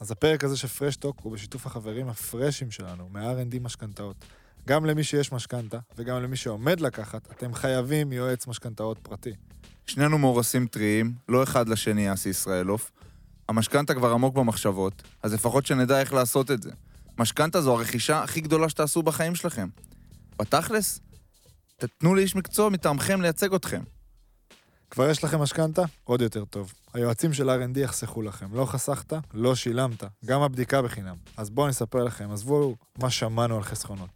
אז הפרק הזה של פרש טוק הוא בשיתוף החברים הפרשים שלנו, מ-R&D משכנתאות. גם למי שיש משכנתה וגם למי שעומד לקחת, אתם חייבים יועץ משכנתאות פרטי. שנינו מאורסים טריים, לא אחד לשני אסי ישראלוף. המשכנתה כבר עמוק במחשבות, אז לפחות שנדע איך לעשות את זה. משכנתה זו הרכישה הכי גדולה שתעשו בחיים שלכם. בתכלס, תתנו לאיש מקצוע מטעמכם לייצג אתכם. כבר יש לכם משכנתה? עוד יותר טוב. היועצים של R&D יחסכו לכם. לא חסכת, לא שילמת. גם הבדיקה בחינם. אז בואו נספר לכם, עזבו מה שמענו על חסכונות.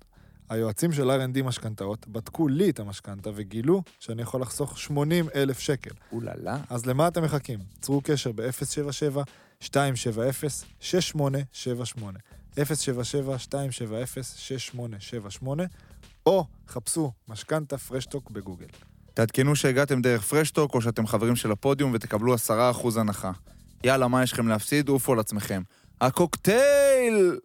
היועצים של R&D משכנתאות בדקו לי את המשכנתה וגילו שאני יכול לחסוך 80 אלף שקל. אוללה. אז למה אתם מחכים? צרו קשר ב-077-270-6878. 077-270-6878, או חפשו משכנתה פרשטוק בגוגל. תעדכנו שהגעתם דרך פרשטוק או שאתם חברים של הפודיום ותקבלו 10% הנחה. יאללה, מה יש לכם להפסיד? עופו על עצמכם. הקוקטייל!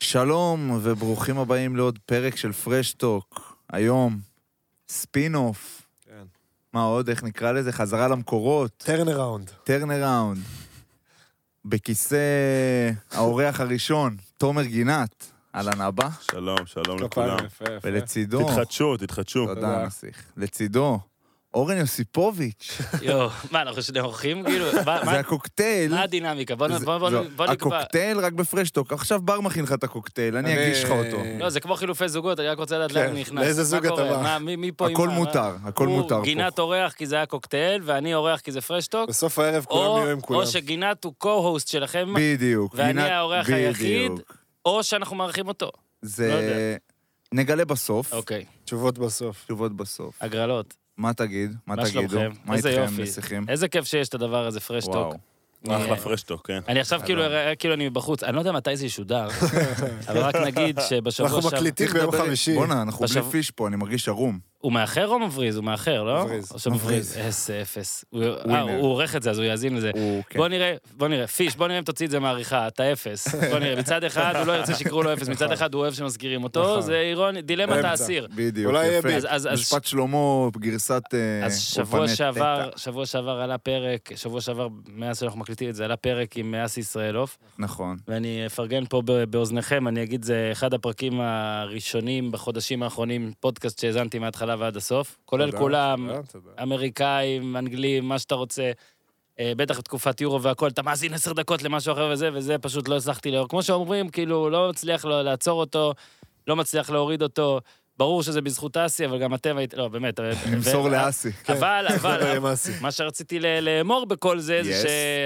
שלום וברוכים הבאים לעוד פרק של פרשטוק. היום, ספין-אוף. כן. מה עוד, איך נקרא לזה? חזרה למקורות. טרן אראונד. טרנראונד. בכיסא האורח הראשון, תומר גינת, אהלן אבא, שלום, שלום כפיים, לכולם. יפה, יפה. ולצידו, תתחדשו, תתחדשו. תודה תודה. נסיך, לצידו, אורן יוסיפוביץ', יואו, מה, אנחנו שני אורחים כאילו? מה- מה- זה הקוקטייל. מה הדינמיקה? בוא נ- זה- בוא- בוא- זה- בוא נקבע. הקוקטייל רק בפרשטוק, עכשיו בר מכין לך את הקוקטייל, אני אני- אגיש לך אותו. לא, זה כמו חילופי זוגות, אני רק רוצה לדעת כן, לאן אני נכנס. לאיזה מה זוג אתה קורה? בא? מה, מי מי פה עם... הכל ה- מותר, הכל הוא מותר גינת פה. אורח כי זה היה קוקטייל, ואני אורח כי זה פרשטוק, בסוף הערב כולם או יהיו עם כולם. או שגינת הוא co-host שלכם, בדיוק. ואני גינת- האורח בדיוק. היחיד, או שאנחנו מארחים אותו. לא זה... יודע. נגלה בסוף, אוקיי, תשובות בסוף. תשובות בסוף. הגרלות. מה תגיד? מה מה תגידו? שלומכם? מה איזה איתכם יופי. נסיכים? איזה כיף שיש את הדבר הזה, פרשטוק. וואו. אחלה פרשטוק, כן. אני אה, עכשיו לא. כאילו, אראה- כאילו אני מבחוץ, אני לא יודע מתי זה ישודר, אבל רק נגיד שבשבוע אנחנו מקליטים ביום חמישי. בואנה, אנחנו בלי בשב- פיש פה, אני מרגיש ערום. הוא מאחר או מבריז? הוא מאחר, לא? מבריז. או שמבריז. איזה אפס. הוא- אה, ווינר. הוא עורך את זה, אז הוא יאזין לזה. הוא, כן. בוא נראה, בוא נראה. פיש, בוא נראה אם תוציא את זה מעריכה, אתה אפס. בוא נראה. מצד אחד, הוא לא ירצה שיקראו לו אפס, מצד אחד הוא אוהב שמזכירים אותו, נכון. זה אירוני, דילמת באמצע. האסיר. בדיוק, אולי יהיה יפה. ביט. אז- אז- אז- משפט שלמה, גרסת אה, אז שבוע אולפני שעבר, פתע. שבוע שעבר עלה פרק, שבוע שעבר, מאז שאנחנו מקליטים את זה, עלה פרק עם אסי ישראלוף, נכון. ואני אפרגן פה ב- באוזניכם, אני אגיד, זה אחד הפרקים הראשונים בחודשים האחרונים, פודקאסט שהאזנתי מההתחלה ועד הסוף, כולל תודה, כולם, תודה, תודה. אמריקאים, אנגלים, מה שאתה רוצה. אה, בטח בתקופת יורו והכל, אתה מאזין עשר דקות למשהו אחר וזה, וזה פשוט לא הצלחתי לאור. כמו שאומרים, כאילו, לא מצליח לא- לעצור אותו, לא מצליח להוריד אותו. ברור שזה בזכות אסי, אבל גם אתם הייתם... לא, באמת. ו- כן. נמסור לאסי. כן. אבל, אבל, מה עשית? מה שרציתי ל- לאמור בכל זה, Yes. זה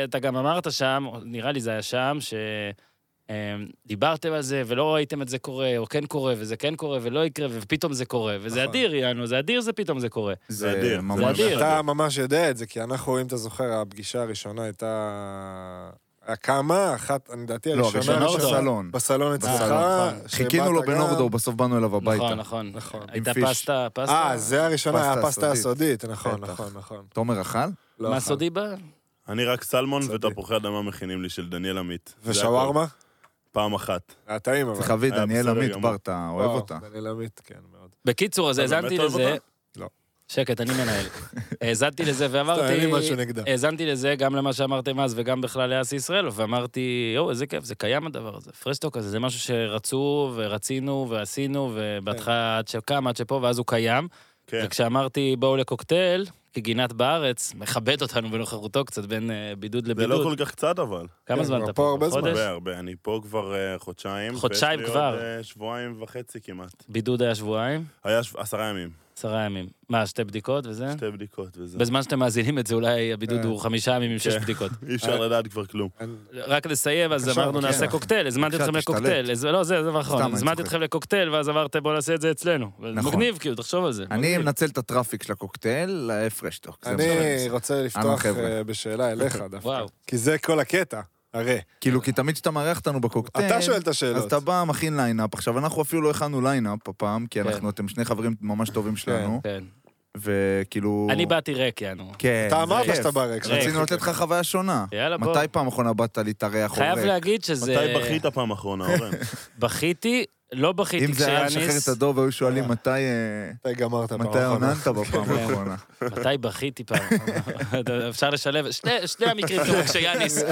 שאתה גם אמרת שם, נראה לי זה היה שם, שדיברתם על זה ולא ראיתם את זה קורה, או כן קורה, וזה כן קורה, ולא יקרה, ופתאום זה קורה. וזה נכון. אדיר, יענו, זה אדיר זה פתאום זה קורה. זה אדיר, זה ממש- אדיר. אתה ממש יודע את זה, כי אנחנו, אם אתה זוכר, הפגישה הראשונה הייתה... היה כמה? אחת, אני לדעתי לא, הראשונה הראשונה הראשונה. בסלון. בסלון אצלך. בסלון. שבאת חיכינו לו גם- בנורדו, בסוף באנו אליו נכון, הביתה. נכון. נכון. הייתה עם פיש. פסטה, פסטה. אה, זה הראשונה, פסטה היה הפסטה הסודית. הסודית, נכון, בטח. נכון, נכון. תומר אכל? לא מה אכל. סודי בה? אני רק סלמון צודק. ותפוחי אדמה מכינים לי של דניאל עמית. זה הכל. ושווארמה? פעם אחת. היה טעים, אבל. חבי, היה דניאל בסדר עמית, גמור. בר, אתה אוהב וואו, אותה. דניאל עמית, לא, כן, מאוד. בקיצור, אז אתה באמת האזנתי אוהב לזה... אותה? לא. שקט, אני מנהל. האזנתי לזה סתם, אין לי ואמרתי... משהו נגדה. האזנתי לזה גם למה שאמרתם אז וגם בכלל לאסי ישראלוף, ואמרתי, יואו, איזה כיף, זה קיים הדבר הזה. פרשטוק הזה, זה משהו שרצו ורצינו ועשינו, כן. ובהתחלה עד שקם, עד שפה, ואז הוא קיים. כן. וכשאמרתי, בואו לקוקטייל, כי גינת בארץ מכבד אותנו בנוכחותו קצת בין אה, בידוד זה לא לבידוד. כל כך קצת, אבל. כמה כן, זמן כבר אתה פה פה? הרבה זמן. חודש? הרבה, הרבה. אני פה כבר אה, חודשיים. חודשיים ויש לי כבר. עוד, אה, שבועיים וחצי כמעט. בידוד היה שבועיים, היה ש- עשרה ימים, עשרה ימים. מה, שתי בדיקות וזה? שתי בדיקות וזה. בזמן שאתם מאזינים את זה, אולי הבידוד כן. הוא חמישה ימים עם שש בדיקות. אי אפשר לדעת כבר כלום. רק לסיים, אז בבקשה, אמרנו בבקשה. נעשה קוקטייל, הזמנתי בבקשה, אתכם תשתלט. לקוקטייל. אז- לא, זה הדבר האחרון. אני הזמנתי צוחק. אתכם לקוקטייל, ואז אמרתם בואו נעשה את זה אצלנו. נכון. מגניב, כאילו, תחשוב על זה. אני מגניב. מנצל את הטראפיק של הקוקטייל לפרשטוק. זה מה שאני אני עושה. רוצה אהלן, לפתוח חבר'ה. אה, בשאלה אליך אוקיי. דווקא. וואו. כי זה כל הקטע, הרי. כאילו, כי תמיד כשאתה מארח אותנו בקוקטייל... אתה שואל את אז השאלות. אתה בא, מכין ליינאפ. עכשיו, אנחנו אפילו לא הכנו ליינאפ הפעם, כי כן. אנחנו, אתם שני חברים ממש טובים שלנו. כן. וכאילו... אני באתי ריק, יענו. כן, אתה זה אמרת כיף. שאתה ברקס. ריק. רצינו לתת לך חוויה שונה. יאללה, בוא. מתי פעם אחרונה באת להתארח או חייב ריק? להגיד שזה... מתי בכית פעם אחרונה, אורן? בכיתי, לא בכיתי אם זה היה משחרר כשיאניס... את הדוב, היו שואלים מתי... אה, מתי גמרת פעם מתי אחרונה? עוננת בפעם כן. האחרונה? מתי בכיתי פעם? אתה- אפשר לשלב, שני- שני המקרים קרו כשיאניס,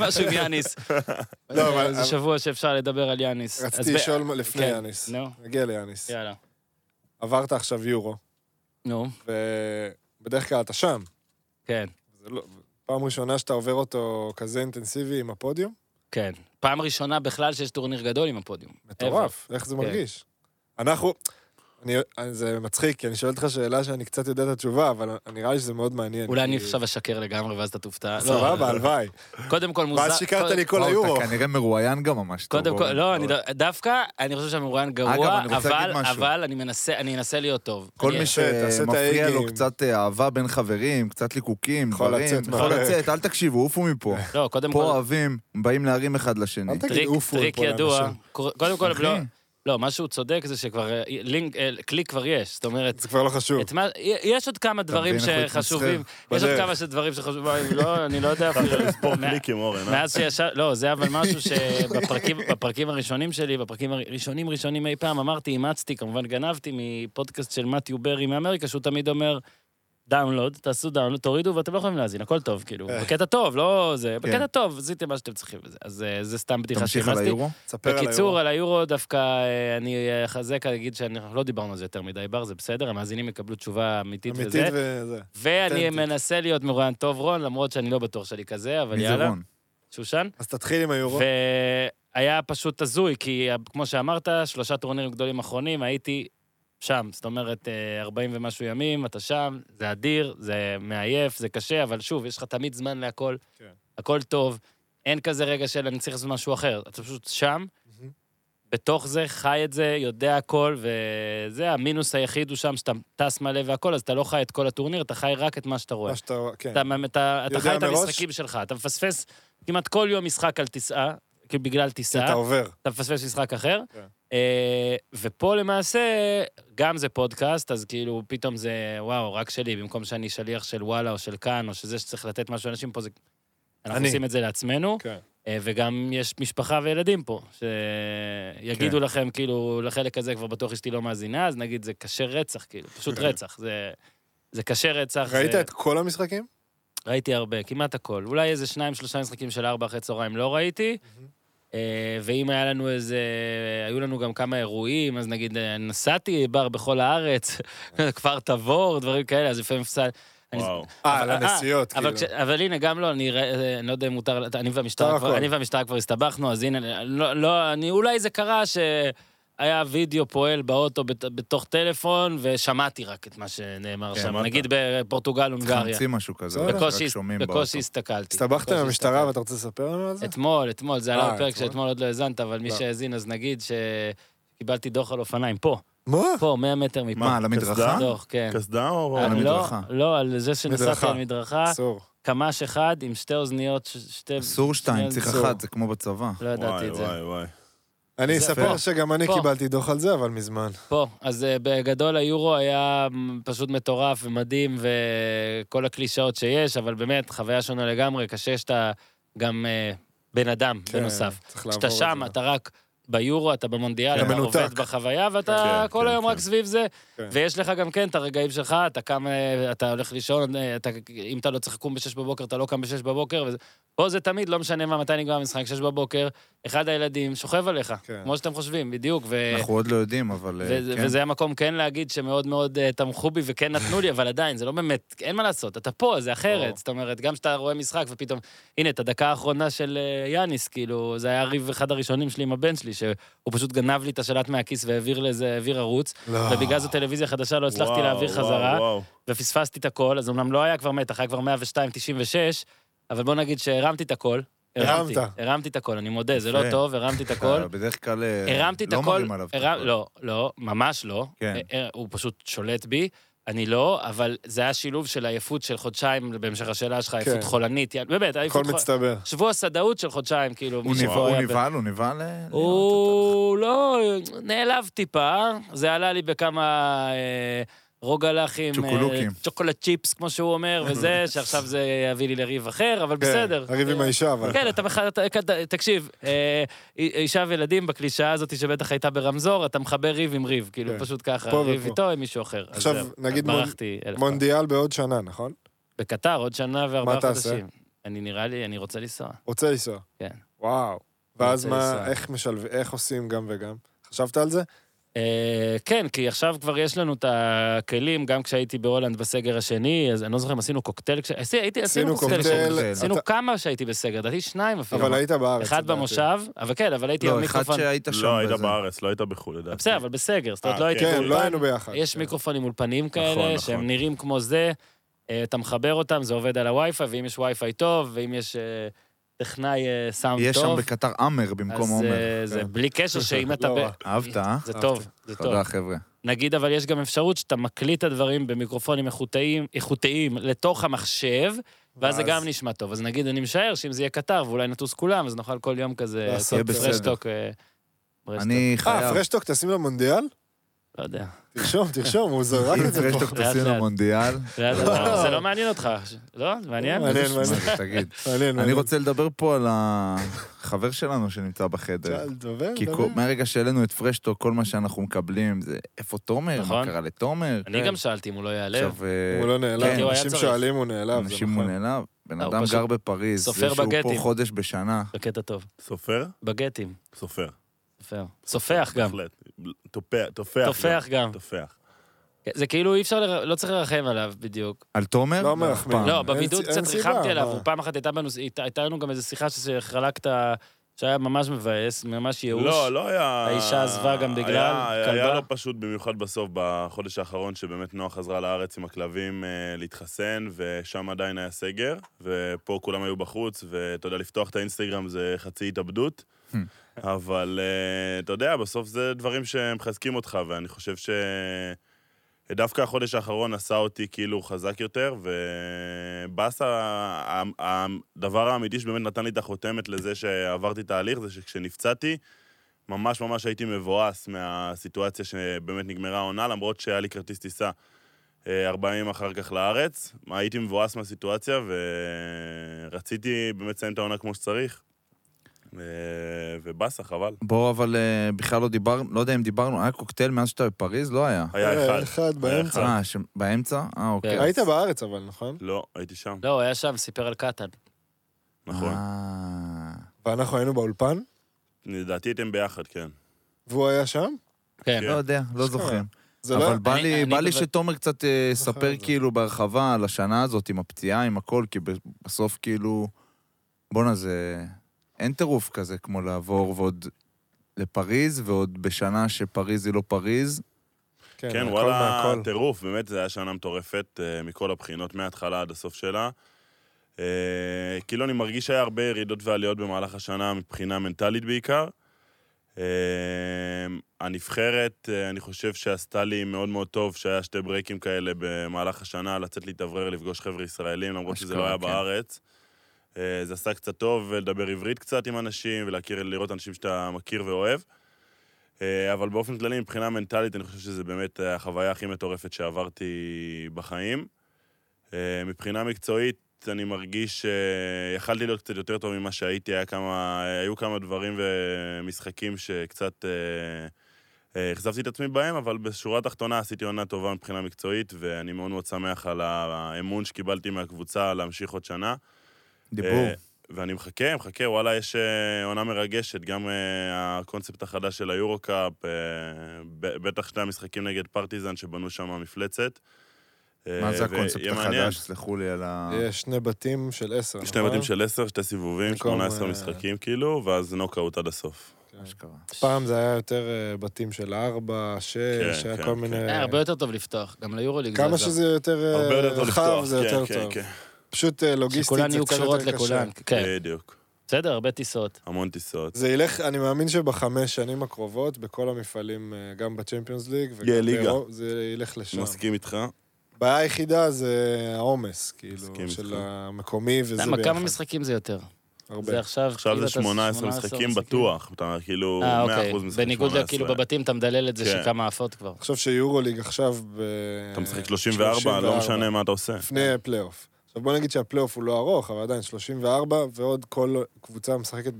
משהו עם יאניס. לא, אבל זה שבוע שאפשר לדבר על יאניס. אז רציתי ב- לשאול לפני כן, יאניס. נו. נגיע ליאניס. יאללה. עברת עכשיו יורו, נו, ובדרך כלל אתה שם. כן, זה לא... פעם ראשונה שאתה עובר אותו כזה אינטנסיבי עם הפודיום? כן. פעם ראשונה בכלל שיש טורניר גדול עם הפודיום. מטורף, איך כן. זה מרגיש? אנחנו... אני, זה מצחיק, כי אני שואל אותך שאלה שאני קצת יודע את התשובה, אבל נראה לי שזה מאוד מעניין. אולי אני כי- עכשיו אשקר לגמרי ואז אתה תופתע. לא, סבבה, הלוואי. קודם כל מוזר... ואז שיקרת קוד- לי כל וואו, היורו. אתה כנראה מרואיין גם ממש טוב. קודם כל, אורן. לא, אני דו- דווקא, אני חושב שהמרואיין אגב, גרוע, אני רוצה אבל, להגיד משהו. אבל אני מנסה, אני אנסה להיות טוב. כל אני- מי תעשה את שמפריע לו האגים. קצת אה, אהבה בין חברים, קצת ליקוקים, יכול דברים, לצאת יכול מהפרק. לצאת, אל תקשיבו, עופו מפה. לא, קודם פה כל, אוהבים, באים להרים אחד לשני. אל תגיד טריק, עופו טריק פה ידוע. לאנשים. קור- קודם כל, אחי. לא, לא, מה שהוא צודק זה שכבר, אה, לינק, אה, קליק כבר יש, זאת אומרת... זה כבר לא חשוב. את מה, יש עוד כמה דברים מבין איך הוא שחשובים, יש בדרך. עוד כמה דברים שחשובים, לא, אני לא יודע אפילו. פה מה- קליקים, אורן. אה? מאז שישב, לא, זה אבל משהו שבפרקים בפרקים הראשונים שלי, בפרקים הראשונים ראשונים אי פעם, אמרתי, אימצתי, כמובן גנבתי מפודקאסט של מתיו ברי מאמריקה, שהוא תמיד אומר, דאונלוד, תעשו דאונלוד, תורידו ואתם לא יכולים להאזין, הכל טוב, כאילו, אה. בקטע טוב, לא זה, בקטע טוב, עשיתם מה שאתם צריכים וזה, אז אה, זה סתם בדיחה כן. תמשיך על שאימצתי. היורו. תספר על היורו. בקיצור, על היורו דווקא אה, אני אחזק, אגיד שאנחנו לא דיברנו על זה יותר מדי בר, זה בסדר, המאזינים יקבלו תשובה אמיתית אמיתית וזה. וזה. ואני אותנטית. מנסה להיות מרואיין טוב, רון, למרות שאני לא בטוח שאני כזה, אבל מי זה יאללה. רון? שושן. אז תתחיל עם היורו. והיה פשוט הזוי, כי כמו שאמרת, שלושה טורנירים גדולים אחרונים, הייתי שם. זאת אומרת, אה, 40 ומשהו ימים, אתה שם, זה אדיר, זה מעייף, זה קשה, אבל שוב, יש לך תמיד זמן להכל, כן. הכל טוב. אין כזה רגע של אני צריך לעשות משהו אחר. אתה פשוט שם, מהמם. בתוך זה, חי את זה, יודע הכל, וזה המינוס היחיד הוא שם, שאתה טס מלא והכל, אז אתה לא חי את כל הטורניר, אתה חי רק את מה שאתה רואה. מה שאתה... כן. אתה, אתה, אתה יודע חי את מראש? המשחקים שלך, אתה מפספס כמעט כל יום משחק על טיסה, כאילו בגלל טיסה, אתה עובר. אתה מפספס משחק אחר. כן. אה, ופה למעשה, גם זה פודקאסט, אז כאילו פתאום זה, וואו, רק שלי, במקום שאני שליח של וואלה או של כאן, או שזה שצריך לתת משהו לאנשים פה, זה... אנחנו אני. עושים את זה לעצמנו, כן. אה, וגם יש משפחה וילדים פה, שיגידו כן. לכם, כאילו, לחלק הזה כבר בטוח אשתי לא מאזינה, אז נגיד זה קשה רצח, כאילו, פשוט רצח, זה... זה קשה רצח. אה, זה- ראית את כל המשחקים? ראיתי הרבה, כמעט הכל. אולי איזה שניים, שלושה משחקים של ארבע אחרי צהריים לא ראיתי. אה, ואם היה לנו איזה... היו לנו גם כמה אירועים, אז נגיד אה, נסעתי בר בכל הארץ, כפר תבור, דברים כאלה, אז לפעמים הפסד... אני- וואו. אה, אבל- לנסיעות, אבל כאילו. כש- אבל הנה, גם לא, אני ר- אה, אני לא יודע אם מותר, אני והמשטרה מותר כבר- הכל. אני והמשטרה כבר הסתבכנו, אז הנה, לא- לא, אני, אולי זה קרה ש... היה וידאו פועל באוטו בת- בתוך טלפון, ושמעתי רק את מה שנאמר כן, שם. אמרת. נגיד בפורטוגל, צריך הונגריה. להמציא משהו כזה, בסדר. רק בקושי, שומעים באוטו. בקושי הסתכלתי. הסתבכתם בקושי עם המשטרה הסתכלתי. ואתה רוצה לספר לנו על זה? אתמול, אתמול, זה אה, עלה בפרק אתמול. שאתמול עוד לא האזנת, אבל מי לא. שהאזין, אז נגיד שקיבלתי דוח על אופניים. פה, מה? פה, 100 מטר מפה. מה, על המדרכה? קסדה? דוח, כן. קסדה או... אה, על לא, המדרכה? לא, על זה שנסעתי מדרכה. על מדרכה, אסור. קמ"ש אחד עם שתי אוזניות, ש- שתי... אסור שתיים, צריך אסור. אחת, זה כמו בצבא. לא ידעתי את זה. לא וואי, וואי. אני זה אספר פה. שגם אני פה. קיבלתי דוח על זה, אבל מזמן. פה, אז אה, בגדול היורו היה מ, פשוט מטורף ומדהים וכל הקלישאות שיש, אבל באמת, חוויה שונה לגמרי, קשה שאתה גם אה, בן אדם, כן, בנוסף. צריך לעבור כשאתה את שם, זה. אתה רק ביורו, אתה במונדיאל, כן. אתה מנותק. עובד בחוויה, ואתה כן, כל כן, היום כן. רק סביב זה. כן. ויש לך גם כן את הרגעים שלך, אתה קם, אה, אתה הולך לישון, אה, אתה- אם אתה לא צריך לקום ב-6 בבוקר, אתה לא קם ב-6 בבוקר. וזה- פה זה תמיד, לא משנה מה, מתי נגמר המשחק, 6 בבוקר, אחד הילדים שוכב עליך, כן. כמו שאתם חושבים, בדיוק. ו- אנחנו עוד לא יודעים, אבל... אה, וזה- כן. וזה היה מקום כן להגיד שמאוד מאוד אה, תמכו בי וכן נתנו לי, אבל עדיין, זה לא באמת, אין מה לעשות, אתה פה, זה או. אחרת. זאת אומרת, גם כשאתה רואה משחק ופתאום, הנה, את הדקה האחרונה של אה, יאניס, כאילו, זה היה ריב אחד הראשונים שלי עם הבן שלי, שהוא פשוט גנב לי את השלט מהכיס והעביר לזה, העביר ערוץ, לא. ובגלל זו טלוויזיה חדשה לא הצלחתי וואו, להעביר וואו, חזרה, וואו. ופספסתי את הכל, אז אמנם לא היה כבר מתח, היה כבר 102, 96, אבל בוא נגיד שהרמתי את הכל. הרמתי, הרמת. הרמתי את הכל, אני מודה, זה לא יפה. טוב, הרמתי את הכל. אתה בדרך כלל אה, הרמתי את לא הכל. מרים עליו. את הרם- הכל. לא, לא, ממש לא. כן. אה, אה, הוא פשוט שולט בי, אני לא, אבל זה היה שילוב של עייפות של חודשיים, בהמשך השאלה שלך, עייפות כן. חולנית, יאללה, באמת, הכל עייפות חולנית. מצטבר. שבוע סדאות של חודשיים, כאילו, הוא מי נבהל, שפה הוא היה ב- נבהל, הוא נבהל. אה, לראות הוא לא, נעלב טיפה, זה עלה לי בכמה... אה, רוגלחים, צ'וקולוקים. אה, צ'וקולד צ'יפס, כמו שהוא אומר, וזה, שעכשיו זה יביא לי לריב אחר, אבל כן, בסדר. הריב עם האישה, אבל... כן, אתה מחבר, אתה- אתה- תקשיב, אה, אי- אישה וילדים בקלישאה הזאת שבטח הייתה ברמזור, אתה מחבר ריב עם ריב, כאילו כן. פשוט ככה, פה ריב ופה. איתו עם מישהו אחר. אז עכשיו, זהו, אז נגיד מונ- ברחתי אלף פעם. מונדיאל בעוד שנה, נכון? בקטר, עוד שנה וארבעה מה תעשה? חודשים. אני נראה לי, אני רוצה לנסוע. רוצה לנסוע. כן. וואו. ואז רוצה מה, לנסוע. איך משלב... איך עושים גם וגם? חשבת על זה? אה, כן, כי עכשיו כבר יש לנו את הכלים, גם כשהייתי בהולנד בסגר השני, אז אני לא זוכר אם עשינו קוקטייל, כש- עשי- הייתי- עשינו עשינו קוקטייל, קוקטייל, שם. עשינו אתה- כמה שהייתי בסגר, לדעתי שניים אפילו. אבל היית בארץ. אחד לדעתי. במושב, אבל כן, אבל הייתי לא, אחד במיקרופון. שהיית שם. לא, היית וזה. בארץ, לא היית בחו"ל, לדעתי. בסדר, אבל בסגר, זאת אומרת, אה, לא הייתי... כן, באולפן. לא היינו ביחד. יש כן. מיקרופונים אולפנים נכון, כאלה, נכון. שהם נראים כמו זה, אה, אתה מחבר אותם, זה עובד על הווי-פיי, ואם יש ווי-פיי טוב, ואם יש אה, טכנאי אה, סאונד יש שם טוב, בקטר עמר במקום אז עומר. אה, זה כן. בלי קשר שאם אתה... לא ב- רע. אהבת, אה? זה אהבתי. טוב, זה טוב. תודה, חבר'ה. נגיד, אבל יש גם אפשרות שאתה מקליט את הדברים במיקרופונים איכותיים, איכותיים לתוך המחשב, ואז זה ואז- גם נשמע טוב. אז נגיד, אני משער שאם זה יהיה קטר, ואולי נטוס כולם, אז נוכל כל יום כזה... לעשות לעשות בסדר. פרשטוק, אה, פרשטוק, אני אה, חייב. פרשטוק תשים למונדיאל? לא יודע. תרשום, תרשום, הוא זרק אם את זה פה. פרשטוק אה, לאט, תשים לאט. למונדיאל. זה לא- זה לא מעניין אותך. לא? זה מעניין? מעניין, איזה מעניין. שמע זה, תגיד. מעניין, אני מעניין. רוצה לדבר פה על החבר שלנו שנמצא בחדר. שאל, דבר, כי דבר. כל- מהרגע שהעלינו את פרשטוק, כל מה שאנחנו מקבלים זה איפה תומר, מה נכון. קרה לתומר. אני גם שאלתי אם הוא לא יעלב. כן. עכשיו, אה, כן. הוא לא כן, נעלב, הוא היה אנשים צריך. שואלים, הוא נעלב. זה אנשים נכון. הוא נעלב. בן לא, הוא אדם פשוט גר בפריז, זה סופר שהוא פה בגטים. חודש בשנה. בקטע טוב. סופר? בגטים. סופר. סופר. סופח גם. בהחלט. תופח. תופח. תופח גם. תופח. זה כאילו אי אפשר, לר- לא צריך לרחם עליו בדיוק. על תומר? לא אומר לך מה. לא, אין- בבידוד אין קצת סיבה, ריחמתי עליו, מה? הוא פעם אחת הייתה בנו, הייתה- הייתה לנו גם איזו שיחה שחלקת, שהיה ממש מבאס, ממש ייאוש. לא, לא היה... האישה עזבה גם בגלל היה- כלבה? היה לא פשוט, במיוחד בסוף, בחודש האחרון, שבאמת נועה חזרה לארץ עם הכלבים אה, להתחסן, ושם עדיין היה סגר, ופה כולם היו בחוץ, ואתה יודע, לפתוח את האינסטגרם זה חצי התאבדות. Hmm. אבל אה, אתה יודע, בסוף זה דברים שמחזקים אותך, ואני חושב ש... דווקא החודש האחרון עשה אותי כאילו חזק יותר, ובאסה, ה- ה- הדבר האמיתי שבאמת נתן לי את החותמת לזה שעברתי תהליך, זה שכשנפצעתי, ממש ממש הייתי מבואס מהסיטואציה שבאמת נגמרה העונה, למרות שהיה לי כרטיס טיסה אה, 40 ימים אחר כך לארץ. הייתי מבואס מהסיטואציה, ורציתי באמת לסיים את העונה כמו שצריך. אה, ובאסה, חבל. בואו, אבל אה, בכלל לא דיברנו, לא יודע אם דיברנו, היה קוקטייל מאז שאתה בפריז? לא היה. היה אה, אחד. אחד באמצע. אחד. אה, ש- באמצע? אה, אוקיי. נכון. כן. היית בארץ אבל, נכון? לא, הייתי שם, לא, הוא היה שם, סיפר על קטן. נכון. אה, ואנחנו היינו באולפן, לדעתי הייתם ביחד, כן. והוא היה שם? כן. כן. לא יודע, לא שקרה. זוכרים. זה לא... אבל בא אני- לי- אני בא לי בבד- שתומר קצת אה, זוכר יספר את זה. כאילו בהרחבה על השנה הזאת עם הפציעה, עם הכל, כי ב- בסוף כאילו... בואנה, זה... אין טירוף כזה כמו לעבור ועוד לפריז, ועוד בשנה שפריז היא לא פריז. כן, הכל וואלה, מהכל. טירוף, באמת, זו הייתה שנה מטורפת אה, מכל הבחינות, מההתחלה עד הסוף שלה. אה, כאילו, אני מרגיש שהיה הרבה ירידות ועליות במהלך השנה, מבחינה מנטלית בעיקר. אה, אמ, הנבחרת, אה, אני חושב שעשתה לי מאוד מאוד טוב, שהיה שתי ברייקים כאלה במהלך השנה, לצאת להתאוורר, לפגוש חבר'ה ישראלים, למרות שזה לא אשכרה, היה כן. בארץ. אה, זה עשה קצת טוב, ולדבר עברית קצת עם אנשים, ולהכיר, לראות אנשים שאתה מכיר ואוהב. אה, אבל באופן כללי, מבחינה מנטלית, אני חושב שזה באמת אה, החוויה הכי מטורפת שעברתי בחיים. אה, מבחינה מקצועית, אני מרגיש שיכלתי להיות קצת יותר טוב ממה שהייתי, היה כמה, אה, היו כמה דברים ומשחקים שקצת אה, אה, אכזבתי את עצמי בהם, אבל בשורה התחתונה עשיתי עונה טובה מבחינה מקצועית, ואני מאוד מאוד שמח על האמון שקיבלתי מהקבוצה להמשיך עוד שנה. דיבור. אה, ואני מחכה, מחכה, וואלה, יש אה, עונה מרגשת, גם אה, הקונספט החדש של היורו-קאפ, אה, ב- בטח שני המשחקים נגד פרטיזן שבנו שם מפלצת. אה, מה זה ויהיה הקונספט מעניין. החדש? סלחו לי על ה... יש שני בתים של עשר, נכון? אה. שני בתים של עשר, שתי סיבובים, במקום, 18 אה, משחקים כאילו, ואז נוקאוט עד הסוף. כן. אשכרה. פעם זה היה יותר אה, בתים של ארבע, שש, כן, היה כן, כל כן. מיני... היה אה, הרבה יותר טוב לפתוח, גם ליורוליג זה כמה עזר. שזה יותר אה, הרבה יותר טוב רחב, לפתוח, זה כן, יותר כן, טוב. כן, פשוט אה, לוגיסטית שכולן זה יהיו קצת קשורות יותר קשה. לכולן. כן, בדיוק. בסדר, הרבה טיסות. המון טיסות. זה ילך, אני מאמין שבחמש שנים הקרובות, בכל המפעלים, אה, גם בצ'מפיונס ליג, וגם יהיה ליגה. באירופ- זה ילך לשם. מסכים איתך? הבעיה היחידה זה העומס, כאילו, מסכים של איתך. המקומי וזה למה, ביחד. כמה משחקים זה יותר? הרבה. זה עכשיו... עכשיו כאילו זה אתה 18 משחקים בטוח, אתה כאילו 100% אה, אוקיי. משחק 18. בניגוד לכאילו בבתים, אתה מדלל את זה כן. שכמה עפות כבר. תחשוב שיורוליג עכשיו... ב- אתה משחק 34, לא משנה מה אתה עושה. אה, לפני פלייאוף. עכשיו בוא נגיד שהפלייאוף הוא לא ארוך, אבל עדיין 34, ועוד כל קבוצה משחקת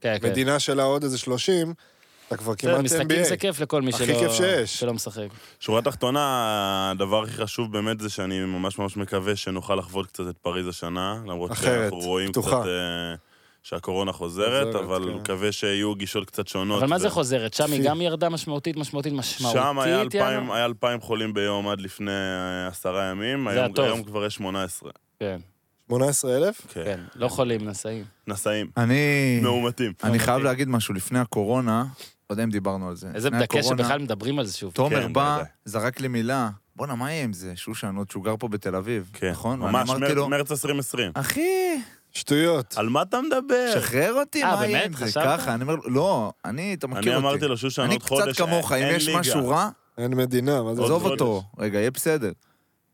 כן, כן. במדינה שלה עוד איזה 30, אתה כבר בסדר, כמעט משחקים זה NBA. כיף לכל מי הכי שלא- כיף שיש. שלא משחק. שורה תחתונה, הדבר הכי חשוב באמת זה שאני ממש ממש מקווה שנוכל לחוות קצת את פריז השנה, למרות אחרת, שאנחנו רואים פתוחה. קצת אה, שהקורונה חוזרת, חוזרת, אבל כן. מקווה שיהיו גישות קצת שונות. אבל מה זה ו- חוזרת? שם היא כפי. גם ירדה משמעותית, משמעותית, משמעותית. שם היה אלפיים- יאללה? היה 2,000 חולים ביום עד לפני אה, עשרה ימים, זה היום הטוב. היום כבר יש 18. כן, 18,000? כן. כן. לא חולים, נשאים. נשאים, אני... מאומתים. אה, אני חייב להגיד משהו, לפני הקורונה, לא יודע אם דיברנו על זה. איזה לפני מדכא הקורונה, שבכלל מדברים על זה שוב. תומר כן, בא, בוודאי. זרק לי מילה, בואנה, מה יהיה עם זה? שושן, עוד שהוא גר פה בתל אביב, כן, נכון? ואני ממש, אמרתי מרץ- לו, מרץ 2020. אחי, שטויות. על מה אתה מדבר? שחרר אותי, אה, מה יהיה באמת? עם זה? חשבת? ככה, אני אומר לו, לא, אני, אתה מכיר אותי. אני אמרתי לו, שושן, אני עוד חודש, קצת כמוך, אם אין יש ליגה. משהו רע, אין מדינה, מה זה? עוד עזוב חודש. אותו, רגע, יהיה בסדר.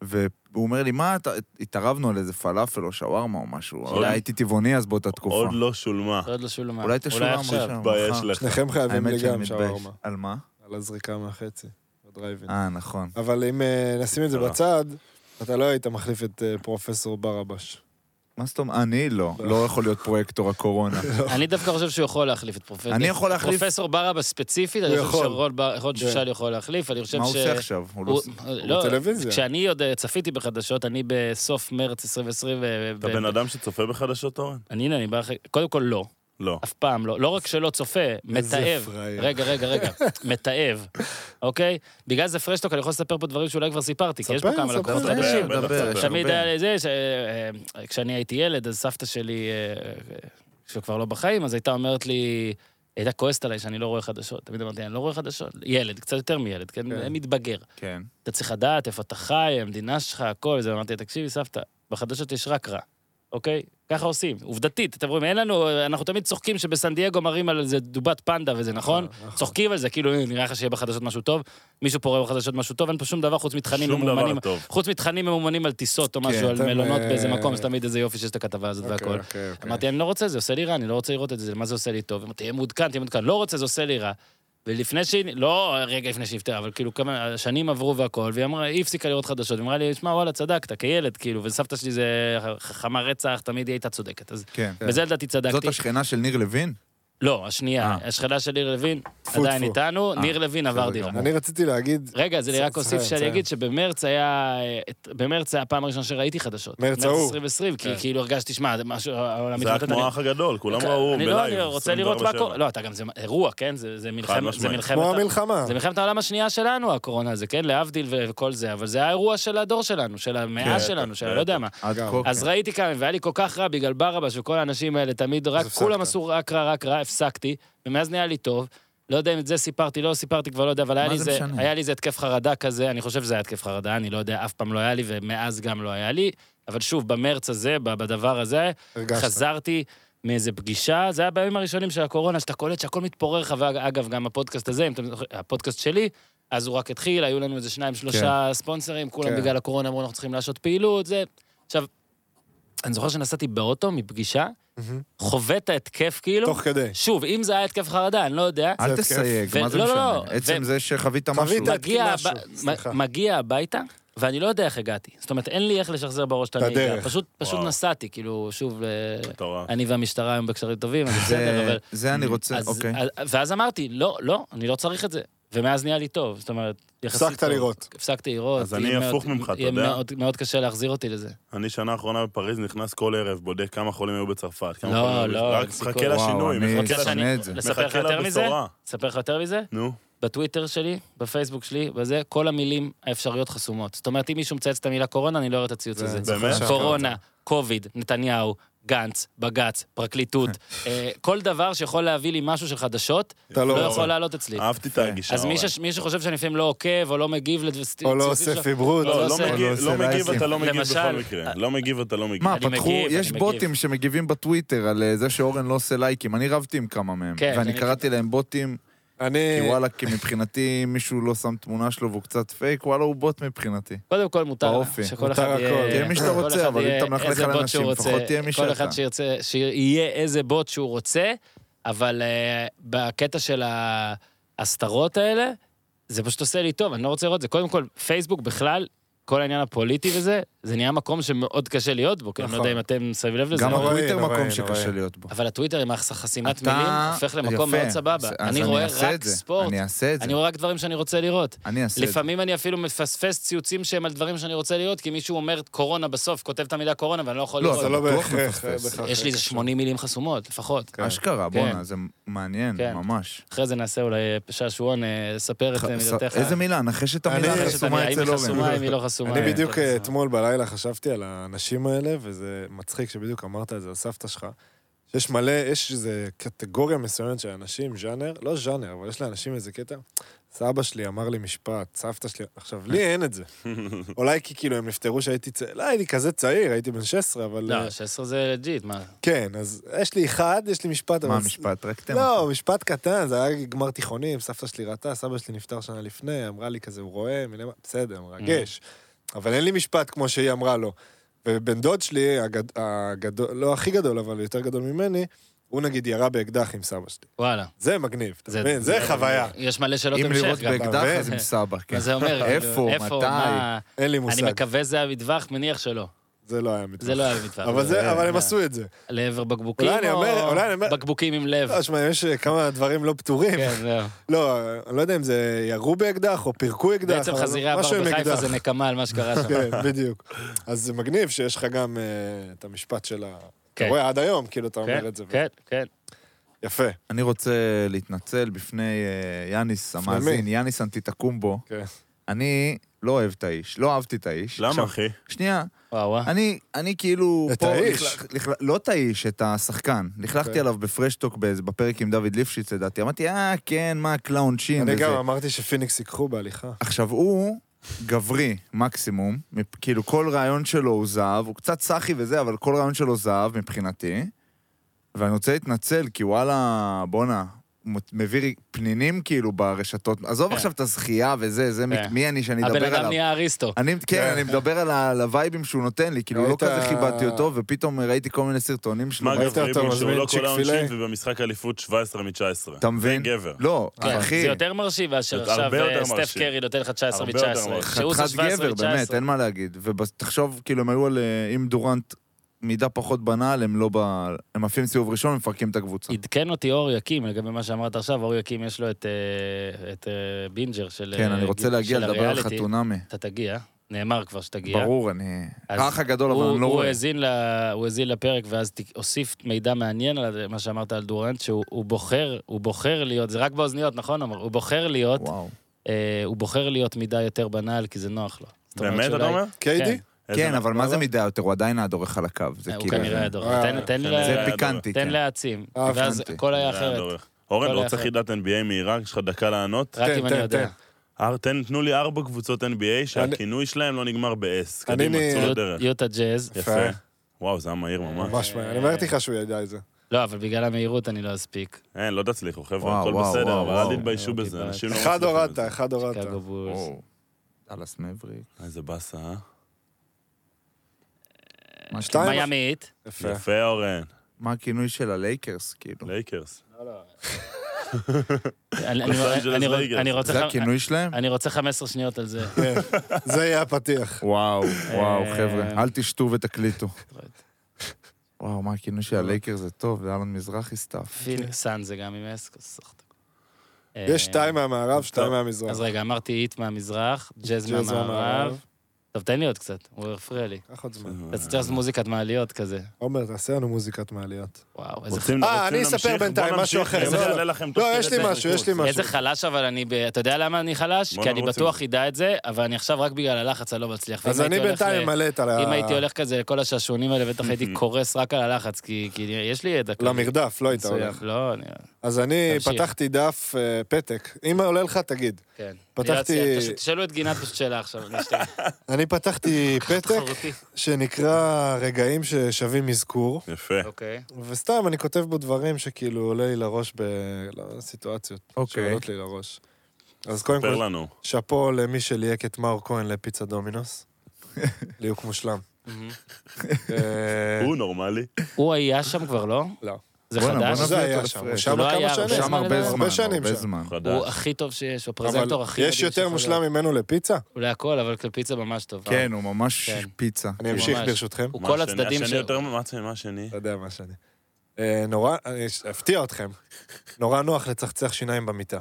והוא אומר לי, מה, אתה- התערבנו על איזה פלאפל או שווארמה או משהו, עוד- אולי הייתי טבעוני אז באותה תקופה. אה, עוד לא שולמה. זה עוד לא שולם. אולי תשולם עכשיו. ראשון. תתבייש מחר. לך. שניכם חייבים האמת לי שאני גם מתבייש. שווארמה, כן. על מה? על הזריקה מהחצי, בדרייבין. אה, נכון. אבל אם אה, נשים את זה לא. בצד, אתה לא היית מחליף את אה, פרופסור ברבש. מה זאת אומרת? אני לא, לא יכול להיות פרויקטור הקורונה. אני דווקא חושב שהוא יכול להחליף את פרופסור. אני יכול להחליף- כן. פרופסור ברבא ספציפית, אני הוא חושב יכול. שרון בר- רון שושן יכול להחליף, אני חושב ש... מה הוא עושה עכשיו? הוא לא הוא- עושה- לא, בטלוויזיה. כשאני עוד אה, צפיתי בחדשות, אני בסוף מרץ 2020... ו- אתה ב- בן אדם שצופה בחדשות, אורן? אני, הנה, אני בא אחרי... קודם כל, לא. לא. אף פעם לא. לא רק שלא צופה, מתעב. פראייר. רגע, רגע, רגע. מתעב, אוקיי? בגלל זה פרשטוק, אני יכול לספר פה דברים שאולי כבר סיפרתי, כי יש פה ספר, כמה ספר. לא, לקוחות דבר, חדשים. דבר, דבר, דבר. תמיד דבר. היה לי זה, ש- אה, אה, כשאני הייתי ילד, אז סבתא שלי, אה, אה, שהיא כבר לא בחיים, אז הייתה אומרת לי, היא הייתה כועסת עליי שאני לא רואה חדשות. תמיד אמרתי, אני לא רואה חדשות. ילד, קצת יותר מילד, כן? כן. מתבגר. כן. אתה צריך לדעת איפה אתה חי, המדינה שלך, הכל. אז אמרתי, תקשיבי, סבתא, בחדשות יש רק רע, אוקיי? ככה עושים, עובדתית. אתם רואים, אין לנו, אנחנו תמיד צוחקים שבסן דייגו מראים על איזה דובת פנדה וזה, נכון? צוחקים על זה, כאילו, "אה, נראה לך שיהיה בחדשות משהו טוב, מישהו פה רואה בחדשות משהו טוב, אין פה שום דבר חוץ מתכנים שום דבר לא ממומנים. טוב. חוץ מתכנים ממומנים על טיסות או משהו, על אתם, מלונות אה, באיזה מקום, אז תמיד איזה יופי שיש את הכתבה הזאת אוקיי, והכל. אוקיי, אוקיי. אמרתי, אני לא רוצה, זה עושה לי רע, אני לא רוצה לראות את זה, מה זה עושה לי טוב? אמרתי, תהיה מעודכן, תהיה מעודכן. לא רוצה, זה עושה לי רע. ולפני שהיא, לא רגע לפני שהיא נפטרה, אבל כאילו כמה, השנים עברו והכל, והיא אמרה, היא הפסיקה לראות חדשות, היא אמרה לי, שמע, וואלה, צדקת, כילד, כאילו, וסבתא שלי זה חכמה רצח, תמיד היא הייתה צודקת. אז כן. בזה לדעתי זאת צדקתי. השכנה של ניר לוין? לא, השנייה, אה. השכנה של ניר לוין, טפו, לא עדיין טפו. איתנו, אה, ניר לוין עבר בסדר דירה. גמור. אני רציתי להגיד, רגע, אז אני רק צ- אוסיף צ- שאני צ- אגיד שבמרץ היה... את- במרץ היה הפעם הראשונה שראיתי חדשות. מרץ ההוא. 2020, כי כן. כאילו הרגשתי, שמע, זה משהו... העולם זה היה מתמוטט, כמו אני- האח הגדול, כולם ראו אני בלייב. לא, אני רוצה לראות מה 24/7. קורה. לא, אתה גם, זה אירוע, כן? זה זה מלחמת... זה משמעית. כמו מלחמת... המלחמה. זה מלחמת העולם השנייה שלנו, הקורונה הזה, כן? להבדיל ו- וכל זה, אבל זה היה האירוע של הדור שלנו, של כן, המאה שלנו, של בטח. לא יודע מה. עד גם. כה. אז כן. ראיתי כמה, והיה לי כל כך רע בגלל ברבש וכל האנשים האלה, תמיד רק, הפסקת. כולם עשו רק רע, רק רע, הפסקתי, ומאז נהיה לי טוב. לא יודע אם את זה סיפרתי, לא סיפרתי, כבר לא יודע, אבל היה מה לי זה זה, משנה? היה לי איזה התקף חרדה כזה, אני חושב שזה היה התקף חרדה, אני לא יודע, אף פעם לא היה לי, ומאז גם לא היה לי. אבל שוב, במרץ הזה, ב- בדבר הזה, הרגשת. חזרתי מאיזה פגישה, זה היה בימים הראשונים של הקורונה, שאתה קולט שהכל מתפורר לך, ואגב, גם הפודקאסט הזה, אם אתם זוכרים, הפודקאסט שלי, אז הוא רק התחיל, היו לנו איזה שניים, שלושה ספונסרים, כולם כן. בגלל הקורונה אמרו, אנחנו צריכים לעשות פעילות, זה... עכשיו, אני זוכר שנסעתי באוטו מפגישה, מהמם. חווה את ההתקף כאילו, תוך כדי. שוב, אם זה היה התקף חרדה, אני לא יודע, זה אל התקף. תסייג, ו- מה זה לא, לא, לא, משנה? ו- עצם זה שחווית חווית. משהו. מגיע, להגיד משהו, הב- סליחה. מ- מגיע הביתה, ואני לא יודע איך הגעתי. זאת אומרת, אין לי איך לשחזר בראש את את הנהיגה. הדרך. פשוט, פשוט וואו. נסעתי, כאילו, שוב, אה, מטורף. אני והמשטרה היום בקשרים טובים, אז בסדר, זה- אבל... זה אני רוצה, אז- אוקיי. אז- ואז אמרתי, לא, לא, אני לא צריך את זה. ומאז נהיה לי טוב, זאת אומרת, יחסית הפסקת טוב. לראות. הפסקתי לראות. אז אני יהיה הפוך מאוד- ממך, אתה יהיה יודע? מאוד- מאוד קשה להחזיר אותי לזה. אני שנה האחרונה בפריז נכנס כל ערב, בודק כמה חולים היו בצרפת. כמה לא, חולים היו לא, בצרפת. אין רק סיכוי. מחכה וואו, לשינוי, אני- מחכה שונא לשינוי. שאני- את זה. לספר לך מחכה יותר מזה? לבשורה. לספר לך יותר מזה? נו, בטוויטר שלי, בפייסבוק שלי, בזה, כל המילים האפשריות חסומות. זאת אומרת, אם מישהו מצייץ את המילה קורונה, אני לא אראה את הציוץ זה- הזה. באמת? קורונה, קוביד, נתניהו, גנץ, בג"ץ, פרקליטות, אה, כל דבר שיכול להביא לי משהו של חדשות, אתה לא לא יכול לעלות אצלי. אהבתי את יפה. הגישה. אז מי אורן. ש- מי שחושב שאני לפעמים לא עוקב, או לא מגיב לציוצים או לא עושה פיברות. לא, לא, עושה- לא לא מגיב, עושה לא מגיב, לייקים. אתה לא מגיב למשל, בכל מקרה. לא מגיב, אתה לא מגיב. מה, אני פתחו, מגיב, יש אני מגיב. בוטים שמגיבים בטוויטר על אה, זה שאורן לא עושה לייקים, אני רבתי עם כמה מהם, כן, ואני אני- קראתי להם בוטים אה, אני... כי וואלה, כי מבחינתי מישהו לא שם תמונה שלו והוא קצת פייק, וואלה, הוא בוט מבחינתי. קודם כל מותר באופי. שכל מותר אחד הכל. יהיה... תהיה מי שאתה כל רוצה, אחד אבל אם יהיה אתה מלכלך איזה על בוט אנשים, שהוא רוצה. לפחות תהיה מי כל שאתה. אחד שירצה, שיהיה איזה בוט שהוא רוצה, אבל אה, בקטע של ההסתרות האלה, זה פשוט עושה לי טוב, אני לא רוצה לראות את זה. קודם כל, פייסבוק בכלל, כל העניין הפוליטי וזה, זה נהיה מקום שמאוד קשה להיות בו, כי אני לא נכון. יודע אם אתם שמים לב לזה. גם אבל- נוראי, הטוויטר נוראי, מקום נוראי. שקשה להיות בו. אבל הטוויטר עם החסימת אתה- מילים הופך למקום יפה. מאוד סבבה. אז- אז אני רואה אעשה רק את זה. ספורט, אני אעשה את זה. אני רואה רק דברים שאני רוצה לראות. אני אעשה את זה. לפעמים אני אפילו מפספס ציוצים שהם על דברים שאני רוצה לראות, כי מישהו אומר קורונה בסוף, כותב את המילה קורונה ואני לא אה, יכול לא, לראות. זה אתה לא בטוח בהכרח. מפספס. בהכרח. יש לי איזה 80 מילים חסומות, לפחות. כן. אשכרה, כן. בואנה, זה מעניין, כן. ממש. אחרי זה נעשה אולי שעשועון, אה, ספר את ח- אה, מילותיך. איזה מילה? נחש את אני- המילה נחש את החסומה המילה, האם היא אצל חסומה, אם אורן. היא לא חסומה. אני בדיוק כן, אה, חסומה. אתמול בלילה חשבתי על האנשים האלה, וזה מצחיק שבדיוק אמרת את זה על סבתא שלך. שיש מלא, יש איזה קטגוריה מסוימת של אנשים, ז'אנר, לא ז'אנר, אבל יש לאנשים איזה קטע. סבא שלי אמר לי משפט, סבתא שלי... עכשיו, לי אין את זה. אולי כי כאילו הם נפטרו שהייתי צעיר, לא הייתי כזה צעיר, הייתי בן 16, אבל... אה, לא, 16 זה לג'יט, מה? כן, אז יש לי אחד, יש לי משפט, מה אבל- המשפט? רק תן. לא, משפט קטן, זה היה גמר תיכונים, סבתא שלי ראתה, סבא שלי נפטר שנה לפני, אמרה לי כזה, הוא רואה, מלמעלה, בסדר, מרגש. Mm. אבל אין לי משפט כמו שהיא אמרה לו. ובן דוד שלי, הגד... הגדול, לא הכי גדול, אבל יותר גדול ממני, הוא נגיד ירה באקדח עם סבא שלי. וואלה. זה מגניב, אתה זה- מבין? זה חוויה. יש מלא שאלות אם המשך לראות גם. באקדח אתה אז מבין? עם סבא, כן. מה זה אומר? איפה, כאילו, איפה, מתי? מה? אין לי מושג. אני מקווה זה המטווח, מניח שלא. זה לא היה מטבח. זה לא היה מטווח. אבל, זה, אבל הם לא. עשו את זה. לעבר בקבוקים אולי אני אומר- או אולי אני אומר- בקבוקים עם לב? לא, שמע, יש כמה דברים לא פתורים. כן, זהו. לא, אני לא יודע אם זה ירו באקדח או פירקו אקדח. בעצם אבל חזירי עבר משהו עם בחיפה אקדח. זה נקמה על מה שקרה שם. כן, בדיוק. אז זה מגניב שיש לך גם אה, את המשפט של ה... אתה כן. רואה עד היום, כאילו, אתה כן, אומר את זה. כן, כן. יפה. אני רוצה להתנצל בפני אה, יאניס בפני המאזין, מי? יאניס אנטיטקומבו. כן. אני לא אוהב את האיש, לא אהבתי את האיש. למה, עכשיו, אחי? שנייה, וואו, וואו. אני, אני כאילו... את פה האיש. לכלך- לכלך- לא את האיש, את השחקן. לכלכתי אוקיי. עליו בפרשטוק באיזה- בפרק עם דוד ליפשיץ, לדעתי. אמרתי, אה, כן, מה, קלאון צ'ין אני וזה. גם אמרתי שפיניקס ייקחו בהליכה. עכשיו, הוא גברי, מקסימום. מפ- כאילו, כל רעיון שלו הוא זהב. הוא קצת סאחי וזה, אבל כל רעיון שלו זהב מבחינתי. ואני רוצה להתנצל, כי וואלה, בואנה, הוא מביא לי פנינים כאילו ברשתות. עזוב כן. עכשיו את הזכייה וזה, זה מ- כן. מי אני שאני הבן אדבר אדם עליו. נהיה אריסטו. אני, כן, אני מדבר על, ה, על הווייבים שהוא נותן לי, כאילו לא ראית- כזה כיבדתי אותו, ופתאום ראיתי כל מיני סרטונים שלו. מה ראית אגב, אותו ריבו שהוא מזמין לא כל צ'יק-פילה? העונשין ובמשחק אליפות 17 מ-19. אתה מבין? זה גבר. לא, כן, אחי, זה יותר מרשים מאשר זה הרבה עכשיו יותר אה, סטף מרשים. קרי נותן לך 19 הרבה מ-19. יותר מרשים. שהוא עושה חתיכת 17 גבר, באמת, מ-19. אין מה להגיד. ותחשוב, כאילו, הם היו על... אה, אם דורנט מידה פחות בנעל, הם לא ב... הם עפים סיבוב ראשון ומפרקים את הקבוצה. עדכן אותי אור יקים לגבי מה שאמרת עכשיו, אור יקים יש לו את, אה, את אה, בינג'ר של כן, אה, אני רוצה של להגיע לדבר על הריאליטי. חתונמי. אתה תגיע, אה? נאמר כבר שתגיע. ברור, אני... אז האח הגדול, אבל הוא- אני לא הוא רואה. האזין ל- הוא האזין לפרק, ואז ת- הוסיף מידע מעניין על מה שאמרת על דורנט, שהוא הוא בוחר, הוא בוחר להיות, זה רק באוזניות, נכון? אמר? הוא בוחר להיות, וואו. אה, הוא בוחר להיות מידה יותר בנאל, כי זה נוח לו. זאת אומרת באמת, אתה שאולי- אה, אומר? קיידי? איזה כן, אבל מה זה לא? מידה יותר? הוא עדיין הדורך על הקו. זה אה, הוא כאילו... כנראה הדור. אה, תן- תן כן, לה- זה היה פיקנטי, תן כן. להעצים. אה, ואז הבנתי. הכל לא היה זה לא היה אחרת. דורך. אורן, כל אתה רוצה האחרת. חידת NBA מהירה? יש לך דקה לענות? רק תן, אם תן, אני יודע. תן. אה, תן, תנו לי ארבע קבוצות NBA שהכינוי שלהם לא נגמר ב-S. אני קדימה, נ- צאו יוט- לדרך. כאילו, יוטה ג'אז. יפה. יפה. וואו, זה היה מהיר ממש. ממש מהר. אני אמרתי לך שהוא ידע את זה. לא, אבל בגלל המהירות אני לא אספיק. אין, לא תצליחו, חבר'ה, וואו, הכל וואו, בסדר, וואו, אבל וואו. אל תתביישו אוקיי, בזה, ביי. אנשים לא אה, אחד מצליחים הורדת, בזה. אחד הורדת. שיקגו בולס. וואו. דאלאס מבריק. איזה באסה, אה? מה שתיים. הכינוי- מיאמי היט. יפה. יפה, אורן. מה הכינוי של הלייקרס, כאילו? לא לייקרס. אה, אני- לוס אני- אנג'לס אני רוצ- וייגרס. אני רוצה זה חמ- הכינוי שלהם? אני רוצה 15 שניות על זה. כן. זה יהיה הפתיח. וואו, וואו, אה, חבר'ה, אל תשתו ותקליטו. וואו, מה הכינוי של הלייקר זה לא- טוב, זה אלון מזרחי סטאפ. פיל סאן זה גם עם אס. סחט. יש שתיים מהמערב, שתיים טוב. מהמזרח. אה, אז רגע, אמרתי איט מהמזרח, ג'אז ג'אז מהמערב. טוב, תן לי עוד קצת, הוא הפריע לי. קח עוד זמן. אתה צריך לעשות מוזיקת מעליות כזה. עומר, תעשה לנו מוזיקת מעליות. וואו, איזה רוצים אה, רוצים אני אספר להמשיך? בינתיים, בוא משהו נמשיך, אחר. זה לא, יעלה לא. לכם תוך לא, כדי יש לי זה. משהו, יש לי משהו. איזה חלש אבל אני, ב... אתה יודע למה אני חלש? בוא כי אני נרוץ עם בטוח זה. אדע את זה, אבל אני עכשיו רק בגלל הלחץ אני לא מצליח. ואם אז הייתי אני הולך ל- בינתיים אמלא את ה... אם הייתי הולך כזה לכל השעשועונים האלה, בטח הייתי קורס רק על הלחץ, כי כי יש לי ידע. כזה. למרדף, לא היית מסוים. הולך. לא, אני... אז אני תמשיך. פתחתי דף אה, פתק. אם עולה לך, תגיד. כן. פתחתי, פשוט תשאלו את גינת פשוט שאלה עכשיו, אני אשתגע. אני פתחתי פתק תחרותי. שנקרא רגעים ששווים אזכור, יפה. אוקיי. וסתם אני כותב בו דברים שכאילו עולה לי לראש בסיטואציות אוקיי. שעולות לי לראש. אז קודם ספר כל, לנו. שאפו למי שליהק את מאור כהן לפיצה דומינוס. ליהוק מושלם. אה, הוא נורמלי. הוא היה שם כבר, לא? לא. זה בואנה, חדש? בואנה. זה היה אותו שם, הוא לפרש. שם הוא לא נכון. כמה שנים. היה הרבה שם הרבה זמן. זמן, הרבה שנים הרבה שם. זמן. חדש. הוא הכי טוב שיש, הוא אבל הפרזנטור הכי... יש מדהים יותר שיכול מושלם להיות. ממנו לפיצה? הוא להכל, אבל כלפיצה ממש טוב. כן, הוא ממש כן. פיצה. אני אמשיך ממש. ברשותכם. הוא מה כל השני? הצדדים השני של- יותר, מה הצ- מה השני? לא יודע מה שאני. אה, נורא, אני אש- אפתיע אתכם. נורא נוח לצחצח שיניים במיטה.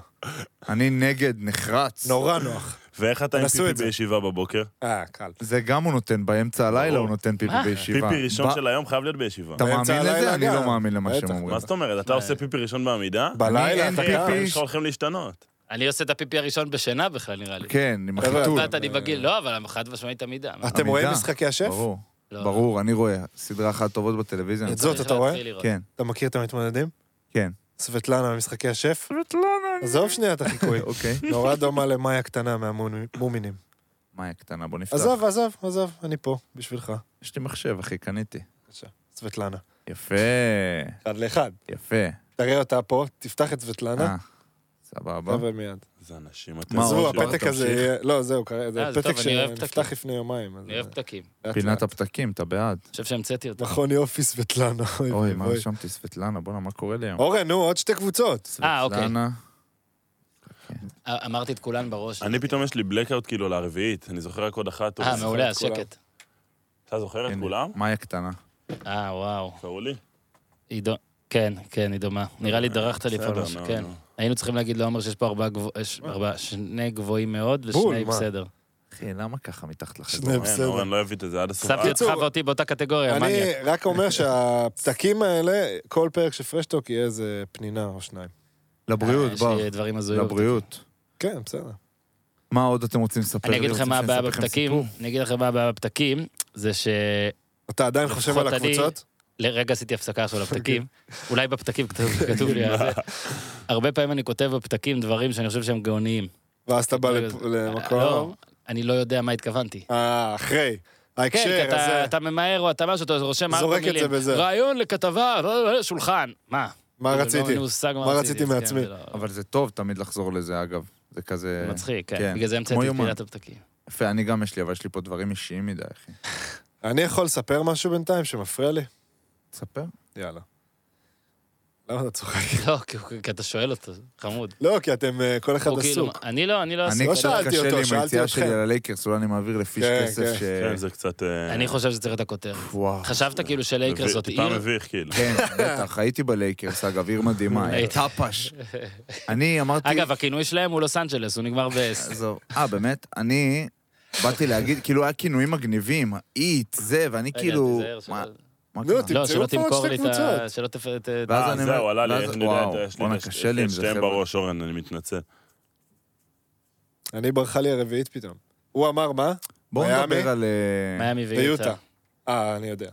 אני נגד, נחרץ. נורא נוח. ואיך אתה עם תנסו את פיפי זה. בישיבה בבוקר? אה, קל. זה גם הוא נותן, באמצע הלילה ברור. הוא נותן פיפי מה? בישיבה. פיפי ראשון ב- של היום חייב להיות בישיבה. אתה באמצע מאמין הלילה לזה? אני גם. לא מאמין למה בטח. שהם אומרים. מה זאת אומרת? אתה מה? עושה פיפי ראשון בעמידה? בלילה אין אתה פיפי. קם. החיים שלך הולכים להשתנות. אני עושה את הפיפי הראשון בשינה בכלל, נראה לי. כן, עם חבר'ה, החיתול. קצת אני בגיל, לא, אבל חד משמעית עמידה. אתם רואים עמידה. משחקי השף? ברור, לא, ברור, אני רואה. סדרה אחת טובות בטלוויזיה. את צריך זאת אתה רואה? להתחיל לראות. כן, אתה מכיר את המתמודדים? כן. סבטלנה ממשחקי השף? סבטלנה. עזוב שנייה את החיקוי. אוקיי. נורא דומה למאי הקטנה מהמומינים. מאיה קטנה, בוא נפתח. עזוב, עזוב, עזוב, אני פה, בשבילך. יש לי מחשב, אחי, קניתי. בבקשה. סבטלנה. יפה, אחד לאחד. יפה. תראה אותה פה, תפתח את סבטלנה, אה, סבבה. תבוא מיד. זה אנשים, אתם... לא מה, עזבו, עוד פעם הפתק תמשיך. הזה יהיה... לא, זהו, כרגע, אה, זה זה פתק טוב, אני אוהב שנפתח פתקים. לפני יומיים. אז אני אוהב לאט, פתקים. פינת לאט. הפתקים, אתה בעד. אני חושב שהמצאתי אותם. נכון, יופי, סבטלנה. אוי, אוי, אוי, אה, מה רשמתי? סבטלנה, בואנה, מה קורה לי היום? אורן, נו, עוד שתי קבוצות. אה, אוקיי. סבטלנה. א- אמרתי את כולן בראש. אני פתאום יש לי בלקאוט כאילו לרביעית, אני זוכר רק עוד אחת. אה, אתה מעולה, את אז כולם. שקט. אתה זוכר את הנה, כולם? מאיה קטנה. אה, וואו. קראו לי? אה, עידו... כן, כן, היא דומה. נראה לי דרכת לי פה על בסדר, משהו, נו, כן. נו. אה, היינו צריכים להגיד לעומר שיש פה ארבעה גבוהים, שני גבוהים מאוד בול, ושני מה? בסדר. אחי, למה ככה מתחת לחדר? שני אין, בסדר. אורן לא הביא את זה עד הסוף. שמתי אותך בקיצור, ואותי באותה קטגוריה, אני אה, מניאק. רק אומר שהפתקים האלה, כל פרק של פרשטוק יהיה איזה פנינה או שניים. לבריאות, אה, יש בר. לי דברים הזויים. לבריאות. כן, בסדר. מה עוד אתם רוצים לספר לי? אני אגיד לכם רוצים מה שאני הבעיה אספר לכם בפתקים, סיפור? אני אגיד לכם מה הבעיה בפתקים, זה ש... אתה עדיין חושב על לפחות אני- הקבוצות? לרגע עשיתי הפסקה עכשיו אוקיי. לפתקים, אולי בפתקים כתוב כתוב לי על זה. הרבה פעמים אני כותב בפתקים דברים שאני חושב שהם גאוניים. ואז אתה בא לפ- לא, למקום... אני לא יודע מה התכוונתי. אה, אחרי. כן, כי ההקשר אתה- הזה. אתה ממהר או אתה משהו, אתה רושם ארבע זורק מילים. את זה בזה. רעיון לכתבה, לא, לא, לא, שולחן. מה? מה כאילו, רציתי? אין לי מושג מה מה רציתי רציתי. כן, מעצמי? זה לא- אבל זה טוב תמיד לחזור לזה, אגב. זה כזה... מצחיק, כן. כן, בגלל זה כמו המצאתי את יומן. פילת הפתקים. יפה, אני גם יש לי, אבל יש לי פה דברים אישיים מדי, אחי. אני יכול לספר משהו בינתיים שמפריע לי? תספר. יאללה. למה אתה צוחק? לא, כי הוא- כי אתה שואל אותו, חמוד. לא, כי אתם, אה, כל אחד הוא כאילו- עסוק. אני לא, אני לא אני עסוק. לא קצת שאלתי קשה אותו, לי עם שאלתי היציאה שלי אתכם. על הלייקרס, אולי אני מעביר לפיש כן, כסף ש... כן, זה קצת... אה, אני חושב שצריך את הכותרת. וואו. חשבת כאילו שלייקרס מביך- זאת טיפה עיר? מביך, כאילו. כן, בטח, הייתי בלייקרס, אגב, עיר מדהימה, היה היית. טאפש. אני אמרתי... אגב, הכינוי שלהם הוא לוס אנג'לס, הוא נגמר ב-S. עזוב. אה, באמת? אני באתי להגיד, כאילו, היה כינויים מגניבים, איט, זה, ואני כאילו... רגע, תיזהר שלא- מה- מה נו, קרה? ת- לא, תמצאו שלא פה עוד תמכור שתי לי את ה... קבוצות. שלא תפ... את- ואז אה, אני זהו, אומר- עלה לי, ואז- איך אני וואו, יודע, יש לי בואנה, את קשה לי עם זה, שתיהם חבר'ה. אה, בראש, אורן, אני מתנצל. אני ברחה לי הרביעית פתאום. הוא אמר מה? בואו מיאמי? נדבר על... אה, מיאמי ויוטה. ויוטה. אה, אני יודע.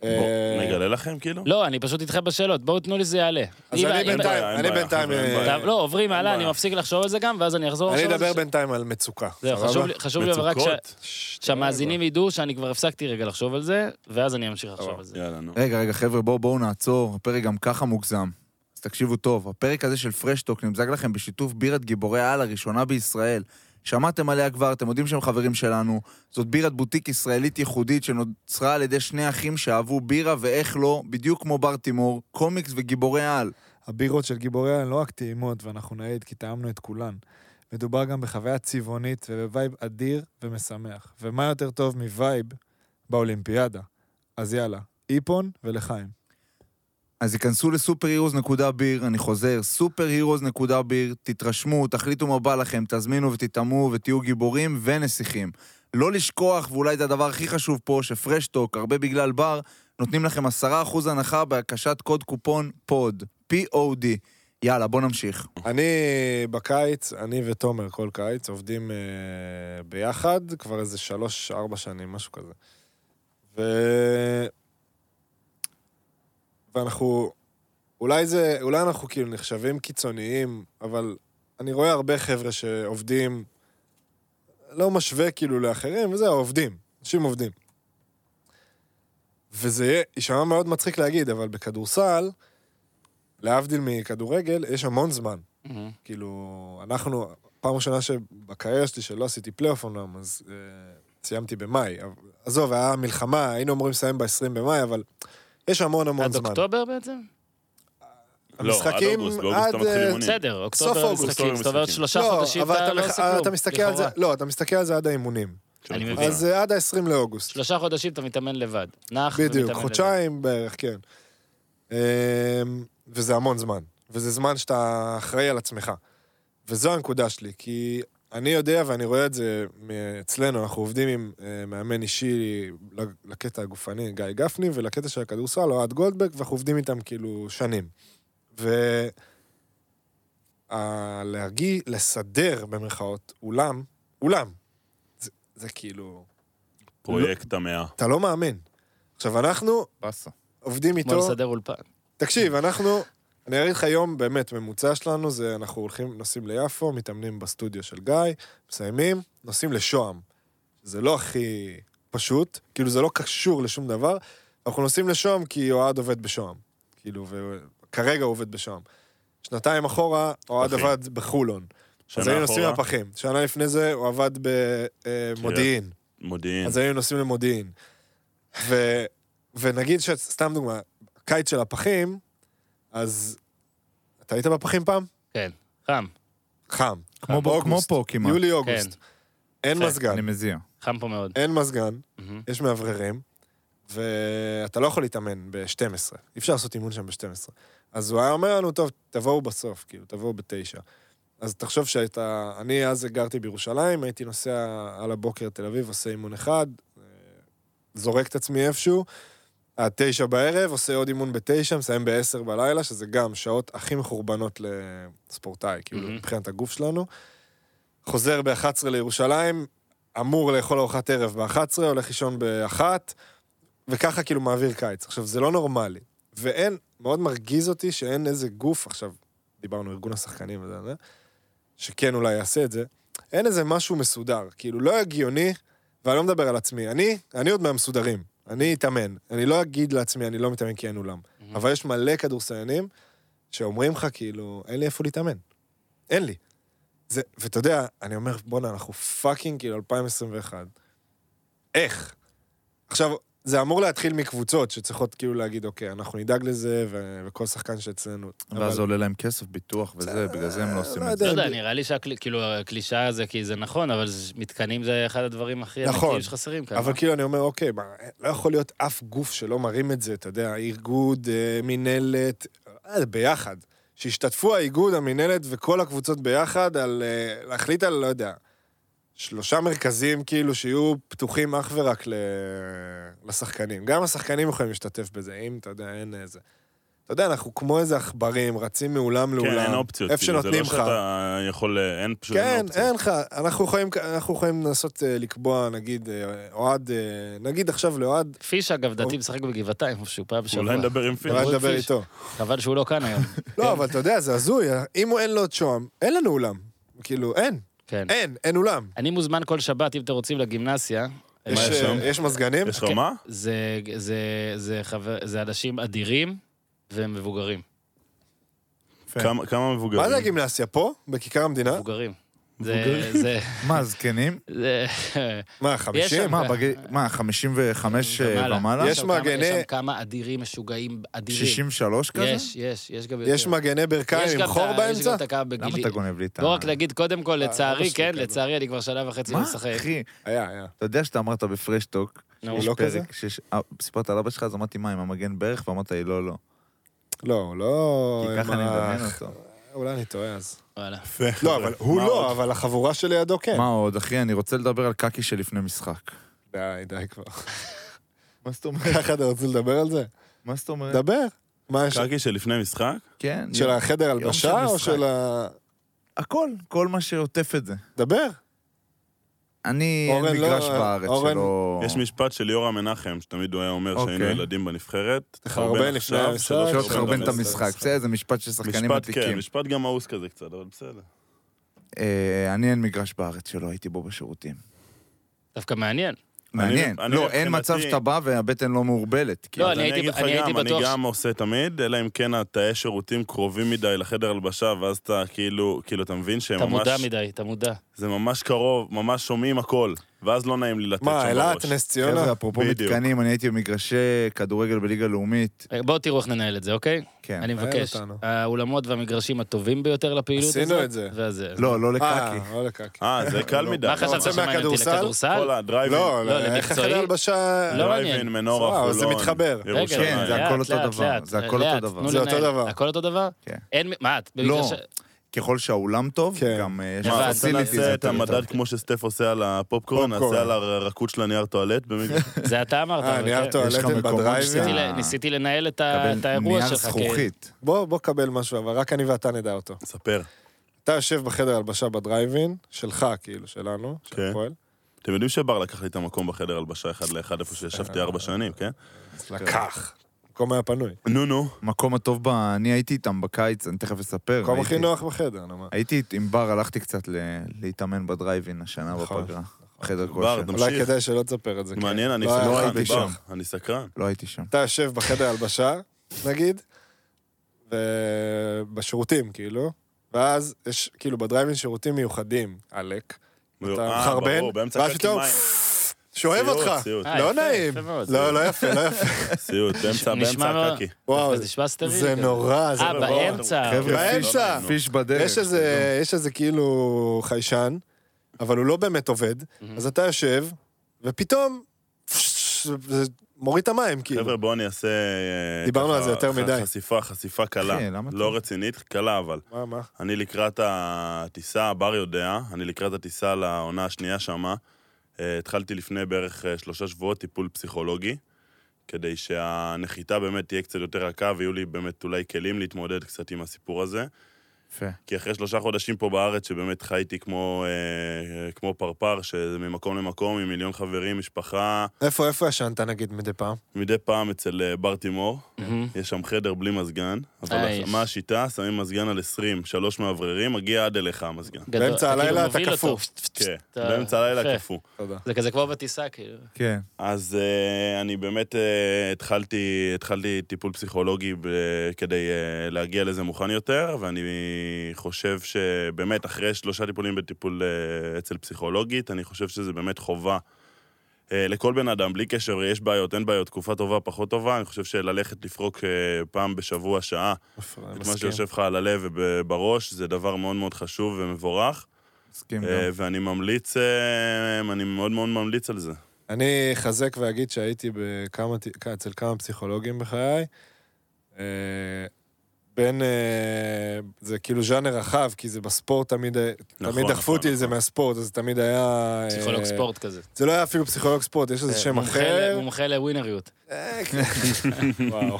בוא, אה, נגלה לכם, כאילו? לא, אני פשוט איתכם בשאלות, בואו תנו לי זה יעלה. אז אם- אני אם- בינתיים, בעיה, אין אני בעיה, בינתיים... חבר'ה, אין אה, בעיה. טוב, לא, עוברים הלאה, בעיה. אני מפסיק לחשוב על זה גם, ואז אני אחזור אני לחשוב על זה. אדבר בינתיים על מצוקה. זהו, סבבה? חשוב לי- חשוב לי אבל רק ש- מצוקות? ש- אה, שהמאזינים ידעו שאני כבר הפסקתי רגע לחשוב על זה, ואז אני אמשיך לחשוב על זה. יאללה, נו. רגע, רגע, חבר'ה, בואו בואו נעצור, הפרק גם ככה מוגזם. אז תקשיבו טוב, הפרק הזה של פרשטוק נמזג לכם בשיתוף בירת גיבורי העל הראשונה בישראל. שמעתם עליה כבר, אתם יודעים שהם חברים שלנו. זאת בירת בוטיק ישראלית ייחודית שנוצרה על ידי שני אחים שאהבו בירה ואיך לא, בדיוק כמו בר תימור, קומיקס וגיבורי על. הבירות של גיבורי העל לא רק טעימות, ואנחנו נעיד כי טעמנו את כולן. מדובר גם בחוויה צבעונית ובווייב אדיר ומשמח. ומה יותר טוב מווייב באולימפיאדה? אז יאללה, איפון ולחיים. אז היכנסו לסופר-הירוז.ביר, אני חוזר, סופר-הירוז.ביר, תתרשמו, תחליטו מה בא לכם, תזמינו ותטעמו ותהיו גיבורים ונסיכים. לא לשכוח, ואולי זה הדבר הכי חשוב פה, שפרשטוק, הרבה בגלל בר, נותנים לכם 10% הנחה בהקשת קוד קופון פוד, POD. יאללה, בוא נמשיך. אני בקיץ, אני ותומר כל קיץ עובדים אה, ביחד כבר איזה שלוש-ארבע שנים, משהו כזה. ו... ואנחנו, אולי זה, אולי אנחנו כאילו נחשבים קיצוניים, אבל אני רואה הרבה חבר'ה שעובדים, לא משווה כאילו לאחרים, וזהו, עובדים. אנשים עובדים. וזה יהיה- יישמע מאוד מצחיק להגיד, אבל בכדורסל, להבדיל מכדורגל, יש המון זמן. מהמם. כאילו, אנחנו, פעם ראשונה שבקריירה שלי, שלא עשיתי פלייאוף אמנם, אז אה, סיימתי במאי. אבל- עזוב, היה מלחמה, היינו אמורים לסיים ב-20 במאי, אבל יש המון המון עד זמן. אוקטובר בעצם? לא, עד המשחקים אוגוסט, באוגוסט אתה עד, מתחיל אה, אימונים. בסדר, סוף אוקטובר אוגוסט. משחקים, זאת אומרת שלושה לא, חודשים אבל אתה אתה לא מח- עושה כלום. אתה מסתכל על זה, לכאורה. לא, אתה מסתכל על זה עד האימונים. של אני הקבוצה. מבין. אז אה, עד ה-20 לאוגוסט. שלושה חודשים אתה מתאמן לבד. נח ומתאמן לבד. בדיוק, חודשיים בערך, כן. אמ, וזה המון זמן. וזה זמן שאתה אחראי על עצמך. וזו הנקודה שלי, כי אני יודע ואני רואה את זה אצלנו, אנחנו עובדים עם אה, מאמן אישי לקטע הגופני, גיא גפני, ולקטע של הכדורסל, אוהד גולדברג, ואנחנו עובדים איתם כאילו שנים. ו... ה- להרגיע, לסדר במרכאות אולם, אולם, זה, זה כאילו, פרויקט המאה. אתה לא מאמין. עכשיו, אנחנו באסה. עובדים כמו איתו... לסדר אולפן. תקשיב, אנחנו, אני אראה לך יום באמת ממוצע שלנו, זה אנחנו הולכים, נוסעים ליפו, מתאמנים בסטודיו של גיא, מסיימים, נוסעים לשוהם. זה לא הכי פשוט, כאילו זה לא קשור לשום דבר. אנחנו נוסעים לשוהם כי אוהד עובד בשוהם. כאילו, וכרגע הוא עובד בשוהם. שנתיים אחורה, אוהד פחים. עבד בחולון. אז שנה היינו נוסעים אחורה, לפחים. שנה לפני זה הוא עבד אה, במודיעין. מודיעין. כן. אז היינו נוסעים למודיעין. ו... ונגיד שסתם דוגמה, קיץ של הפחים, אז אתה היית בפחים פעם? כן, חם, חם. כמו בו- כמו באוגוסט. פה כמעט. כן. יולי-אוגוסט. אין כן. מזגן, אני מזיע. חם פה מאוד. אין מזגן, מהמם. יש מאווררים, ואתה לא יכול להתאמן ב-12. אי אפשר לעשות אימון שם ב-12. אז הוא היה אומר לנו, טוב, תבואו בסוף, כאילו, תבואו בתשע. אז תחשוב שהייתה... אני אז גרתי בירושלים, הייתי נוסע על הבוקר לתל אביב, עושה אימון אחד, אה, זורק את עצמי איפשהו, עד תשע בערב, עושה עוד אימון בתשע, מסיים בעשר בלילה, שזה גם שעות הכי מחורבנות לספורטאי, כאילו, מהמם. מבחינת הגוף שלנו. חוזר ב-11 לירושלים, אמור לאכול ארוחת ערב ב-11, הולך לישון ב-13, וככה כאילו מעביר קיץ. עכשיו, זה לא נורמלי. ואין, מאוד מרגיז אותי שאין איזה גוף, עכשיו, דיברנו ארגון השחקנים וזה, זה, שכן אולי יעשה את זה, אין איזה משהו מסודר. כאילו, לא הגיוני, ואני לא מדבר על עצמי. אני, אני עוד מהמסודרים. אני אתאמן. אני לא אגיד לעצמי, אני לא מתאמן כי אין אולם. אבל יש מלא כדורסלנים שאומרים לך, כאילו, אין לי איפה להתאמן. אין לי. זה, ואתה יודע, אני אומר, בואנה, אנחנו פאקינג, כאילו, 2021. איך? עכשיו, זה אמור להתחיל מקבוצות שצריכות כאילו להגיד, אוקיי, אנחנו נדאג לזה, ו- וכל שחקן שאצלנו. ואז זה אבל- עולה להם כסף, ביטוח וזה, בגלל זה הם לא עושים לא את זה. לא כן, יודע, ב- נראה לי שהקלישאה זה כי זה נכון, אבל זה- מתקנים זה אחד הדברים הכי נכון. ענקיים שחסרים כאן. אה? אבל כאילו, אני אומר, אוקיי, מה, לא יכול להיות אף גוף שלא מרים את זה, אתה יודע, איגוד, אה, מינהלת, אה, ביחד. שהשתתפו האיגוד, המינהלת וכל הקבוצות ביחד על... אה, להחליט על, לא יודע, שלושה מרכזים כאילו שיהיו פתוחים אך ורק ל... לשחקנים. גם השחקנים יכולים להשתתף בזה, אם, אתה יודע, אין איזה... אתה יודע, אנחנו כמו איזה עכברים, רצים מאולם לאולם. כן, אין אופציות. איפה כאילו, שנותנים לך. זה לא שאתה יכול... אה, אין פשוט כן, אופציות. אין לך. אנחנו יכולים, אנחנו יכולים לנסות אה, לקבוע, נגיד, אה, אוהד, אה, נגיד עכשיו לאוהד, פיש, אגב, דעתי אוקיי. משחק בגבעתיים, איפשהו פעם בשבוע. אולי נדבר עם פיל. אולי אוהד נדבר פיש. איתו. חבל שהוא לא כאן היום. לא, אבל אתה יודע, זה הזוי, אה, אם הוא אין לו את שוהם, אין לנו אולם. כאילו, אין, כן. אין, אין אולם. אני מוזמן כל שבת, אם אתם רוצים, לגימנסיה. יש, יש אה, שם? יש מזגנים? יש כן. לך מה? זה, זה, זה, חבר, זה אנשים אדירים והם מבוגרים. יפה. כמה- כמה מבוגרים? מה זה הגימנסיה? פה? בכיכר המדינה? מבוגרים. זה, מבוגרים? זה, מה, זקנים? זה, מה, יש שם- חמישים? מה, בג- מה, 55 ומעלה. ומעלה? יש שם כמה- מגני- יש שם כמה אדירים משוגעים אדירים. 63 כזה? יש, יש, יש גם יותר. יש מגני יש ברכיים גם עם את ה- חור יש גם באמצע? את הקו למה בגילי. אתה גונב לי את ה... אה, לא רק להגיד, קודם כל, לצערי, שלי כן, כזה. לצערי, אני כבר שנה וחצי לא מה, משחק. אחי? היה, היה. אתה יודע שאתה אמרת בפרשטוק, נו, הוא יש לא כזה? פרק שיש- אה, סיפרת על אבא שלך, אז אמרתי, מה, עם המגן ברך? ואמרת לי, לא, לא. לא, הוא לא... כי ככה עם אני ה- מדמיין אותו. אולי אני טועה אז. וואלה. לא, אבל הוא מה לא, עוד? אבל החבורה שלידו כן. מה עוד, אחי? אני רוצה לדבר על קקי שלפני משחק. די, די כבר. מה זאת אומרת? ככה אתה רוצה לדבר על זה? מה זאת אומרת? דבר. מה יש? קקי שלפני משחק? כן, של החדר יום של הלבשה או משחק. של ה... הכל, כל מה שעוטף את זה. דבר. אני, אורן, אין מגרש לא, בארץ אורן, שלא... יש משפט של יורם מנחם, שתמיד הוא היה אומר אוקיי. שהיינו ילדים בנבחרת. תחרבן לפני המשחק. שלוש שלא תחרבן את במשחק. המשחק. בסדר, זה משפט של שחקנים משפט, כן, עתיקים. משפט גם מאוס כזה קצת, אבל בסדר. אה, אני אין מגרש בארץ שלא הייתי בו בשירותים. דווקא מעניין. מעניין. אני לא, אין מבחינתי- מצב שאתה בא והבטן לא מעורבלת. כי- לא, אז אני הייתי- אגיד לך אני הייתי גם, אני בטוח ש- גם עושה תמיד, אלא אם כן התאי שירותים קרובים מדי לחדר הלבשה, ואז אתה כאילו, כאילו, אתה מבין שהם אתה ממש... מודע מדי, אתה מודע. זה ממש קרוב, ממש שומעים הכל, ואז לא נעים לי לתת שם בראש. מה, אילת, נס ציונה? חבר'ה, אפרופו בדיוק. מתקנים, אני הייתי במגרשי כדורגל בליגה לאומית. רגע, בואו תראו איך ננהל את זה, אוקיי? כן. אני נהל מבקש. אותנו. האולמות והמגרשים הטובים ביותר לפעילות הזאת. עשינו את זה. והזה. לא, לא אה, לקקי. לא לקקי. אה, זה קל מדי. מה חשבת רוצה שמעניין אותי מהכדורסל? לכדורסל? כל הדרייבין. לא, לא, איך למקצועי? חדר הלבשה... לא דרייבין, מעניין. מנורה, סבבה, אבל זה חולון, מתחבר. רגע, ירושלים. כן, זה לאט, הכל אותו לאט, דבר, לאט, זה הכל אותו לאט, דבר. תנו זה אותו לנהל. דבר. הכל אותו דבר? כן. אין, מ- מה, את לא. במגרש... ככל שהאולם טוב, כן. גם אה, יש מה, לך הבנתי. אתה רוצה פסיליטיז נעשה את יותר המדד טוב. כמו שסטף עושה על הפופקורן, פופקורן. נעשה על הרקוד של הנייר טואלט? במגרש? זה אתה אמרת. אה, אבל כן. נייר יש לך טואלטים מקומות בדרייבים. ניסיתי אה. ל- ניסיתי לנהל את ה- אה, את מקבל האירוע נייר שלך. כן. כי- זכוכית. בוא, בוא קבל משהו, אבל רק אני ואתה נדע אותו. ספר. אתה יושב בחדר הלבשה בדרייבין, שלך, כאילו, שלנו, של כן. הפועל. אתם יודעים שבר לקח לי את המקום בחדר הלבשה אחד לאחד איפה שישבתי ארבע שנים, כן? לקח. המקום היה פנוי. נו, נו. אוקיי. המקום הטוב, ב- אני הייתי איתם בקיץ, אני תכף אספר. המקום הכי הייתי- נוח בחדר, נו מה. הייתי עם בר, הלכתי קצת ל- להתאמן בדרייבין השנה נכון, בפגרה. חדר בר, כושר. תמשיך. אולי כדאי שלא תספר את זה. כן. מעניין, אני לא, לא סקרן. הייתי בר, שם. אני סקרן. לא הייתי שם. אתה יושב בחדר הלבשה, נגיד, ובשירותים, כאילו, ואז יש, כאילו, בדרייבין שירותים מיוחדים, עלק. אתה אה, מחרבן, ברור, באמצע ואז קקי פתאום, מים. שואב סיוט, אותך. סיוט. אה, לא יפה, נעים. יפה מאוד. לא, לא יפה, לא יפה. סיוט, באמצע, נשמע באמצע מאוד- הקקי. וואו, זה נשמע סטרילי. זה כזה. נורא, זה אה, נורא. באמצע. חבר'ה, לא, באמצע. פיש- פיש בדרך. יש איזה, יש איזה כאילו חיישן, אבל הוא לא באמת עובד, אז אתה יושב, ופתאום, פש, זה מוריד את המים, כאילו. חבר'ה, בואו אני אעשה... אה, דיברנו ככה, על זה יותר ח- מדי. חשיפה, חשיפה קלה. אחי, למה אתה- לא רצינית, קלה אבל. מה, מה? אני לקראת הטיסה, בר יודע, אני לקראת הטיסה לעונה השנייה שמה. אה, התחלתי לפני בערך אה, שלושה שבועות טיפול פסיכולוגי, כדי שהנחיתה באמת תהיה קצת יותר רכה ויהיו לי באמת אולי כלים להתמודד קצת עם הסיפור הזה. יפה. כי אחרי שלושה חודשים פה בארץ, שבאמת חייתי כמו, אה, כמו פרפר, שממקום למקום, עם מיליון חברים, משפחה, איפה, איפה ישנת, נגיד, מדי פעם? מדי פעם אצל אה, בר תימור, מהמם. יש שם חדר בלי מזגן, אבל אה, מה השיטה? שמים מזגן על 20, שלוש מאווררים, מגיע עד אליך המזגן. גדול. באמצע כאילו הלילה אתה מוביל אותו. קפוא. כן, אתה- באמצע הלילה יפה. קפוא. תודה. זה כזה כמו בטיסה, כאילו. כן. אז אה, אני באמת אה, התחלתי, התחלתי טיפול פסיכולוגי ב- כדי אה, להגיע לזה מוכן יותר, ואני חושב שבאמת, אחרי שלושה טיפולים בטיפול אה, אצל פסיכולוגית, אני חושב שזה באמת חובה אה, לכל בן אדם, בלי קשר, יש בעיות, אין בעיות, תקופה טובה, פחות טובה, אני חושב שללכת לפרוק אה, פעם בשבוע, שעה, את מה מסכים. שיושב לך על הלב ובראש, זה דבר מאוד מאוד חשוב ומבורך, מסכים אה, גם. ואני ממליץ, אה, אני מאוד מאוד ממליץ על זה. אני אחזק ואגיד שהייתי בכמה, ט- אצל כמה פסיכולוגים בחיי. אה, בין... אה, זה כאילו ז'אנר רחב, כי זה בספורט תמיד... נכון, נכון, תמיד דחפו נכון, אותי לזה נכון. מהספורט, אז זה תמיד היה... אה, פסיכולוג ספורט כזה. זה לא היה אפילו פסיכולוג ספורט, יש לזה שם מומחה ל- אחר. מומחה לווינריות. אה, כן. וואו.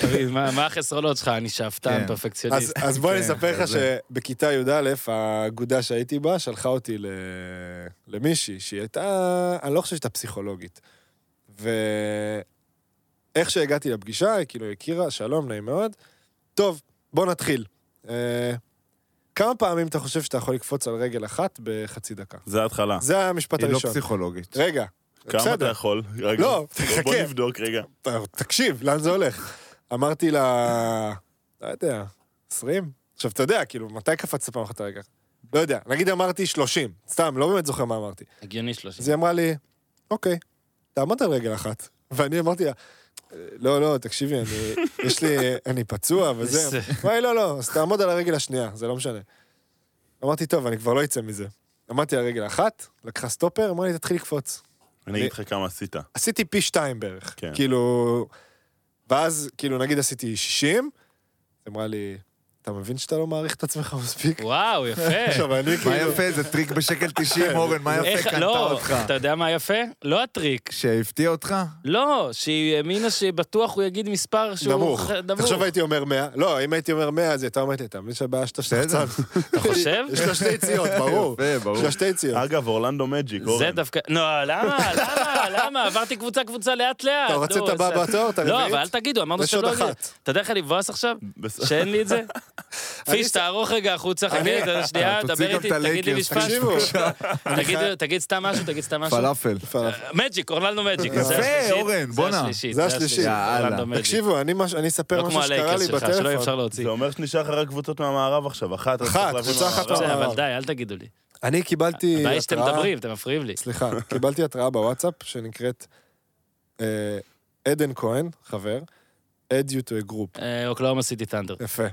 תגיד, מה מה החסרונות שלך? אני שאפתן, כן. אז, פרפקציוניסט. אז בוא אני כן, אספר לך כזה. שבכיתה י"א, האגודה שהייתי בה שלחה אותי ל... למישהי שהיא הייתה, אני לא חושב שהייתה פסיכולוגית. ואיך שהגעתי לפגישה, היא כאילו הכירה, שלום, נעים מאוד. טוב, בוא נתחיל. אה, כמה פעמים אתה חושב שאתה יכול לקפוץ על רגל אחת בחצי דקה? זה ההתחלה. זה המשפט היא לא הראשון. פסיכולוגית. רגע, כמה אתה בסדר. יכול? רגע, לא, בוא- בוא תחכה. נבדוק רגע. אתה- תקשיב, לאן זה הולך? אמרתי לה, לא יודע, 20? עכשיו, אתה יודע, כאילו, מתי קפצת פעם אחת הרגע? לא יודע, נגיד אמרתי 30, סתם, לא באמת זוכר מה אמרתי. הגיוני שלושים. אז היא אמרה לי, אוקיי, תעמוד על רגל אחת. ואני אמרתי לה, לא, לא, תקשיבי, אני, יש לי, אני פצוע וזה. וואי, לא, לא, אז תעמוד על הרגל השנייה, זה לא משנה. אמרתי, טוב, אני כבר לא אצא מזה. עמדתי על רגל אחת, לקחה סטופר, אמרה לי, תתחיל לקפוץ. אני אגיד לך כמה עשית. עשיתי פי שתיים בערך. כן. כן. כאילו... ואז, כאילו, נגיד עשיתי 60, היא אמרה לי, אתה מבין שאתה לא מעריך את עצמך מספיק? וואו, יפה. עכשיו, אני מה כאילו... יפה, זה טריק בשקל 90, אורן, מה איך- יפה, קנתה לא, אותך. אתה יודע מה יפה? לא הטריק. שהפתיע אותך? לא, שהיא האמינה שבטוח הוא יגיד מספר שהוא... נמוך. ח- נמוך. תחשוב הייתי אומר 100, לא, אם הייתי אומר 100, אז היא הייתה אומרת לי, אתה מבין שהבעיה שאתה בסדר. שחצן. אתה חושב? יש לה שתי יציאות, ברור. יפה, ברור. יש לה שתי יציאות. אגב, אורלנדו מג'יק, אורן. זה דווקא... לא, למה? למה? למה? עברתי קבוצה-קבוצה לאט-לאט. אתה רוצה את נו, הבא זה- בתור, את לא, אבל אל הרביעית? תגידו, אמרנו לא יש שלא... עוד יהיה. אחת. אתה יודע איך אני מבואס עכשיו? בסדר. שאין לי את זה? פיש, תערוך רגע החוצה, חכה אני- אה, איזה שנייה, תוציא דבר גם איתי, את תגיד לי הלייקרס, משפט. תקשיבו. תגיד- תגיד סתם משהו, תגיד סתם משהו. פלאפל. פלאפל. מג'יק, אורלנדו מג'יק. יפה, זה השלישית, אורן, בואנה. זה השלישית. זה השלישית. לא יאללה. אורלנדו מג'יק. תקשיבו, אני מש- אני אספר לא כמו משהו שקרה לי הלייקרס שלך, שלא אפשר בטלפון. להוציא. זה אומר שנשאר לך רק קבוצות מהמערב עכשיו, אחת. רק אחת, צריך להבין קבוצה מה- אחת לא, זה, אה. אבל די, אל תגידו לי. אני קיבלתי הבעיה היא שאתם התראה- מדברים, אתם מפריעים לי. סליחה, קיבלתי התראה בוואטסאפ שנקראת אה, עדן כהן, חבר, add you to a group. אה, אוקלאומה סיטי טנדר. יפה.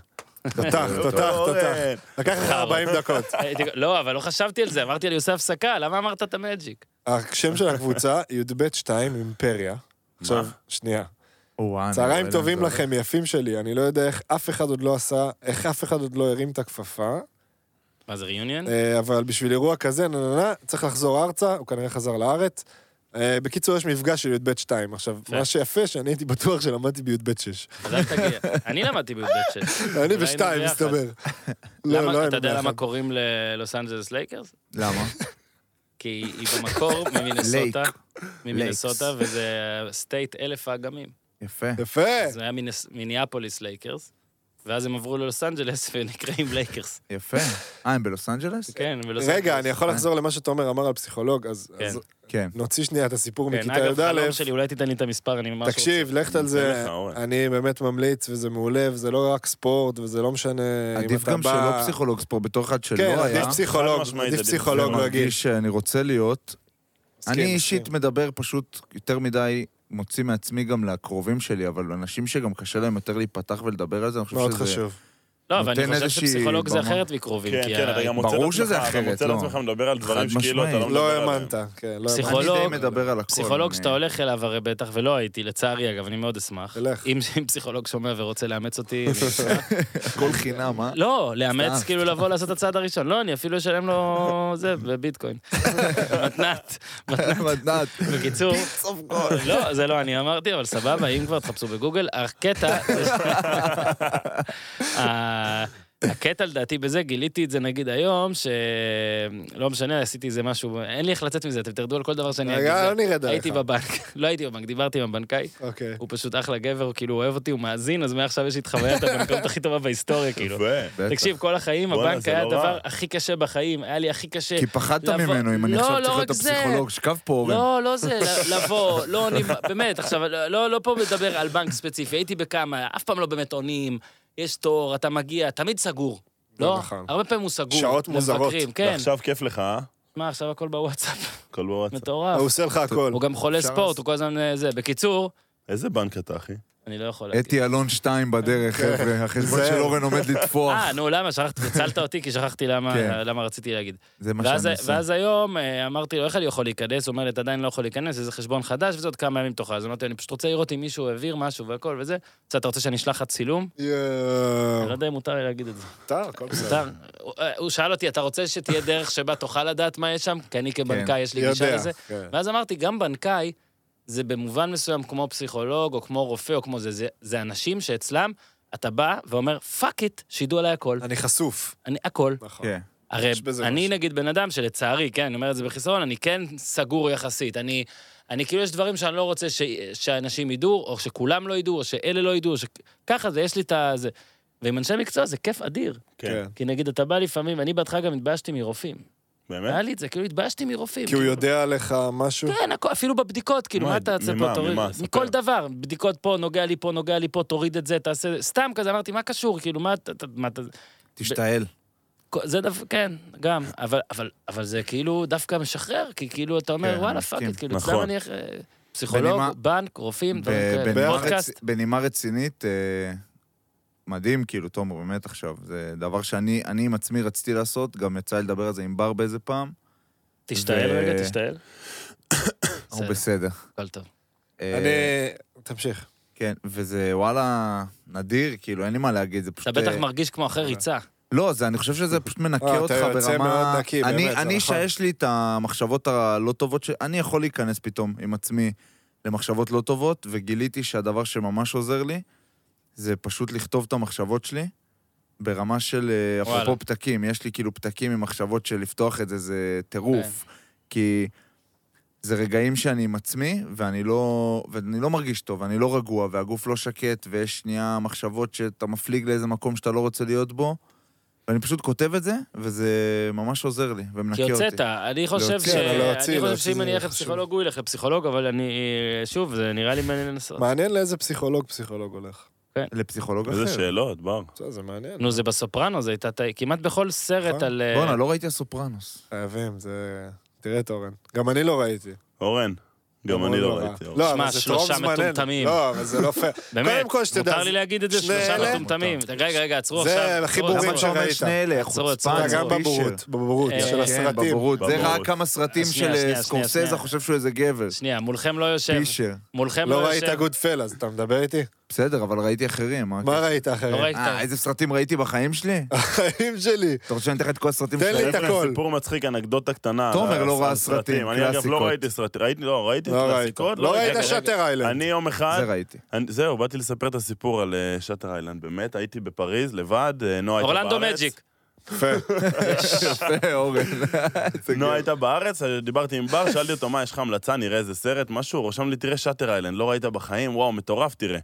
תותח, אורן. תותח, תותח. כן, לקח לך 40 דקות. הייתי- לא, אבל לא חשבתי על זה, אמרתי, אני עושה הפסקה, למה אמרת את המג'יק? השם של הקבוצה, י"ב 2 אימפריה. עכשיו, שנייה. אה, לא לא- צהריים טובים לכם, יפים שלי. אני לא יודע איך אף אחד עוד לא עשה, איך אף אחד עוד לא הרים את הכפפה, מה זה ריוניון? אה, אבל בשביל אירוע כזה, נה נה נה, צריך לחזור ארצה, הוא כנראה חזר לארץ. אה, בקיצור, יש מפגש של י"ב 2. עכשיו, יפה. מה שיפה, שאני הייתי בטוח שלמדתי בי"ב 6. אז אל תגיע. אני למדתי בבית שש. אני היינו בשתיים, ביחד. מסתבר. לא, לא למה, היינו אתה יודע ביחד. למה קוראים ללוס אנג'לס לייקרס? למה? כי היא במקור ממינסוטה, לייק. ממינסוטה, וזה סטייט אלף האגמים. יפה. יפה. זה היה מינס- מיניאפוליס לייקרס, ואז הם עברו ללוס אנג'לס ונקראים לייקרס. יפה. אה, הם בלוס אנג'לס? כן, ולוס רגע, אני אנג'לס. יכול לחזור למה שתומר אמר על פסיכולוג, אז כן. אז כן. נוציא שנייה את הסיפור כן, מכיתה אגב, י"א. חלום שלי, אוקיי. אולי תיתן לי את המספר, אני ממש... תקשיב, לך על אני אתן זה, לך, נכון, אורן. אני באמת ממליץ, וזה מעולה, וזה לא רק ספורט, וזה לא משנה אם אתה בא... עדיף גם שלא פסיכולוג ספורט, בתור אחד שלא כן, היה. עדיף פסיכולוג, חד משמעית, עדיף עדיף פסיכולוג פסיכולוג. רגיל. מרגיש שאני רוצה להיות. מסכים, אני מסכים. אישית מדבר פשוט יותר מדי, מוציא מעצמי גם לקרובים שלי, אבל אנשים שגם קשה להם יותר להיפתח ולדבר על זה, אני מאוד חושב שזה... חשוב. לא, אבל אני נותן חושב איזושהי שפסיכולוג זה במה. אחרת מקרובים. כן, כי כן, ה- אתה גם מוצא את עצמך, ברור שזה אתה אחרת, מוצא את לא. עצמך מדבר על דברים חד שכאילו אתה משמעית. לא מדבר לא עליהם. האמנת, כן, לא האמנת. פסיכולוג. אני די מדבר על הכל. פסיכולוג אני- שאתה הולך אליו הרי בטח, ולא הייתי, לצערי אגב, אני מאוד אשמח. תלך. אם אם פסיכולוג שומע ורוצה לאמץ אותי... אני אשמח. הכל חינם, אה? לא, לאמץ סתם. כאילו לבוא לעשות את הצעד הראשון. לא, אני אפילו אשלם לו זה, בביטקוין. מתנת. מתנת. מתנת. בקיצור, לא, זה לא אני אמרתי, אבל סבבה, אם כבר תחפשו בגוגל, הקטע... ה- אה, הקטע לדעתי בזה, גיליתי את זה נגיד היום, שלא משנה, עשיתי איזה משהו, אין לי איך לצאת מזה, אתם תרדו על כל דבר שאני אגיד. רגע, זה- לא נרד עליך. הייתי בבנק, לא הייתי בבנק, דיברתי עם הבנקאי, אוקיי. הוא פשוט אחלה גבר, כאילו הוא אוהב אותי, הוא מאזין, אז מעכשיו יש לי את חוויית הבנקאות הכי טובה בהיסטוריה, כאילו. יפה. בטח. תקשיב, כל החיים, בואנה, הבנק זה היה לא הדבר רע. הכי קשה בחיים, היה לי הכי קשה. כי פחדת לבוא- ממנו, אם אני לא, עכשיו לא צריך להיות רק זה. הפסיכולוג, שכב פה אורן. לא, לא זה, ל- לבוא, לא עונים, באמת, עכשיו, לא, לא פה מדבר על בנק ספציפי, הייתי בכמה, אף פעם לא באמת עונים, יש תור, אתה מגיע, תמיד סגור. זה לא? נכון. הרבה פעמים הוא סגור. שעות מוזרות. למבקרים, כן. ועכשיו כיף לך, אה? מה, עכשיו הכל בוואטסאפ, הכל בוואטסאפ. מטורף. אה, הוא עושה לך הכל. הוא גם חולה אפשר ספורט, לעשות- הוא כל הזמן אה, זה. בקיצור, איזה בנק אתה, אחי? כן, אני לא יכול להגיד. אתי אלון שתיים בדרך, חבר'ה, החשבון כן. זהו. של אורן עומד לטפוח. אה, נו, למה? שכחת, הצלת אותי, כי שכחתי למה כן. למה רציתי להגיד. זה מה ואז, שאני עושה. ואז היום אה, אמרתי לו, איך אני יכול להיכנס? הוא אומר לי, אתה עדיין לא יכול להיכנס, איזה חשבון חדש, וזה עוד כמה ימים תוכל. אז אמרתי לו, אני פשוט רוצה לראות אם מישהו העביר משהו והכל וזה. אז אתה רוצה שאני אשלח לך צילום? אני לא יואו. יודע אם מותר לי להגיד את זה. מותר, הכל בסדר. מותר? הוא- אה, הוא שאל אותי, אתה רוצה שתהיה דרך שבה תוכל לדעת מה יש שם? כי אני כבנקאי, יש לי גישה יודע. לזה. כן. ואז אמרתי, גם בנקאי, זה במובן מסוים כמו פסיכולוג, או כמו רופא, או כמו זה. זה, זה אנשים שאצלם, אתה בא ואומר, פאק איט, שידעו עליי הכל. אני חשוף. אני, הכל. נכון. כן. הרי יש בזה אני משהו. נגיד בן אדם שלצערי, כן, אני אומר את זה בחיסרון, אני כן סגור יחסית. אני, אני כאילו, יש דברים שאני לא רוצה ש, שאנשים ידעו, או שכולם לא ידעו, או שאלה לא ידעו, או ש... ככה זה, יש לי את ה... זה. ועם אנשי מקצוע זה כיף אדיר. כן. כן. כי נגיד, אתה בא לפעמים, אני בהתחלה גם התביישתי מרופאים. היה באמת? לי את זה, כאילו התביישתי מרופאים. כי הוא יודע עליך משהו? כן, הכל, אפילו בבדיקות, כאילו, מה, מה אתה... ממה, תעשה פה, תוריד- ממה? ספר. מכל דבר, בדיקות פה, נוגע לי פה, נוגע לי פה, תוריד את זה, תעשה... סתם כזה, אמרתי, מה קשור? כאילו, מה אתה... אתה- מה אתה... תשתעל. כל- זה דווקא, כן, גם, אבל, אבל, אבל זה כאילו דווקא משחרר, כי כאילו אתה אומר, כן, וואלה, אני פאק מסכים. איט, כאילו, נכון. סתם אני איך... אה, פסיכולוג, בנימה- בנק, רופאים, דברים ב- כאלה, בנימה פודקאסט. רצ- בנימה רצינית, אה, מדהים, כאילו, תומר, באמת עכשיו. זה דבר שאני אני עם עצמי רציתי לעשות, גם יצא לי לדבר על זה עם בר באיזה פעם. תשתעל ו- רגע, תשתעל. הוא בסדר, בסדר. הכל טוב. כן. אה, אני... תמשיך. כן, וזה וואלה נדיר, כאילו, אין לי מה להגיד, זה פשוט... אתה בטח אה, מרגיש כמו אחרי ריצה. לא, זה, אני חושב שזה פשוט מנקה אה, אותך אתה ברמה... יוצא מאוד נקי, אני- באמת, זה אני, נכון. שיש לי את המחשבות הלא טובות, ש... אני יכול להיכנס פתאום עם עצמי למחשבות לא טובות, וגיליתי שהדבר שממש עוזר לי, זה פשוט לכתוב את המחשבות שלי, ברמה של, אה, וואלה. אפרופו פתקים, יש לי כאילו פתקים עם מחשבות של לפתוח את זה, זה טירוף. כי זה רגעים שאני עם עצמי, ואני לא, ואני לא מרגיש טוב, אני לא רגוע, והגוף לא שקט, ויש שנייה מחשבות שאתה מפליג לאיזה מקום שאתה לא רוצה להיות בו, ואני פשוט כותב את זה, וזה ממש עוזר לי, כי ומנקה אותי. הוצאת, אני חושב להוציא, ש... אבל להוציא, אני חושב להוציא שאם זה אני אלך חשוב. לפסיכולוג, הוא ילך לפסיכולוג, אבל אני... אה, שוב, זה נראה לי מעניין לנסות. מעניין לאיזה פסיכולוג פסיכולוג הולך. לפסיכולוג אחר. איזה שאלות, בר. בסדר, זה מעניין. נו, זה בסופרנו, זה הייתה ת- כמעט בכל סרט נכון. על... אה, בואנה, לא ראיתי הסופרנוס. חייבים, זה... תראה את אורן. גם אני לא ראיתי. אורן, גם הוא אני לא ראה. ראיתי. אורן. לא, אבל שמע, זה שלושה טרום זמננו. מטומטמים. לא, אבל זה לא פייר. באמת, קודם כל, שתדע, מותר זה- לי להגיד את זה, שני שלושה אלה- מטומטמים. רגע, רגע, עצרו זה עכשיו. עצרו, החיבורים עצרו. למה אתה אומר שראית. שני אלה? אה, עצור, חוצפן, עצור, גם עצור. בבורות, בבורות, אה, של כן, כן, הסרטים. בבורות. זה בבורות. ראה כמה סרטים שנייה, של שנייה, אה, שנייה. סקורסזה, חושב שהוא איזה גבר. שנייה, מולכם לא יושב. פישר. מולכם לא לא ראית יושב. גוד פל, אז אתה מדבר איתי? אוקיי. בסדר, אבל ראיתי אחרים. מה מה הקטע? ראית לא אחרים? ראית. אה, איזה סרטים ראיתי בחיים שלי? החיים שלי. אתה רוצה שאני אתן לך את כל הסרטים תן לי של את הרפרנס? הכל. סיפור מצחיק, אנקדוטה קטנה. תומר על לא ראה הסרטים. סרטים, אני אגב קלאסיקות. לא ראיתי סרטים, ראיתי, לא, ראיתי לא ראית. קלאסיקות. לא ראית רגע, רגע. שאטר איילנד. אני יום אחד, זה ראיתי. אני- זהו, באתי לספר את הסיפור על אה, שאטר איילנד, באמת, הייתי בפריז לבד, אה, נועה הייתה בארץ. אורלנדו מג'יק. יפה. יפה, אורן. נועה הייתה בארץ, אז דיברתי עם בר, שאלתי אותו, מה, יש לך המלצה, נראה איזה סרט, משהו, הוא רשם לי, תראה שאטר איילנד, לא ראית בחיים, וואו, מטורף, תראה.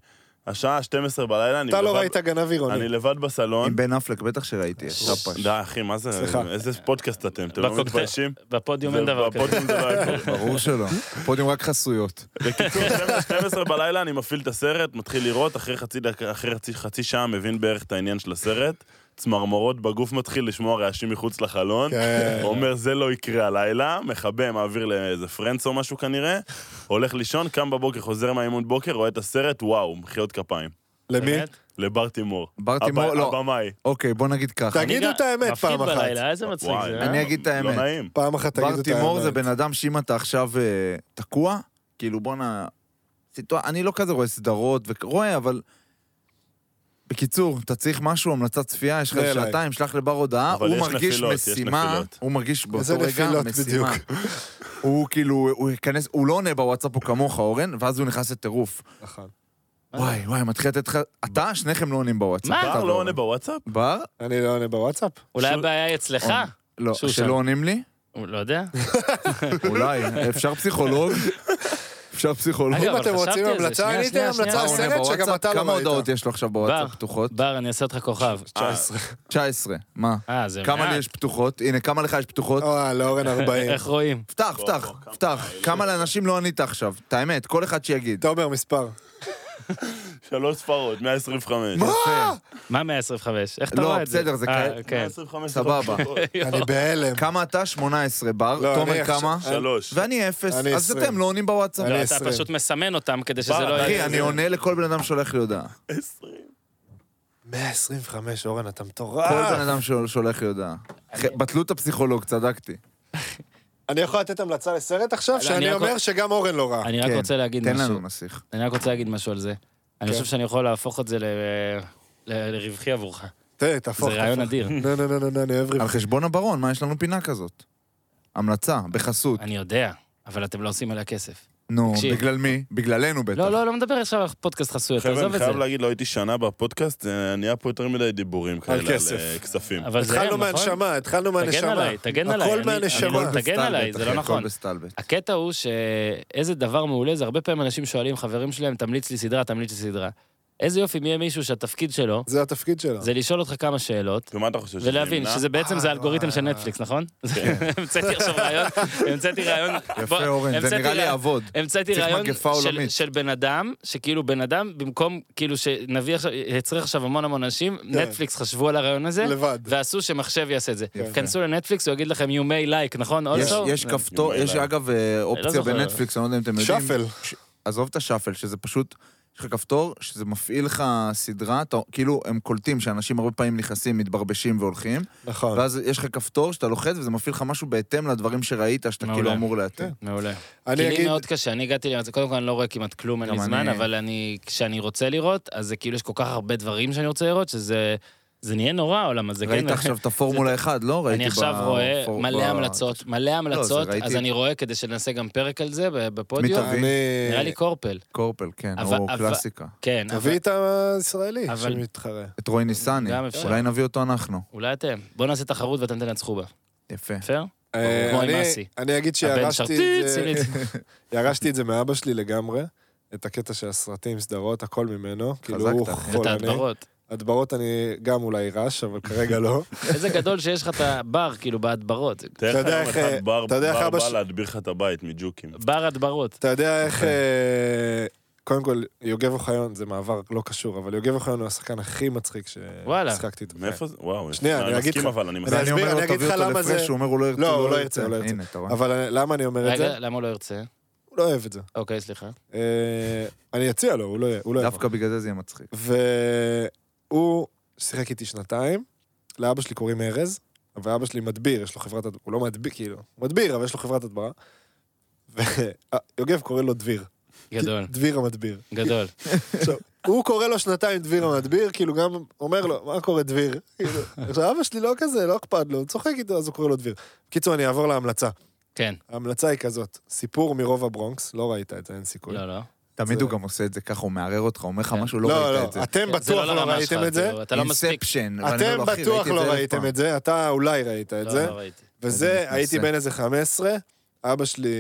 השעה 12 בלילה, אני אתה לא לבד- ראית גנב אני עירוני. לבד בסלון. עם בן אפלק, בטח שראיתי. רפש. די, אחי, מה זה, סליחה. איזה פודקאסט אתם, אתם לא בקוקטייל. מתביישים? בפודיום אין זה- דבר כזה. בפודיום זה לא היה קורה. ברור שלא. פודיום רק חסויות. בקיצור, 12 בלילה אני מפעיל את הסרט, מתחיל לראות, אחרי חצי, דק, אחרי חצי, חצי שעה מבין בערך את העניין של הסרט, צמרמורות בגוף מתחיל לשמוע רעשים מחוץ לחלון, כן. אומר זה לא יקרה הלילה, מכבה, מעביר לאיזה פרנץ או משהו כנראה, הולך לישון, קם בבוקר, חוזר מהאימון בוקר, רואה את הסרט, וואו, מחיאות כפיים. למי? באמת? לבר תימור. בר תימור, הבא- לא. הבמאי. אוקיי, בוא נגיד ככה. תגיד. תגידו אני את גם- האמת פעם אחת. מפחיד בלילה, איזה מצחיק וואי, זה. לא- אה? אני אגיד את האמת. לא נעים. פעם אחת תגידו את בר האמת. תימור זה בן אדם שאם אתה עכשיו אה, תקוע, כאילו בואנה... סיטואציה, אני לא כזה רואה סדרות, ו- רואה, אבל... בקיצור, אתה צריך משהו, המלצת צפייה, יש לך זה אליי. שעתיים, שלח לבר הודעה, אבל הוא יש מרגיש נפילות, יש משימה, נפילות. הוא מרגיש באותו איזה רגע נפילות משימה. הוא כאילו, הוא ייכנס, הוא לא עונה בוואטסאפ הוא כמוך, אורן, ואז הוא נכנס לטירוף. נכון. וואי, וואי, מתחיל לתת לך... אתה, שניכם לא עונים בוואטסאפ. מה? אתה בר לא ואורן. עונה בוואטסאפ? בר? אני לא עונה בוואטסאפ. אולי הבעיה היא אצלך? אורן. לא, שהוא שם. שלא עונים לי? הוא לא יודע. אולי. אפשר פסיכולוג? אפשר פסיכולוג? אגב, אם אבל אתם רוצים חשבתי על זה. המלצה, שנייה, אני שנייה, אתן המלצה שנייה. על עונה סרט שגם בוואטסאפ? אתה לא כמה הודעות ראית. יש לו עכשיו בר. בוואטסאפ פתוחות? בר, אני אעשה אותך כוכב. 19. 19. מה? אה, זה אה, כמה לי מעט. יש פתוחות? הנה, כמה לך יש פתוחות? אה, לא, לאורן 40. איך רואים? פתח, פתח, בוא, פתח. כמה לאנשים לא ענית עכשיו? את האמת, כל אחד שיגיד. אתה אומר מספר. שלוש ספרות, 125. יפה. מה 125? איך אתה לא, רואה את זה? בסדר, זה אה, כאלה- כן. 125 סבבה. ספרות. אני בהלם. כמה אתה? 18 בר. לא, אני תומר עכשיו- כמה? שלוש. ואני אפס. אני אז 20. אתם לא עונים בוואטסאפ. אני לא, אתה עשרים. פשוט מסמן אותם כדי שזה בר, לא אחי, יהיה... אחי, אני עונה לכל בן אדם שולח לי הודעה. 20. 125, אורן, אתה כל מטורף. בן אדם שול- שולח לי הודעה. אחי, בטלו את הפסיכולוג, צדקתי. אני יכול לתת המלצה לסרט עכשיו, אני שאני רק- אומר שגם אורן לא ראה. אני רק כן, רוצה להגיד תן לנו משהו. נסיך. אני רק רוצה להגיד משהו על זה. כן. אני חושב שאני יכול להפוך את זה ל- ל- לרווחי עבורך. תראה, תהפוך. זה רעיון תהפוך. אדיר. לא, לא, לא, לא, לא, אני אוהב על ריב. חשבון הברון, מה יש לנו פינה כזאת? המלצה, בחסות. אני יודע, אבל אתם לא עושים עליה כסף. נו, תקשיב. בגלל מי? בגללנו בטח. לא, לא, לא מדבר עכשיו על פודקאסט חסויות, חבר'ה, עזוב אני את זה. חייב להגיד, לא הייתי שנה בפודקאסט, אה, נהיה פה יותר מדי דיבורים כאלה על כסף. אה, כספים. אבל זה הם, התחלנו נכון? מהנשמה, התחלנו תגן מהנשמה. עליי, תגן עליי. הכל אני- מהנשמה. אני- תגן בסטלבט, עליי, זה אחי, לא הכל נכון. בסטלבט. הקטע הוא שאיזה דבר מעולה זה, הרבה פעמים אנשים שואלים חברים שלהם, תמליץ לי סדרה, תמליץ לי סדרה. איזה יופי, מי יהיה מישהו שהתפקיד שלו זה התפקיד שלו. זה לשאול אותך כמה שאלות, ומה אתה חושב ולהבין נמנע? שזה בעצם זה אה, אלגוריתם של נטפליקס, נכון? המצאתי עכשיו רעיון, המצאתי רעיון. בוא, כן. יפה, אורן, זה המצאתי נראה לי רעיון- יעבוד. המצאתי צריך רעיון מגפה של- עולמית. של בן אדם, שכאילו בן אדם, במקום כאילו שנביא עכשיו, יצריך עכשיו המון המון אנשים, כן. נטפליקס חשבו על הרעיון לא, הזה, לבד. ועשו שמחשב יעשה את זה. יפה. כנסו לנטפליקס, הוא יגיד לכם you may like, נכון? יש- Also? יש כפתור, יש אולי. אגב אה, לא אופציה זוכר. בנטפליקס, אני לא יודע אם אתם יודעים. שפל. עזוב את השאפל, שזה פשוט, יש לך כפתור, שזה מפעיל לך סדרה, אתה, כאילו, הם קולטים שאנשים הרבה פעמים נכנסים, מתברבשים והולכים, נכון. ואז יש לך כפתור שאתה לוחץ, וזה מפעיל לך משהו בהתאם לדברים שראית, שאתה מעולה. כאילו אמור להתאים. כן. מעולה. כי אני לי אגיד, מאוד קשה, אני הגעתי למצב, קודם כל אני לא רואה כמעט כלום, אין לי גם זמן, אני. אבל אני, כשאני רוצה לראות, אז זה כאילו יש כל כך הרבה דברים שאני רוצה לראות, שזה זה נהיה נורא העולם הזה, כן? כאילו, ראית עכשיו את הפורמולה 1, לא? ראיתי אני עכשיו בפור- רואה ב- לא, מלא המלצות, מלא המלצות, ראיתי. אז אני רואה כדי שנעשה גם פרק על זה ב- בפודיו. מתאבק. אני... נראה לי קורפל, קורפל, כן, אבל- או אבל- קלאסיקה. כן. אבל- תביא את הישראלי אבל- שמתחרה. את רוי ניסני, גם אפשר. אולי נביא אותו אנחנו. כן. אולי אתם. בואו נעשה תחרות ואתם תנצחו בה. יפה. בסדר? ברור, כמו עם אה, אני- אסי. אני אגיד הבן שירשתי את שרטיט, זה... סיריץ. ירשתי את זה מאבא שלי לגמרי, את הקטע של הסרטים, סדרות, הכל ממנו. כאילו, הוא אתה. את חולני. ההדברות. הדברות אני גם אולי רש, אבל כרגע לא. איזה גדול שיש לך את הבר, כאילו, בהדברות. תאר לך יודע יום איך, אחד אה, בר אתה יודע איך בר אבא בא ש- להדביר לך את הבית מג'וקים. בר הדברות. אתה יודע כן. איך... אה, קודם כל, יוגב אוחיון, זה מעבר לא קשור, אבל יוגב אוחיון הוא השחקן הכי מצחיק וואלה. ששחקתי איתו. מאיפה זה? וואו, שנייה, אני אגיד מסכים לך. אבל, אני מסכים. אסביר, ואני אומר אני לו, אגיד תביא לך אותו למה לפרש, זה- הוא אומר, הוא לא ירצה, לא, הוא הוא לא ירצה, הוא לא ירצה. הנה, אתה רואה. אבל למה אני אומר את זה? רגע, למה הוא לא ירצה? הוא לא אוהב את זה. אוקיי, סליחה. אה, אני אציע לו, הוא לא הוא לא יבוא. דווקא בגלל זה זה יהיה מצחיק. והוא שיחק איתי שנתיים, לאבא שלי קוראים ארז, ואבא שלי מדביר, יש לו חברת הדברה, הוא לא מדביר, כאילו, הוא מדביר, אבל יש לו חברת הדברה. ויוגב קורא לו דביר, גדול, דביר המדביר. גדול. עכשיו, הוא קורא לו שנתיים דביר המדביר, כאילו גם אומר לו, מה קורה דביר? כאילו, עכשיו, אבא שלי לא כזה, לא אכפת לו, הוא צוחק איתו, אז הוא קורא לו דביר. בקיצור, אני אעבור להמלצה. כן, ההמלצה היא כזאת, סיפור מרוב הברונקס, לא ראית את זה, אין סיכוי. לא, לא. תמיד הוא גם עושה את זה ככה, הוא מערער אותך, הוא אומר לך כן. משהו, לא לא, ראית לא, את זה. אתם זה בטוח לא לא לרמה ראיתם שלך, את זה. כאילו, אתה לא מספיק. Inception, ואני אומר אתם לו, "אחי, בטוח ראיתי את לא זה אלף ראיתם פעם." את זה, אתה אולי ראית את לא, זה, לא ראיתי. אני וזה, מתנשא. הייתי בן איזה 15, אבא שלי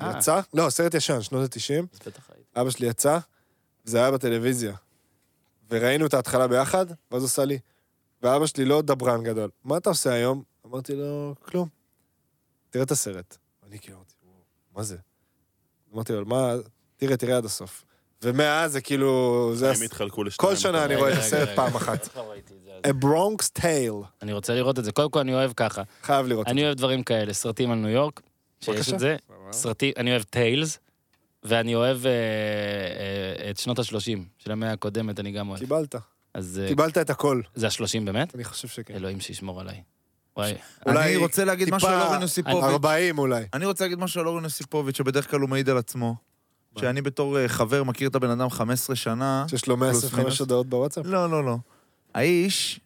אה. יצא, לא, סרט ישן, שנות ה-90, אז בטח ראיתי. אבא שלי יצא, זה היה בטלוויזיה. וראינו את ההתחלה ביחד, ואז הוא עשה לי, ואבא שלי לא דברן גדול, מה אתה עושה היום? אמרתי לו, כלום. תראה את הסרט. אני כאילו אמרתי, "וואו, מה זה? אמרתי לו, מה, תראה, תראה עד הסוף. ומאז זה כאילו, זה... הם התחלקו לשניים. כל שנה אני רגע, רואה את רגע, הסרט רגע. פעם אחת. בטח לא ראיתי את זה, אז- A Bronx Tale, אני רוצה לראות את זה. קודם כל, אני אוהב ככה. חייב לראות את אני זה. אוהב דברים כאלה, סרטים על ניו יורק, שיש בבקשה. את זה. סרטים, אני אוהב טיילס, ואני אוהב אה, אה, את שנות ה-30 של המאה הקודמת, אני גם אוהב. קיבלת. אז אה, קיבלת את הכל. זה ה-30 באמת? אני חושב שכן. אלוהים שישמור עליי. וואי, אני אולי רוצה להגיד טיפה- משהו על אורן יוסיפוביץ'. 40 אולי. אני רוצה להגיד משהו על אורן יוסיפוביץ', שבדרך כלל הוא מעיד על עצמו. שאני בתור אה, חבר מכיר את הבן אדם 15 שנה. שיש לו פלוס מינוס. 125 הודעות בוואטסאפ. לא, לא, לא. האיש,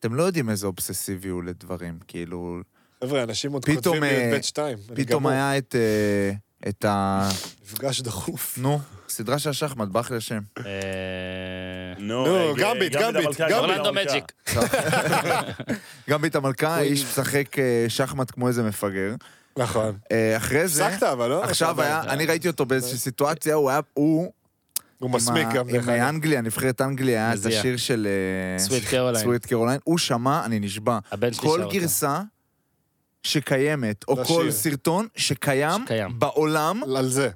אתם לא יודעים איזה אובססיבי הוא לדברים, כאילו... חבר'ה, אנשים עוד פתאום, כותבים לי אה, את בית 2. פתאום היה את... אה, את ה... מפגש דחוף. נו, סדרה של השחמט, ברח לי השם. אה, נו, נו, רגע, גמביט, גמביט, גמביט, המלכה, גמביט. גמביט אורלנדו המלכה. מג'יק. גם בית המלכה, האיש משחק אה, שחמט כמו איזה מפגר. נכון. אה, אחרי זה... הפסקת אבל, לא? עכשיו היה, אה. אני ראיתי אותו באיזושהי סיטואציה, הוא היה, הוא, הוא עם מסמיק ה- גם. דרך עם אגב. אנגליה, נבחרת אנגליה, היה את מזיע. השיר של... אה, סוויט קרוליין. סוויט קרוליין, הוא שמע, אני נשבע, הבן שלי שר כל אותו. גרסה שקיימת, או לשיר. כל סרטון שקיים שקיים. בעולם, על זה.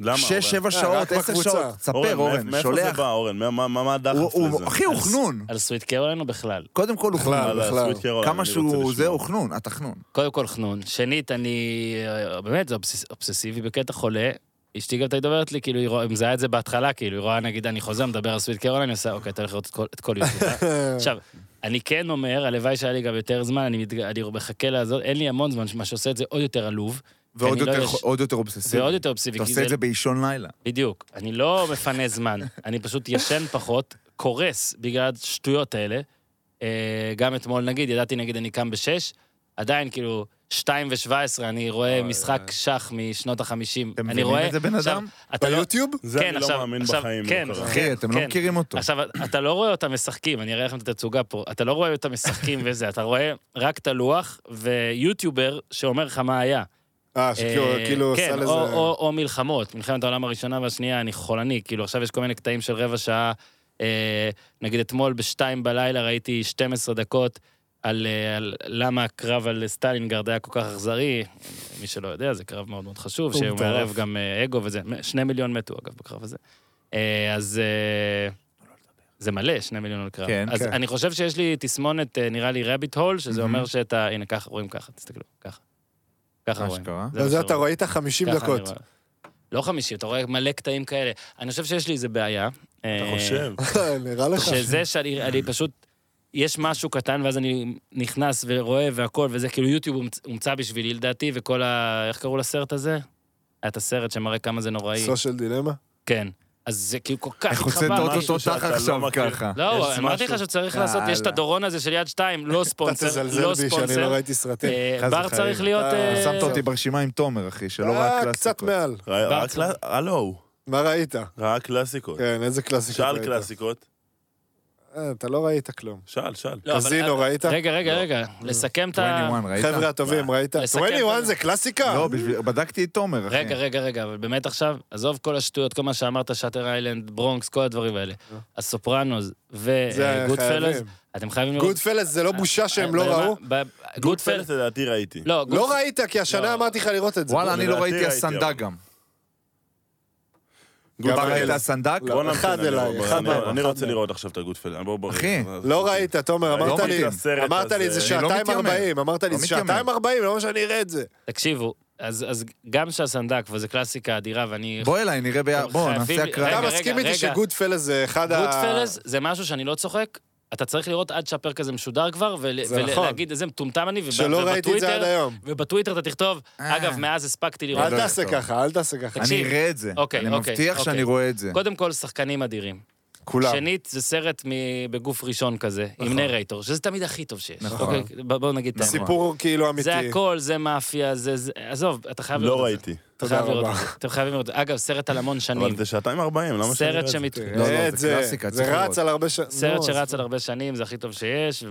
למה, אורן? שש, שבע אה, שעות, רק עשר בקבוצה. שעות, אורן, ספר, אורן, מאיפה זה שולח. בא, אורן? מה- מה מה הוא- הדחף הוא- לזה? אחי, הוא חנון. על סוויט קרולין או בכלל? קודם כל הוא בכלל, חנון. על בכלל. הסוויט קרולין, כמה אני רוצה שהוא, לשמוע. זה הוא חנון, אתה חנון. קודם כל חנון. שנית, אני... אה, באמת, זה אובסס- אובססיבי בקטע חולה. אשתי גם תמיד אומרת לי, כאילו, היא רואה- היא מזהה את זה בהתחלה, כאילו, היא רואה, נגיד, אני חוזר, מדבר על סוויט קרולין, אני עושה, אוקיי, אתה הולך לראות את כל- את כל יוטיוב. עכשיו, אני כן אומר, הלוואי שהיה לי גם יותר זמן, אני, מתג... אני מחכה לעזור, אין לי המון זמן, מה שעושה את זה עוד יותר עלוב. כי ועוד אני לא יותר- יש- עוד יותר אובססיבי. זה עוד יותר אובססיבי, אתה כי עושה את זה באישון לילה. בדיוק. אני לא מפנה זמן, אני פשוט ישן פחות, קורס בגלל השטויות האלה. אה, גם אתמול, נגיד, ידעתי, נגיד, אני קם בשש, עדיין, כאילו, שתיים ושבע עשרה, אני רואה משחק שח משנות החמישים. אתם אני מבינים רואה... את זה, בן עכשיו, אדם? אתה לא... ביוטיוב? זה כן, אני עכשיו- לא מאמין עכשיו- בחיים. כן, לא קרה. אחי, אחי, אתם כן. לא מכירים אותו. עכשיו, אתה לא רואה אותם משחקים, אני אראה לכם את התצוגה פה. אתה לא רואה אותם משחקים וזה, אתה רואה רק את הלוח ויוטיובר שאומר לך מה היה. אה, שכאילו אה, כאילו עשה כן, לזה... או, או, או מלחמות, מלחמת העולם הראשונה והשנייה, אני חולני, כאילו עכשיו יש כל מיני קטעים של רבע שעה, אה, נגיד אתמול בשתיים בלילה ראיתי 12 דקות על, אה, על למה הקרב על סטלינגרד היה כל כך אכזרי, מי שלא יודע, זה קרב מאוד מאוד חשוב, הוא שהוא מטורף. מערב גם אה, אגו וזה, שני מיליון מתו אגב בקרב הזה. אה, אז... אה, זה מלא, שני מיליון על קרב. כן, אז כן. אני חושב שיש לי תסמונת, אה, נראה לי רביט הול, שזה אומר שאתה, הנה, ככה רואים ככה, תסתכלו, ככה. ככה רואים. אשכרה. מה וזה אתה שרואים. ראית 50 לא, ככה אני דקות. רואה. לא 50, אתה רואה מלא קטעים כאלה. אני חושב שיש לי איזה בעיה. אה, אתה חושב? אה, נראה לך. שזה שאני אני פשוט, יש משהו קטן ואז אני נכנס ורואה והכל, וזה כאילו יוטיוב הומצ- הומצא בשבילי לדעתי, וכל ה... איך קראו לסרט הזה? היה את הסרט שמראה כמה זה נוראי. סושיאל דילמה? כן. אז זה כאילו כל כך איך הוצאת התחברתי. אותו משהו תותח שאתה לא עכשיו מכיר. ככה. לא, יש אמרתי לך משהו. שצריך לעשות, יש את יאללה. הדורון הזה של יד שתיים, לא אתה ספונסר, תזלזל לא בי שאני לא ספונסר. ראיתי סרטים. אה, חס בר וחלילה. צריך להיות... אתה אה, שמת אותי ברשימה עם תומר, אחי, שלא אה, רק קצת קלאסיקות. מעל. ראה רק ברצון. קלאס- הלו, מה ראית? ראה קלאסיקות. כן, איזה קלאסיקות שאל ראית? קלאסיקות. אה, אתה לא ראית כלום. שאל, שאל. לא, אבל- קזינו, ראית? רגע, רגע, רגע, לסכם את ה... 21, ראית? חבר'ה הטובים, ראית? לסכם את 21 לא. זה. זה קלאסיקה? לא, בשביל- בדקתי את תומר, אחי. רגע, רגע, רגע, אבל באמת עכשיו, עזוב כל השטויות, כל מה שאמרת, שאטר איילנד, ברונקס, כל הדברים האלה. הסופרנוס אה, זה וגודפלוס, חייבים. אתם חייבים לראות... גוד פלס אה, זה לא בושה שהם לא ראו? גוד גודפלס... פלס לדעתי ראיתי. לא, לא Goodfellas- ראית, כי השנה לא. אמרתי לך לראות את זה. וואלה, אני לא לדעתי ראיתי ראיתי, הסנדק אבל- גם. גוד גם אתה פלס. ראית הסנדק? לא. אחד נמתין, אליי, אני- אחד אני- מהם, אני אחד רוצה מהם. לראות עכשיו את הגוד פלס. בואו, בואו. אחי, לא ראית, תומר, אמרת ראיתי לי, את הסרט אמרת לי, הזה. זה אני לא שעתיים מתיימר. ארבעים, אמרת לי, לא זה מתיימר. שעתיים ארבעים, למה שאני אראה את זה? תקשיבו, אז אז גם שהסנדק, וזו קלאסיקה אדירה, ואני... בוא אליי, נראה ביחד. בוא, חייבים- נעשה אתה רגע, הקראה. מסכים רגע. איתי שגוד פלס זה אחד ה... גודפלס זה משהו שאני לא צוחק, אתה צריך לראות עד שהפרק הזה משודר כבר, ול- זה נכון. ולהגיד איזה מטומטם אני, וב- שלא ראיתי את זה עד ובטוויטר- היום. ובטוויטר אתה תכתוב, אה. אגב, מאז הספקתי לראות. אל לא תעשה לכתוב. ככה, אל תעשה ככה. תקשיב. אני אראה את זה. אוקיי, אני אוקיי, מבטיח אוקיי. שאני רואה את זה. קודם כל, שחקנים אדירים. כולם. שנית, זה סרט מ- בגוף ראשון כזה, עם נרייטור, שזה תמיד הכי טוב שיש. נכון. אוקיי, ב- בואו נגיד את האמת. סיפור כאילו אמיתי. זה הכל, זה מאפיה, זה... זה- עזוב, אתה חייב לראות לא את ראיתי. זה. אתה תודה חייב לראות רבה. את זה. אתם חייבים לראות את זה. אגב, סרט על המון שנים. אבל זה שעתיים ארבעים, למה שאני אראה סרת את זה? שמת... לא, תראה לא, את זה קלאסיקה, זה צריך לראות. רץ על הרבה ש... לא, סרט נו, שרץ על הרבה שנים, זה הכי טוב שיש,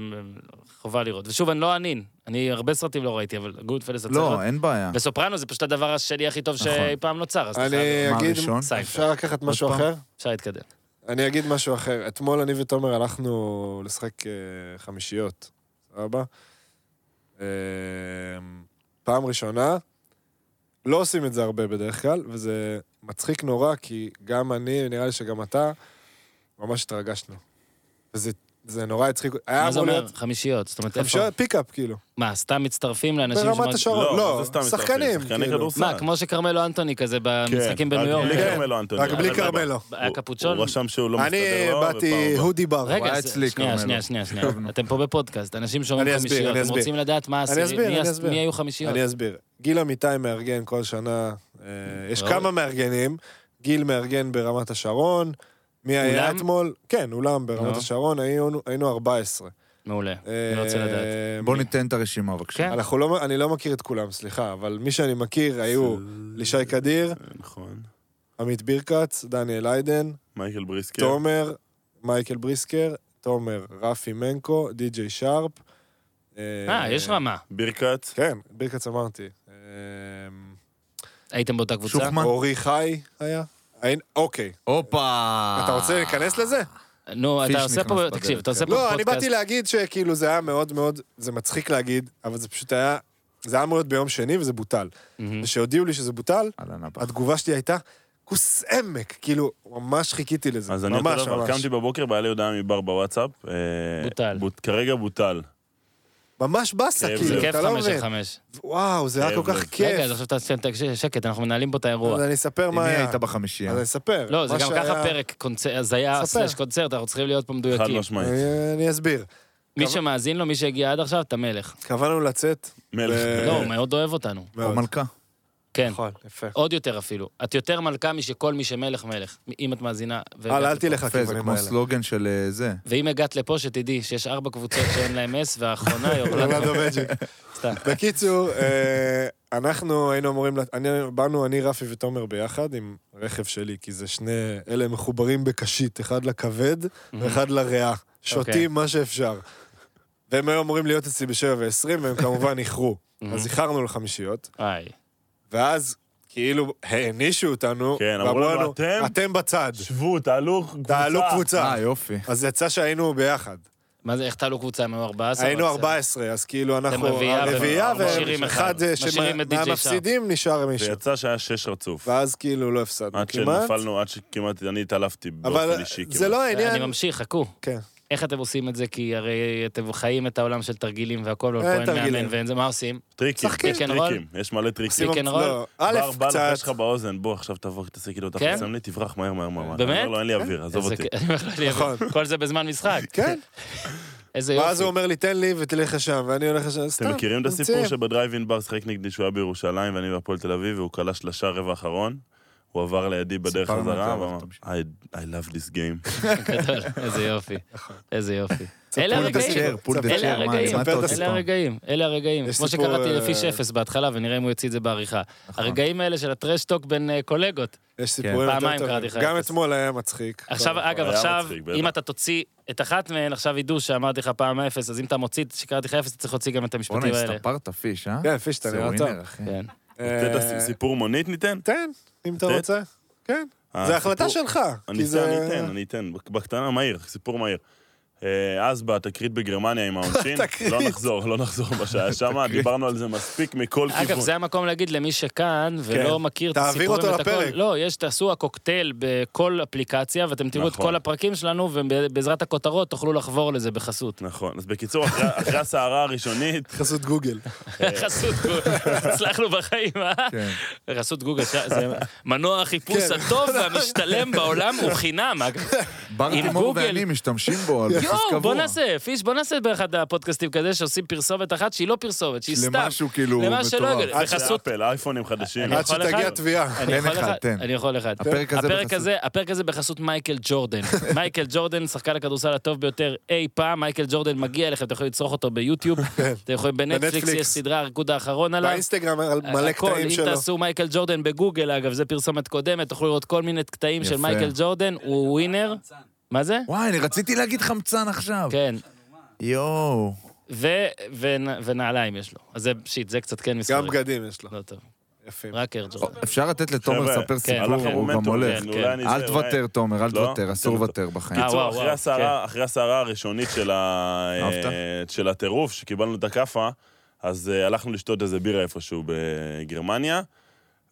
וחובה לראות. ושוב, אני לא ענין, אני הרבה סרטים לא ראיתי, אבל גוד פלס צריך לראות. לא, אין בעיה. וסופרנו זה פשוט הדבר השני הכי טוב נכון. שאי פעם נוצר, אז אתה חייב לראות. אני מה אגיד... הראשון? סיינפלד. אפשר לקחת משהו פעם? אחר? אפשר להתקדם. אני אגיד משהו אחר. אתמול אני ותומר הלכנו לשחק אה, חמישיות, סבבה? אה, פעם ראשונה, לא עושים את זה הרבה בדרך כלל, וזה מצחיק נורא, כי גם אני, נראה לי שגם אתה, ממש התרגשנו. וזה זה נורא הצחיק. היה מה זה אמור אומר? להיות חמישיות, זאת אומרת, איפה? חמישיות פיקאפ, כאילו. מה, סתם מצטרפים לאנשים ברמת שמג- השרון. לא, זה סתם שחקנים, שחקני כאילו. כדורסל. מה, כמו שכרמלו אנטוני כזה כן, במשחקים רק בניו יורק. בלי כן. כרמלו אנטוני. רק בלי אבל- כרמלו. היה הוא- קפוצ'ון? הוא רשם שהוא לא אני מסתדר לו, באתי ופעם- הודי בר. רגע, הוא היה זה- אצלי, שנייה, כרמלו. שנייה, שנייה, שנייה. אתם פה בפודקאסט, אנשים אני שומעים אסביר, חמישיות, אני הם אסביר. רוצים לדעת מה אני אסביר, העשירי- מי אני הס- אסביר. מי היו חמישיות. אני אסביר. גיל אמיתי מארגן כל שנה, אה, יש ראוי. כמה מארגנים. גיל מארגן ברמת השרון. מי היה אולם? אתמול? כן, אולם ברמת נו. השרון, היינו היינו 14. מעולה, אני רוצה אה, לדעת. בוא ניתן את הרשימה, בבקשה. כן. אנחנו לא, אני לא מכיר את כולם, סליחה, אבל מי שאני מכיר היו לישי קדיר, נכון. עמית בירקץ, דניאל היידן, מייקל בריסקר. תומר, מייקל בריסקר, תומר, רפי מנקו, די.ג'יי שרפ. אה, יש רמה. בירקץ. כן, בירקץ אמרתי. אה, הייתם באותה קבוצה? שוחמן? אורי חי היה? אין- אוקיי. הופה! אתה אה. רוצה להיכנס לזה? נו, פיש אתה עושה נכנס פה, בדלת, תקשיב, אתה כן. עושה פה לא, אני פודקאסט. באתי להגיד שכאילו זה היה מאוד מאוד, זה מצחיק להגיד, אבל זה פשוט היה, זה היה אמור להיות ביום שני וזה בוטל. מהמם. וכשהודיעו לי שזה בוטל, אהלן, הבא. התגובה שלי הייתה, כוס עמק, כאילו, ממש חיכיתי לזה, אז אני אותו ממש דבר, ממש. קמתי בבוקר, בא לי הודעה מבר בוואטסאפ. אה, בוטל. בוט- כרגע בוטל. ממש באסה, כאב זה כאילו, כיף אתה לא חמש מבין. על חמש. וואו, זה היה כאב כל לב. כך רגע, אז כיף. עכשיו תעשה תקשיב, שקט, אנחנו מנהלים פה את האירוע. אז אני אספר עם מה מי היה. היית בחמישייה? אז אני אספר. לא, זה מה גם שהיה- ככה פרק קונצ- הזיה ספר. סלש קונצרט, אנחנו צריכים להיות פה חד מדויקים. משמעית. אה, אני אסביר. מי שמאזין לו, מי שהגיע עד עכשיו, אתה מלך. קבענו לצאת. מלך. ו- לא, נכון. הוא מאוד אוהב אותנו. או מאוד. מלכה. כן. נכון, יפה. עוד יותר אפילו. את יותר מלכה משכל מי שמלך מלך, אם את מאזינה. והגעת הלאה, אל לפה. תלך יפה, זה לכיוונים כמו האלה. סלוגן של אה, זה. ואם הגעת לפה, שתדעי שיש ארבע קבוצות שאין להם אס, והאחרונה היא אורלנדו אורלנדו. מג'יק. סתם. לא, בקיצור, אה, אנחנו היינו אמורים, לת- אני, באנו אני, רפי ותומר ביחד עם רכב שלי, כי זה שני, אלה מחוברים בקשית, אחד לכבד ואחד לריאה. שותים מה שאפשר. והם היו אמורים להיות אצלי בשבע ועשרים, והם כמובן איחרו. אז איחרנו לחמישיות, איי. ואז כאילו הענישו אותנו, כן, אמרו ואמרו לנו, לנו, "אתם- אתם בצד, שבו, תעלו קבוצה. תעלו קבוצה. אה, יופי. לא, אז יצא שהיינו ביחד. מה זה, איך תעלו קבוצה? הם היו 14? היינו אבל בסדר. 14, אז כאילו אנחנו רביעייה ו- הרביעייה, משאירים ואחד אחד. משאירים את די.ג'יי שרף. מהמפסידים נשאר מישהו. ויצא שהיה שש רצוף. ואז כאילו לא הפסדנו עד כמעט. שנפלנו, עד שכמעט, אני התעלפתי באופן אבל אישי. זה כמעט. לא אני העניין. ממשיך, חכו. כן. איך אתם עושים את זה? כי הרי אתם חיים את העולם של תרגילים והכל, אבל אין פה אין אה, תרגילים. מאמן ואין זה, מה עושים? טריקים, שחקים. יש פיק אנד רול. טריקים, יש מלא טריקים. עושים סימון, and roll? לא, א', בר- בא לחש קצת. לך באוזן, בוא עכשיו תבוא, תעשה כאילו, אתה כן? שם לי, תברח מהר מהר מהר. באמת? אני אומר לו, אין לי כן. אוויר, עזוב איזה אותי. כ- אני אומר לו, "לי, נכון. כל זה בזמן משחק. כן. איזה ואז יופי. הוא אומר לי, תן לי ותלך לשם, ואני הולך לשם, סתם. אתם מכירים את ממציאים. הסיפור שבדרייבין בר שחק נגדי שהוא היה בירושלים ואני בהפועל תל אביב והוא כלה שלושה רבע אחרון? הוא עבר לידי בדרך סיפרנו את זה, חזרה, אבל ואמר, תמשיך. "I- I love this game. גדול, איזה יופי. נכון. איזה יופי. אלה פול דה הרגעים. צ'ר, פול דה אלה צ'ר, מה, הרגעים. מה ספר אתה את רוצה? הסיפור. אלה הרגעים, אלה הרגעים. יש כמו סיפור, שקראתי אה, לפיש אפס בהתחלה, ונראה אם הוא יוציא את זה בעריכה. נכון. הרגעים האלה של הטרשטוק בין אה, קולגות. נכון, יש סיפורים יותר פעמיים טובים. קראתי לך גם אפס. אתמול היה מצחיק. עכשיו, קודם אגב, היה עכשיו, מצחיק, בטח. אם אתה תוציא את אחת מהן, עכשיו ידעו שאמרתי לך פעם אפס, אז אם אתה מוציא את שקראתי לך אפס, אתה צריך להוציא גם את בואנה, המשפטים האלה. הסתפרת פיש, אה? כל. כן, פיש, אתה זה נראה טוב. ווינר, אחי. כן. אה, לתת סיפור מונית ניתן? תן, אם אתה לתת? רוצה. כן. אה, הסיפור- זה החלטה שלך. אני כי אתן, זה- אני אתן, אני אתן. בק- בקטנה מהיר, סיפור מהיר. אה, אז בתקרית בגרמניה עם העונשין, התקרית. לא נחזור, לא נחזור מה שהיה שם, דיברנו על זה מספיק מכל כיוון. אגב, זה המקום להגיד למי שכאן ולא כן. מכיר את תעביר הסיפורים אותו ואת הכל. לפרק. לא, יש, תעשו הקוקטייל בכל אפליקציה, ואתם תראו את נכון. כל הפרקים שלנו, ובעזרת הכותרות תוכלו לחבור לזה בחסות. נכון, אז בקיצור, אחרי- אחרי הסערה הראשונית, חסות גוגל. חסות גוגל, הצלחנו בחיים, אה? כן. חסות גוגל, זה מנוע החיפוש הטוב והמשתלם בעולם, הוא חינם, אגב. בר עם תימור גוגל. ואני משתמשים בו על בסיס כן, קבוע. יואו, בוא נעשה, פיש, בוא נעשה באחד הפודקאסטים כזה שעושים פרסומת אחת שהיא לא פרסומת, שהיא סתם. למשהו כאילו למה שלא מטורף. יגיד. עד בחסות- שאפל, אייפונים חדשים. אני עד יכול שתגיע אחד? תביעה. אני תן יכול אחד, אחד, תן. אני יכול אחד. הפרק הזה הפרק בחסות- הזה, הפרק הזה בחסות מייקל ג'ורדן. מייקל ג'ורדן, שחקן הכדורסל הטוב ביותר אי פעם, מייקל ג'ורדן מגיע אליכם, אתם יכולים לצרוך אותו ביוטיוב, כן. אתם יכולים בנטפליקס, בנטפליקס. יש סדרה הריקוד האחרון עליו. באינסטגרם על מלא הכל, קטעים אם שלו. תעשו מייקל ג'ורדן בגוגל, אגב, זו פרסומת קודמת, תוכלו לראות כל מיני קטעים של יפה. מייקל ג'ורדן, הוא ווינר. מה זה? וואי, אני רציתי להגיד חמצן עכשיו. כן. יואו. ו- ונ- ונעליים יש לו. אז זה, שיט, זה קצת כן גם מספרים. בגדים יש לו. לא טוב. יפים. רק אר ג'ורדן. אפשר לתת לתומר חבר'ה, לספר כן, סיפור, אנחנו הוא גם מומנטום, הולך. כן, כן. אולי אני זה, אל אולי- תוותר, תומר, אל לא, תוותר, אסור תן לו. לוותר בחיים. אה, בקיצור, וואו, אחרי וואו, הסערה, אחרי הסערה הראשונית של, ה... אהבת? אה, של הטירוף, שקיבלנו את הכאפה, אז אה, הלכנו לשתות איזה בירה איפשהו בגרמניה,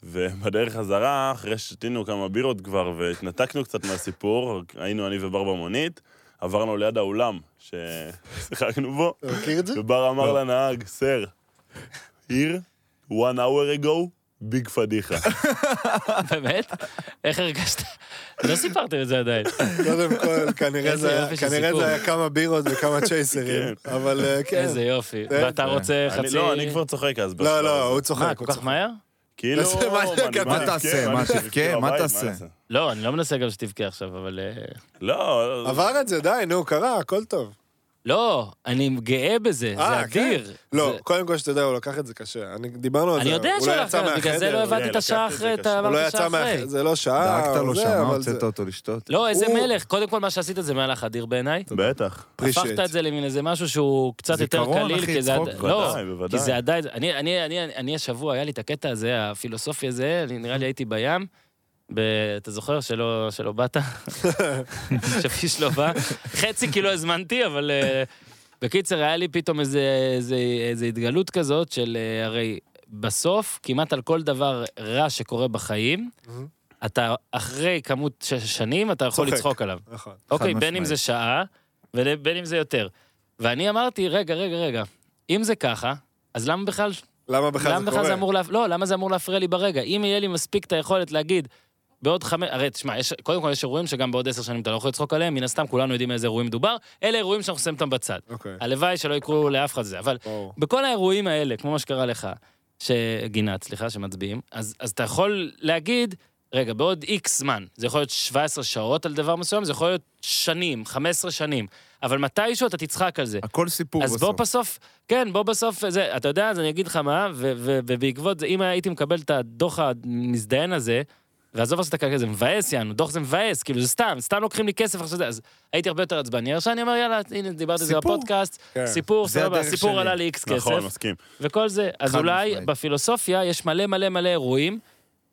ובדרך חזרה, אחרי ששתינו כמה בירות כבר והתנתקנו קצת מהסיפור, היינו אני ובר במונית, עברנו ליד האולם ששיחקנו בו, אתה מכיר את זה? ובר אמר לנהג, סר, here, one hour ago, ביג פדיחה. באמת? איך הרגשת? לא סיפרתם את זה עדיין. קודם כל, כנראה איזה זה היה- יופי של כנראה סיפור. זה היה כמה בירות וכמה צ'ייסרים. אבל אה, כן. איזה יופי. כן. ואתה רוצה אני- חצי... לא, אני כבר צוחק אז. בשלב לא, הזה. לא, הוא צוחק. מה, כל הוא כך צוחק. מהר? כאילו, זה מה אני- שקרה. מה תעשה? אבכה, מה, אני אבכה כן, תבכה? מה בבית, תעשה? אעשה? לא, אני לא מנסה גם שתבכה עכשיו, אבל... אה, לא, לא, עבר את זה, די, נו, קרה, הכל טוב. לא, אני גאה בזה, זה אה, כן? אדיר. לא, זה- קודם כל שאתה יודע, הוא לקח את זה קשה. אני- דיברנו על זה. אני יודע הוא לא שהוא יצא לקח, בגלל זה מהחדר. כן, לא אולי הבנתי את השעה לקחת את זה אחרי, את קשה. הוא לא אמרת יצא שעה אחרי. מהחדר, זה לא שעה. דאגת לו זה, שם, מה אבל זה- הוצאת אותו לשתות? לא, איזה הוא- מלך. קודם כל, מה שעשית זה מהלך אדיר בעיניי. בטח. appreciate. הפכת את זה למין איזה משהו שהוא קצת יותר זיכרון, קליל, אחי, כי זה... צחוק, עד- לא, בוודאי, כי בוודאי. זה עדיין... אני, אני, אני, אני השבוע, היה לי את הקטע הזה, הפילוסופי הזה, אני, נראה לי הייתי בים. ב... אתה זוכר שלא, שלא באת? שפיש לא בא. חצי כי לא הזמנתי, אבל... אה, בקיצר, היה לי פתאום איזה, איזה, איזה התגלות כזאת של אה, הרי בסוף, כמעט על כל דבר רע שקורה בחיים, מהמם. אתה אחרי כמות ש- שנים, אתה יכול צוחק. לצחוק עליו. נכון. אוקיי, בין משמעית. אם זה שעה, ובין אם זה יותר. ואני אמרתי, רגע, רגע, רגע, אם זה ככה, אז למה בכלל, למה בכלל למה זה בכלל זה קורה? אמור, להפ... לא, למה זה אמור להפריע לי ברגע? אם יהיה לי מספיק את היכולת להגיד, בעוד חמש, הרי תשמע, יש... קודם כל יש אירועים שגם בעוד עשר שנים אתה לא יכול לצחוק עליהם, מן הסתם כולנו יודעים איזה אירועים מדובר, אלה אירועים שאנחנו שמים אותם בצד. אוקיי. הלוואי שלא יקרו לאף אחד זה, אבל ברור. בכל האירועים האלה, כמו מה שקרה לך, שגינת, סליחה, שמצביעים, אז, אז אתה יכול להגיד, רגע, בעוד איקס זמן, זה יכול להיות 17 שעות על דבר מסוים, זה יכול להיות שנים, 15 שנים, אבל מתישהו אתה תצחק על זה. הכל סיפור אז בסוף. בוא בסוף, כן, בוא בסוף, זה, אתה יודע, אז אני אגיד לך מה, ו- ו- ובעקבות זה, אם הייתי מקבל את הדוח המזדיין הזה, ועזוב עכשיו את הקרקע, זה מבאס, יענו, דוח זה מבאס, כאילו, זה סתם, סתם לוקחים לי כסף עכשיו, זה- אז הייתי הרבה יותר עצבני, עכשיו אני אומר, יאללה, הנה, דיברתי על זה סיפור. בפודקאסט, כן. סיפור, זה סבבה, הדרך הסיפור שלי. עלה לי איקס כסף, נכון, מסכים. וכל זה. אז חד אולי משמעית. בפילוסופיה יש מלא מלא מלא אירועים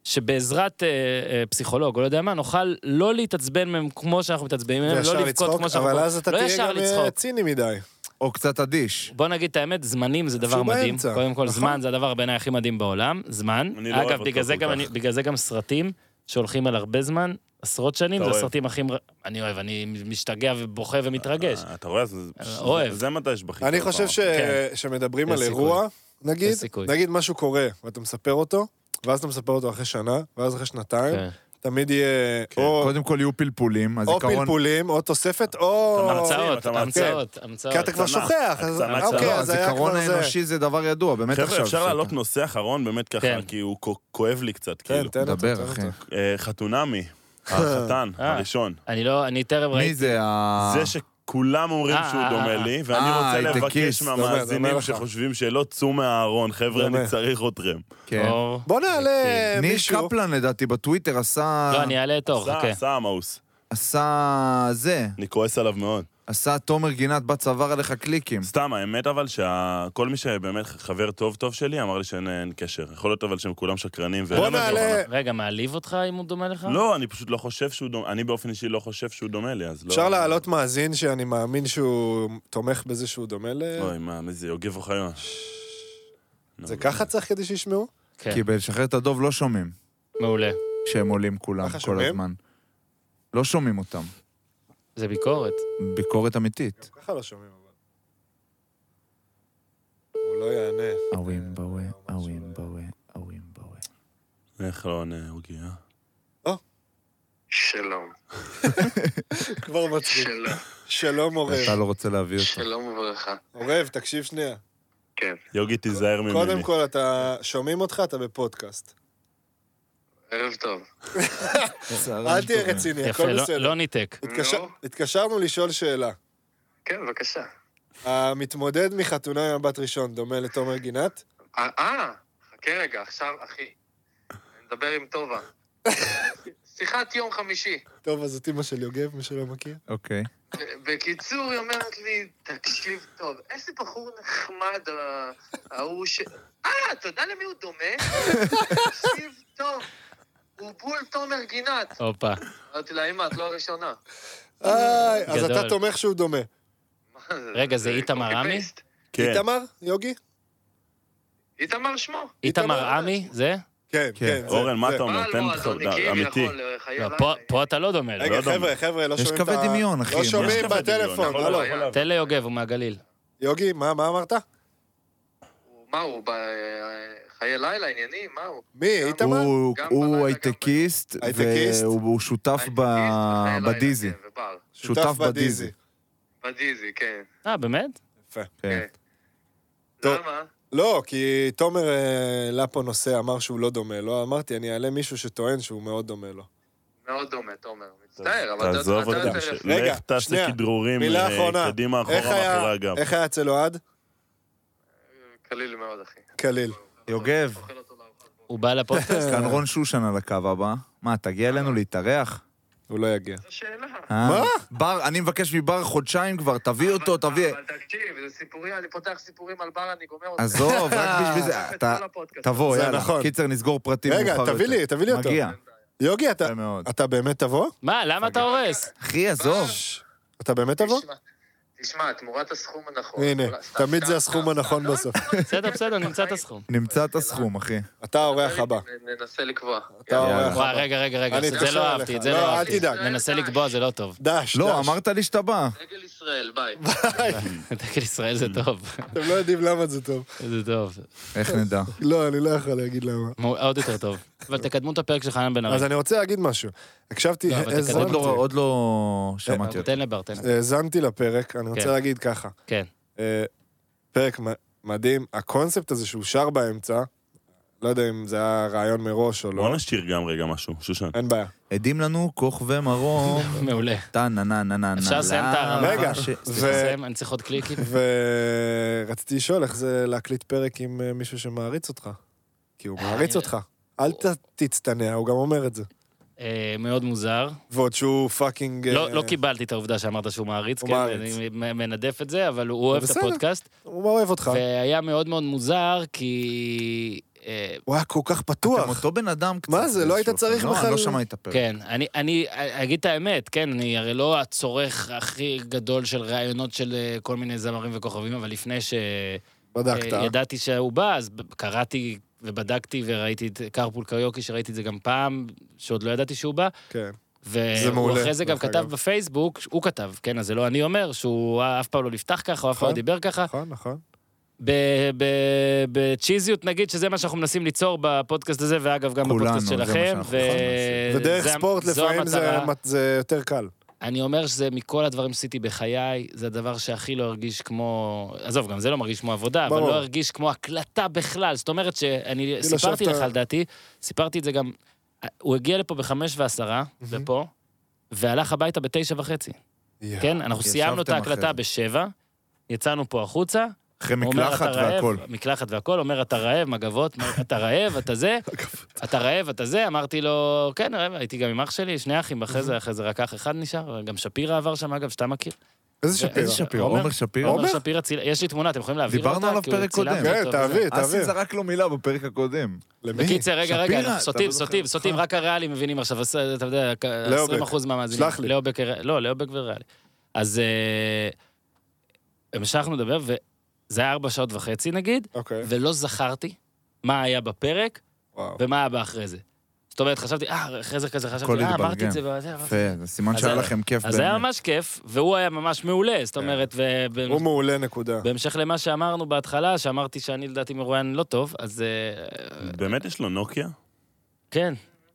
שבעזרת אה, אה, פסיכולוג, או לא יודע מה, נוכל לא להתעצבן מהם כמו שאנחנו מתעצבנים מהם, וישר לא לבכות לצחוק, כמו שאנחנו... אבל אז אתה לא תהיה ישר גם אה, לצחוק. ציני מדי. או קצת אדיש. בוא נגיד את האמת, זמנים זה דבר שהוא מדהים. באמצע, קודם כל, נכון. זמן זה הדבר בעיניי הכי מדהים בעולם, זמן. אני לא אוהב אגב, אותו בגלל זה כל גם כך. אני- בגלל זה גם סרטים שהולכים על הרבה זמן, עשרות שנים, אתה זה אוהב. הסרטים הכי... מר- אני אוהב, אני משתגע ובוכה ומתרגש. אה, אתה רואה? זה- אה, אוהב. זה מתי יש בחיפה. אני חושב ש- כן. שמדברים יש על סיכוי. אירוע, נגיד, יש סיכוי. נגיד משהו קורה, ואתה מספר אותו, ואז אתה מספר אותו אחרי שנה, ואז אחרי שנתיים, כן. תמיד יהיה כן, או קודם כל יהיו פלפולים, אז או עיקרון... פלפולים, או תוספת, או... אתה מרצה, המצאות, אתה מעצים. המצאות, המצאות. כן, כי אתה כבר הקצנה. שוכח, אז הקצנה, אוקיי, הקצנה. אז היה הזיכרון כבר זה. לא, האנושי זה דבר ידוע, באמת עכשיו. חבר'ה, אפשר שאתה- להעלות נושא אחרון באמת כן. ככה, כי הוא כ- כואב לי קצת, כן, כאילו. תן אותו, תן דבר, אחי. אותו. אה, חתונמי, החתן, אה. הראשון. אני לא, אני טרם מי ראיתי. זה אה. ה... זה שכולם אומרים אה, שהוא אה, דומה אה. לי, ואני אה, רוצה הייטקיסט, לבקש דומה, דומה מהמאזינים לך. שחושבים שלא צאו מהארון, חבר'ה, דומה. אני צריך אתכם. כן. אור. בוא אה, נעלה ניר מישהו. קפלן, לדעתי, בטוויטר עשה... לא, אני אעלה את אור, סע, חכה. סע המאוס. עשה זה, אני כועס עליו מאוד. עשה תומר גינת בצוואר עליך קליקים. סתם, האמת אבל שכל מי שבאמת חבר טוב טוב שלי אמר לי שאין אין קשר. יכול להיות אבל שהם כולם שקרנים. בוא ואין להם נעלה... הבנה. רגע, מעליב אותך אם הוא דומה לך? לא, אני פשוט לא חושב שהוא דומה, אני באופן אישי לא חושב שהוא דומה לי, אז לא... אפשר להעלות מאזין שאני מאמין שהוא תומך בזה שהוא דומה ל... אוי, מה, מי זה יוגב אוחיון? נו, אה? זה ככה צריך כדי שישמעו? כן, כי בלשחרר את הדוב לא שומעים מעולה. כשהם עולים כולם ככה כל שומעים? הזמן. לא שומעים אותם. זה ביקורת. ביקורת אמיתית. ככה לא שומעים, אבל. הוא לא יענה. אווים בווה, אה, משהו אווים לא בווה, אווים בווה. איך לא עונה עוגיה? שלום, כבר מצחיק. שלום, שלום עורב. אתה לא רוצה להביא אותו. שלום וברכה. עורב, תקשיב שנייה. כן, יוגי, תיזהר ממני. קודם כל, אתה... שומעים אותך, אתה בפודקאסט. ערב טוב. לא, אל תהיה רציני, יפה, הכל לא- בסדר. לא ניתק. התקשר- נו. התקשרנו לשאול שאלה. כן, בבקשה. המתמודד מחתונה עם הבת ראשון דומה לתומר גינת? אה, אה, חכה רגע, עכשיו, אחי, אני מדבר עם טובה. שיחת יום חמישי. טוב, אז זאת אימא של יוגב, מי שלא מכיר. אוקיי. ב- בקיצור, היא אומרת לי, תקשיב טוב, איזה בחור נחמד ה- ההוא ש... אה, אתה יודע למי הוא דומה? תקשיב טוב, הוא בול תומר גינת. הופה. אמרתי לה, אמא, את לא הראשונה. איי, אז גדול. אתה תומך שהוא דומה. מה זה? רגע, זה איתמר copy-paste. עמי? כן. איתמר, יוגי? איתמר שמו. איתמר איתמר עמי, זה? כן, כן. כן. זה- אורן, מה זה. אתה אומר? בעל תן מועדון, נקי, אמיתי. לא, יכול, אה, חייב לא, עליי. פה- פה אתה לא דומה לו. רגע, לא דומה. חבר'ה, חבר'ה, לא יש שומעים את ה... קווי דמיון, אחי. לא יש שומעים קווי דמיון, בטלפון, נכון, הלו. לא, יכול תן ליוגב, הוא מהגליל. יוגי, מה מה אמרת? הוא- מה הוא, בחיי לילה, עניינים? מה הוא? מי, איתמר? הוא- גם בלילה, גם הוא הייטקיסט, הייטקיסט. והוא שותף הייטקיסט, ב- בחיי לילה, בדיזי. כן, ובר. שותף בדיזי. בדיזי, כן. אה, באמת? יפה. כן. טוב. למה? לא, כי תומר אה, העלה פה נושא, אמר שהוא לא דומה לו, אמרתי, אני אעלה מישהו שטוען שהוא מאוד דומה לו. מאוד דומה, תומר. מצטער, אבל אתה תעזוב אתה אותם. יותר יפה. רגע, לך תעשה שנייה. כדרורים מילה אה, אחרונה. קדימה, אחורה, איך היה- מאחורי הגב. איך היה אצל אוהד? קליל מאוד, אחי. קליל. יוגב, אוכל אותו לארוחת בוקר. הוא בא לפודקאסט? כאן רון שושן על הקו הבא. מה, תגיע אלינו להתארח? הוא לא יגיע. זו שאלה. אה? בר, אני מבקש מבר חודשיים כבר, תביא אותו, אבל- תביא... אבל תקשיב, זה סיפורי, אני פותח סיפורים על בר, אני גומר אותם. עזוב, רק בשביל זה. אתה- כל הפודקאסט. תבוא, זה יאללה. נכון. קיצר, נסגור פרטים מאוחר רגע, יותר. תביא לי, תביא לי אותו. אה, מגיע. יוגי, אתה- יפה מאוד. אתה באמת תבוא? מה, למה אתה הורס? אחי, עזוב. אה, אתה באמת תבוא? תשמע, תשמע, תמורת הסכום הנכון. הנה, סתם, תמיד סתם, זה סתם, הסכום הנכון סתם, לא, בסוף. בסדר, בסדר, נמצא את הסכום. נמצא אה, את הסכום, אחי. אתה האורח הבא. נ- ננסה לקבוע. אתה האורח וואי, הבא. רגע, רגע, רגע, נכון. אני זה אתקשר לא אהבתי, את זה אליך. לא לא, אל אהבתי. תדאג. ננסה לקבוע, זה לא טוב. דש, לא, דש. אמרת לי שאתה בא. דגל ישראל, ביי. דגל ישראל זה טוב. אתם לא יודעים למה זה טוב. זה טוב. איך נדע? לא, אני לא יכול להגיד למה. מו- עוד יותר טוב. אבל תקדמו את הפרק של חנן בן אז ארי. אני רוצה להגיד משהו. הקשבתי, לא, אבל האזנתי- תקדם. עוד לא- עוד לא שמעתי אותו. כן, תן לבר, תן לבר. האזנתי לפרק, אני כן. רוצה להגיד ככה. כן. אה, פרק מ- מדהים, הקונספט הזה שהוא שר באמצע, לא יודע אם זה היה רעיון מראש או בוא לא, נשאיר גם רגע משהו, שושן. אין בעיה. עדים לנו כוכבי מרום. מעולה. טה נה נה נה נה נה. אפשר לסיים את לה- הרמה? רגע, ש- ו- תסיים, אני צריך עוד קליקים. ורציתי לשאול איך זה להקליט פרק עם אה, מישהו שמעריץ אותך. כי הוא מעריץ אותך. אל ת- תצטנע, הוא גם אומר את זה. אה, מאוד מוזר. ועוד שהוא פאקינג... אה, לא לא קיבלתי את העובדה שאמרת שהוא מעריץ, הוא כן, מעריץ. אני מ- מנדף את זה, אבל הוא אוהב את בסדר. הפודקאסט. הוא אוהב אותך. והיה מאוד מאוד מוזר, כי... אה, הוא היה כל כך אתם פתוח. אותו בן אדם קצת. מה זה, לא היית באיזשהו צריך אופן. לא, בכלל- אני לא שמעתי את הפרק. כן, אני, אני אגיד את האמת, כן, אני הרי לא הצורך הכי גדול של ראיונות של אה, כל מיני זמרים וכוכבים, אבל לפני בדקת. אה? שידעתי שהוא בא, אז ב- קראתי ובדקתי וראיתי את קרפול קריוקי, שראיתי את זה גם פעם, שעוד לא ידעתי שהוא בא, כן. זה והוא מעולה, אחרי זה גם דרך כתב אגב. בפייסבוק, הוא כתב, כן, אז זה לא אני אומר, שהוא אף פעם לא נפתח ככה, הוא אף פעם לא נכון. דיבר ככה, נכון, נכון. ב- ב- בצ'יזיות נגיד, שזה מה שאנחנו מנסים ליצור בפודקאסט הזה, ואגב, גם כולנו, בפודקאסט זה מה שלכם. שאנחנו ו- ודרך אה, זה- ספורט זו לפעמים זה המטרה. מת- זה יותר קל. אני אומר שזה מכל הדברים שעשיתי בחיי, זה הדבר שהכי לא הרגיש כמו... עזוב, גם זה לא מרגיש כמו עבודה, אבל ברור. לא הרגיש כמו הקלטה בכלל. זאת אומרת שאני כאילו, סיפרתי ישבת- לך, לדעתי, סיפרתי את זה גם... הוא הגיע לפה בחמש ועשרה, לפה, והלך הביתה בתשע וחצי, כן? אנחנו ישבתם סיימנו את אחרי זה. ההקלטה בשבע, יצאנו פה החוצה, אחרי הוא אומר, מקלחת "אתה רעב", והכל. מקלחת והכל, אומר, אתה רעב, מגבות, אומר, אתה רעב, אתה זה, אתה רעב, אתה זה. אמרתי לו, כן, רעב, הייתי גם עם אח שלי, שני אחים, אחרי זה, אחרי זה רק אח אחד נשאר, גם שפירא עבר שם, אגב, שאתה מכיר. איזה שפירא. אה, איזה שפירא? עומר שפירא? עומר עומר? שפירא, ציל- יש לי תמונה, אתם יכולים להעביר דיברנו אותה? עליו כי הוא פרק צילמנו קודם. אותו כן, וזה. תעביר, אסי תעביר. זרק לו מילה בפרק הקודם. למי? אה, בקיצר, רגע, רגע, שפירא, אנחנו אתה סוטים, לא זוכר סוטים, אותך. סוטים, רק הריאלי מבינים עכשיו, אז אה, אתה יודע, כ- לאובק. 20% מהמאזינים. שלח לי. לאובק, הר- לא, לאובק וריאלי. אז אה, המשכנו לדבר, וזה היה ארבע שעות וחצי נגיד, אוקיי. ולא זכרתי מה היה בפרק וואו. אוקיי. ומה היה באחרי זה. זאת אומרת, חשבתי, אה, אחרי זה כזה הכל חשבתי, אה, אמרתי התברגן. את זה, וזה, וזה. יפה, זה סימן אז שהיה היה- לכם כיף אז היה באמת. כן. ממש כיף, והוא היה ממש מעולה, זאת אומרת, הוא ובהמשך מעולה, נקודה. למה שאמרנו בהתחלה, שאמרתי שאני לדעתי מרואיין לא טוב, אז אה, באמת יש לו נוקיה? כן,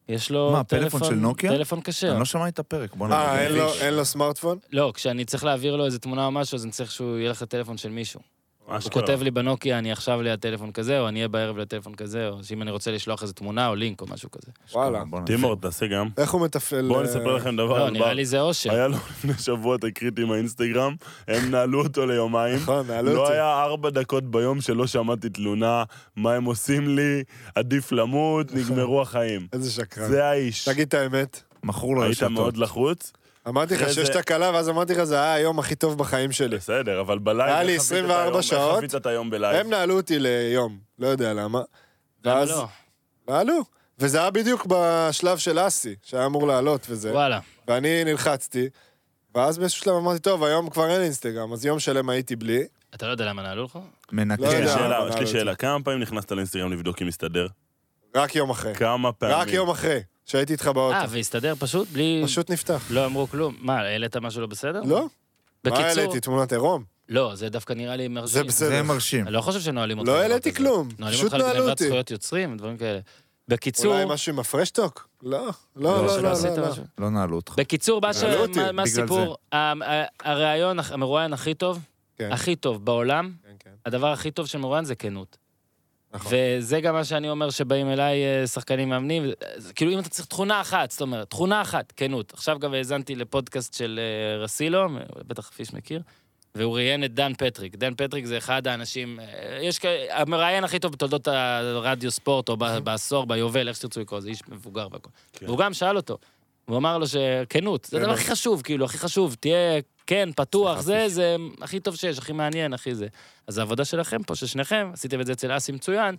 יש לו מה, טלפון... פלאפון של נוקיה? טלפון כשר. אני לא שמעתי את הפרק, בוא נראה. אה, אין לו- אין לו סמארטפון? לא, כשאני צריך להעביר לו איזה תמונה או משהו, אז אני צריך שהוא יהיה לך טלפון של מישהו. הוא אשכרה. כותב לי בנוקיה, אני עכשיו ליד טלפון כזה, או אני אהיה בערב ליד טלפון כזה, או שאם אני רוצה לשלוח איזה תמונה או לינק או משהו כזה. וואלה. בוא נעשה. טימור, תעשה גם. איך הוא מתפעל? בואו אה, נספר לכם דבר לא, על בר. נראה לי זה אושר. היה לו לפני שבוע תקרית עם האינסטגרם, הם נעלו אותו ליומיים. נכון, נעלו לא אותי. היה ארבע דקות ביום שלא שמעתי תלונה, מה הם עושים לי, עדיף למות, נגמרו החיים. איזה שקרן. זה האיש. נכון. כן. תגיד את האמת. מכור לו היית רשתות. מאוד לחוץ? אמרתי לך אחרי שיש זה- תקלה, ואז אמרתי לך, זה היה היום הכי טוב בחיים שלי. בסדר, אבל בלילה... היה לי איך חווית את 24 היום? איך שעות. חווית את היום בלייב. הם נעלו אותי ליום, לא יודע למה. למה ואז לא? נעלו. וזה היה בדיוק בשלב של אסי, שהיה אמור לעלות וזה. וואלה. ואני נלחצתי, ואז באיזשהו שלב אמרתי, טוב, היום כבר אין אינסטגרם, אז יום שלם הייתי בלי. אתה לא יודע למה נעלו לך? לא יש לי יודע. מנקה. כן, שאלה, אבל יש נעלו לי אותי. שאלה, כמה פעמים נכנסת לאינסטגרם לבדוק אם מסתדר? רק יום אחרי. כמה פעמים? רק יום אחרי, שהייתי איתך אה, באוטו. והסתדר פשוט בלי... פשוט נפתח. לא אמרו כלום. מה, העלית משהו לא בסדר? לא? מה בקיצור... העליתי? תמונת עירום? לא, זה דווקא נראה לי זה מרשים. זה בסדר. מרשים. אני לא חושב שנועלים אותך. לא על דבר העליתי כזה. כלום, נועלים פשוט אותך על נעלו גנבת אותי. זכויות יוצרים, דברים כאלה. בקיצור... אולי משהו עם הפרשטוק? לא, לא, לא, לא, שלא לא, עשית לא. משהו. לא נעלו אותך. בקיצור, מה ש- שאלו אותי, מה- מה בגלל הסיפור? הראיון, המרואיין הכי טוב, כן. הכי טוב בעולם, כן, כן. הדבר הכי טוב של מרואיין זה כנות. נכון. וזה גם מה שאני אומר שבאים אליי אה, שחקנים מאמנים, אה, זה כאילו אם אתה צריך תכונה אחת, זאת אומרת, תכונה אחת, כנות. עכשיו גם האזנתי לפודקאסט של אה, רסילו, בטח פיש מכיר, והוא ראיין את דן פטריק. דן פטריק זה אחד האנשים, אה, יש כאלה, המראיין הכי טוב בתולדות הרדיו ספורט, או ב- בעשור, ביובל, איך שתרצו לקרוא לזה, איש מבוגר והכל. כן. והוא גם שאל אותו, והוא אמר לו שכנות, זה הדבר הכי חשוב, כאילו, הכי חשוב, תהיה כן, פתוח, זה, זה הכי טוב שיש, הכי מעניין, הכי זה. אז העבודה שלכם פה, של שניכם, עשיתם את זה אצל אסי מצוין,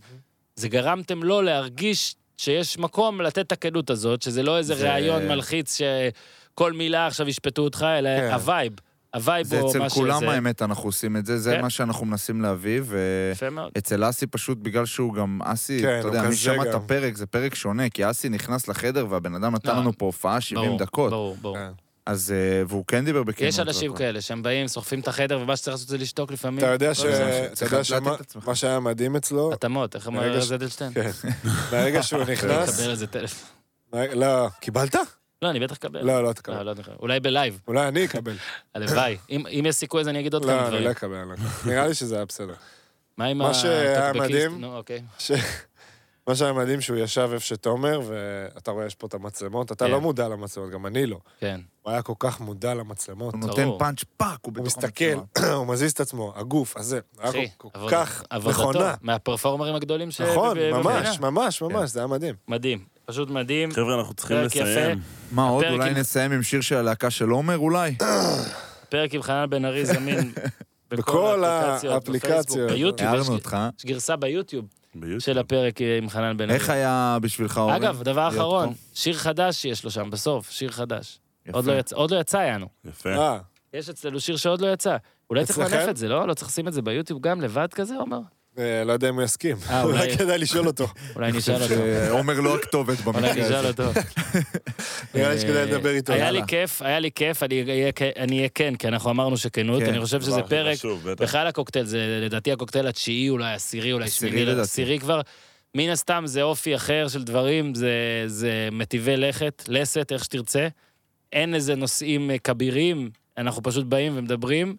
זה גרמתם לו להרגיש שיש מקום לתת את הכנות הזאת, שזה לא איזה זה- ראיון מלחיץ שכל מילה עכשיו ישפטו אותך, אלא כן. הווייב, הווייב זה הוא אצל מה שזה. כולם האמת, אנחנו עושים את זה, זה כן. מה שאנחנו מנסים להביא, ו... יפה מאוד. אצל אסי פשוט בגלל שהוא גם אסי, כן, אתה הוא יודע, מי כזה שמע את גם. הפרק, זה פרק שונה, כי אסי נכנס לחדר והבן אדם נתן לא, לנו פה הופעה 70 ברור, דקות. ברור, ברור. כן. אז, אה, והוא כן דיבר בכנות. יש אנשים והכל. כאלה שהם באים, סוחפים את החדר, ומה שצריך לעשות זה לשתוק לפעמים. אתה יודע ש... לא יודע. אתה יודע צריך להתאים שמה את עצמך. מה שהיה מדהים אצלו? התאמות, איך ברגע אמר ש- זדלשטיין? כן. מהרגע שהוא נכנס... תקבל איזה טלפון. לא, קיבלת? לא, אני בטח אקבל. לא, לא תקבל. לא, לא תקבל. אולי בלייב, אולי אני אקבל. הלוואי. אם אם יש סיכוי, אז אני אגיד עוד לא, כמה אני לא דברים. אקבל. אני לא אקבל. נראה לי שזה היה בסדר. מה עם מה שהיה הטוקבקיסט? מדהים- נו, אוקיי. ש- מה שהיה מדהים שהוא ישב איפה שתומר, ואתה רואה, יש פה את המצלמות. אתה כן. לא מודע למצלמות, גם אני לא. כן. הוא היה כל כך מודע למצלמות. הוא נותן ברור. פאנץ' פאק, הוא הוא בתוך מסתכל, הוא מזיז את עצמו, הגוף, הזה. אחי, היה כל כל עבודתו- כך עבודתו, נכונה. מהפרפורמרים הגדולים ש... נכון, ב- ב- ממש, במדינה. ממש, ממש, זה היה מדהים. מדהים, פשוט מדהים. חבר'ה, אנחנו צריכים פרק יפה. לסיים. מה עוד? הפרק אולי עם- נסיים עם שיר של הלהקה של עומר, אולי? פרק עם חנן בן ארי זמין. בכל בפייסבוק, האפליקציות. ביוטיוב, יש- הערנו אותך. אה? יש גרסה ביוטיוב ביוטיוב. של הפרק אה, עם חנן בן ארי. איך היה בשבילך, עומר? אגב, דבר להיות אחרון, פה? שיר חדש יש לו שם בסוף, שיר חדש. יפה. עוד לא יצא- עוד לא יצא, יענו. יפה. אה, יש אצלנו שיר שעוד לא יצא. אולי צריך אצלכם? לנף את זה, לא? לא צריך לשים את זה ביוטיוב גם לבד כזה, עומר? אה, לא יודע אם הוא יסכים. אה, אולי- אולי כדאי לשאול אותו. אולי נשאל אותו. שעומר לא הכתובת אולי במקרה נשאל הזה. אותו. נראה לי שכדאי אה, לדבר איתו, היה יאללה. לי כיף, היה לי כיף, אני אהיה כ- אני אהיה כן, כי אנחנו אמרנו שכנות, כן, אני חושב הדבר שזה הכי פרק, חשוב, בטח. בכלל הקוקטייל, זה לדעתי הקוקטייל התשיעי, אולי עשירי, אולי עשירי שמיני, לא, לדעתי. עשירי כבר. מן הסתם זה אופי אחר של דברים, זה, זה מטיבי לכת, לסת, איך שתרצה. אין איזה נושאים אה, כבירים, אנחנו פשוט באים ומדברים,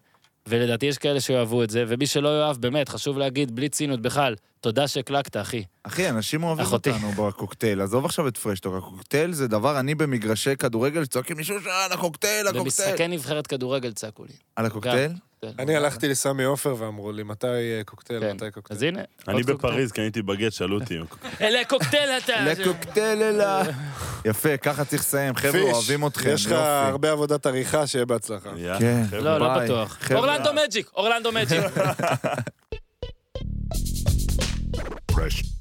ולדעתי יש כאלה שיאהבו את זה, ומי שלא יאהב, באמת, חשוב להגיד, בלי ציניות בכלל, תודה שהקלקת, אחי. אחי, אנשים אוהבים אחותי. אותנו בקוקטייל, עזוב עכשיו את פרשטוק, הקוקטייל זה דבר, אני במגרשי כדורגל צועקים מישהו שעל הקוקטייל, הקוקטייל. במשחקי נבחרת כדורגל צעקו לי. על הקוקטייל? אני הלכתי לסמי עופר ואמרו לי, מתי אה, קוקטייל, כן. מתי קוקטייל. אז הנה. אני עוד קוקטייל. בפריז קניתי בגט, שאלו אותי. אלה קוקטייל אתה. לקוקטייל אלה. יפה, ככה צריך לסיים, חבר'ה, פיש, אוהבים אתכם, יש לך יופי. הרבה עבודת עריכה, שיהיה בהצלחה. יאללה, כן. חבר'ה. לא, לא ביי. בטוח. חבר'ה. אורלנדו מג'יק, אורלנדו מג'יק. Fresh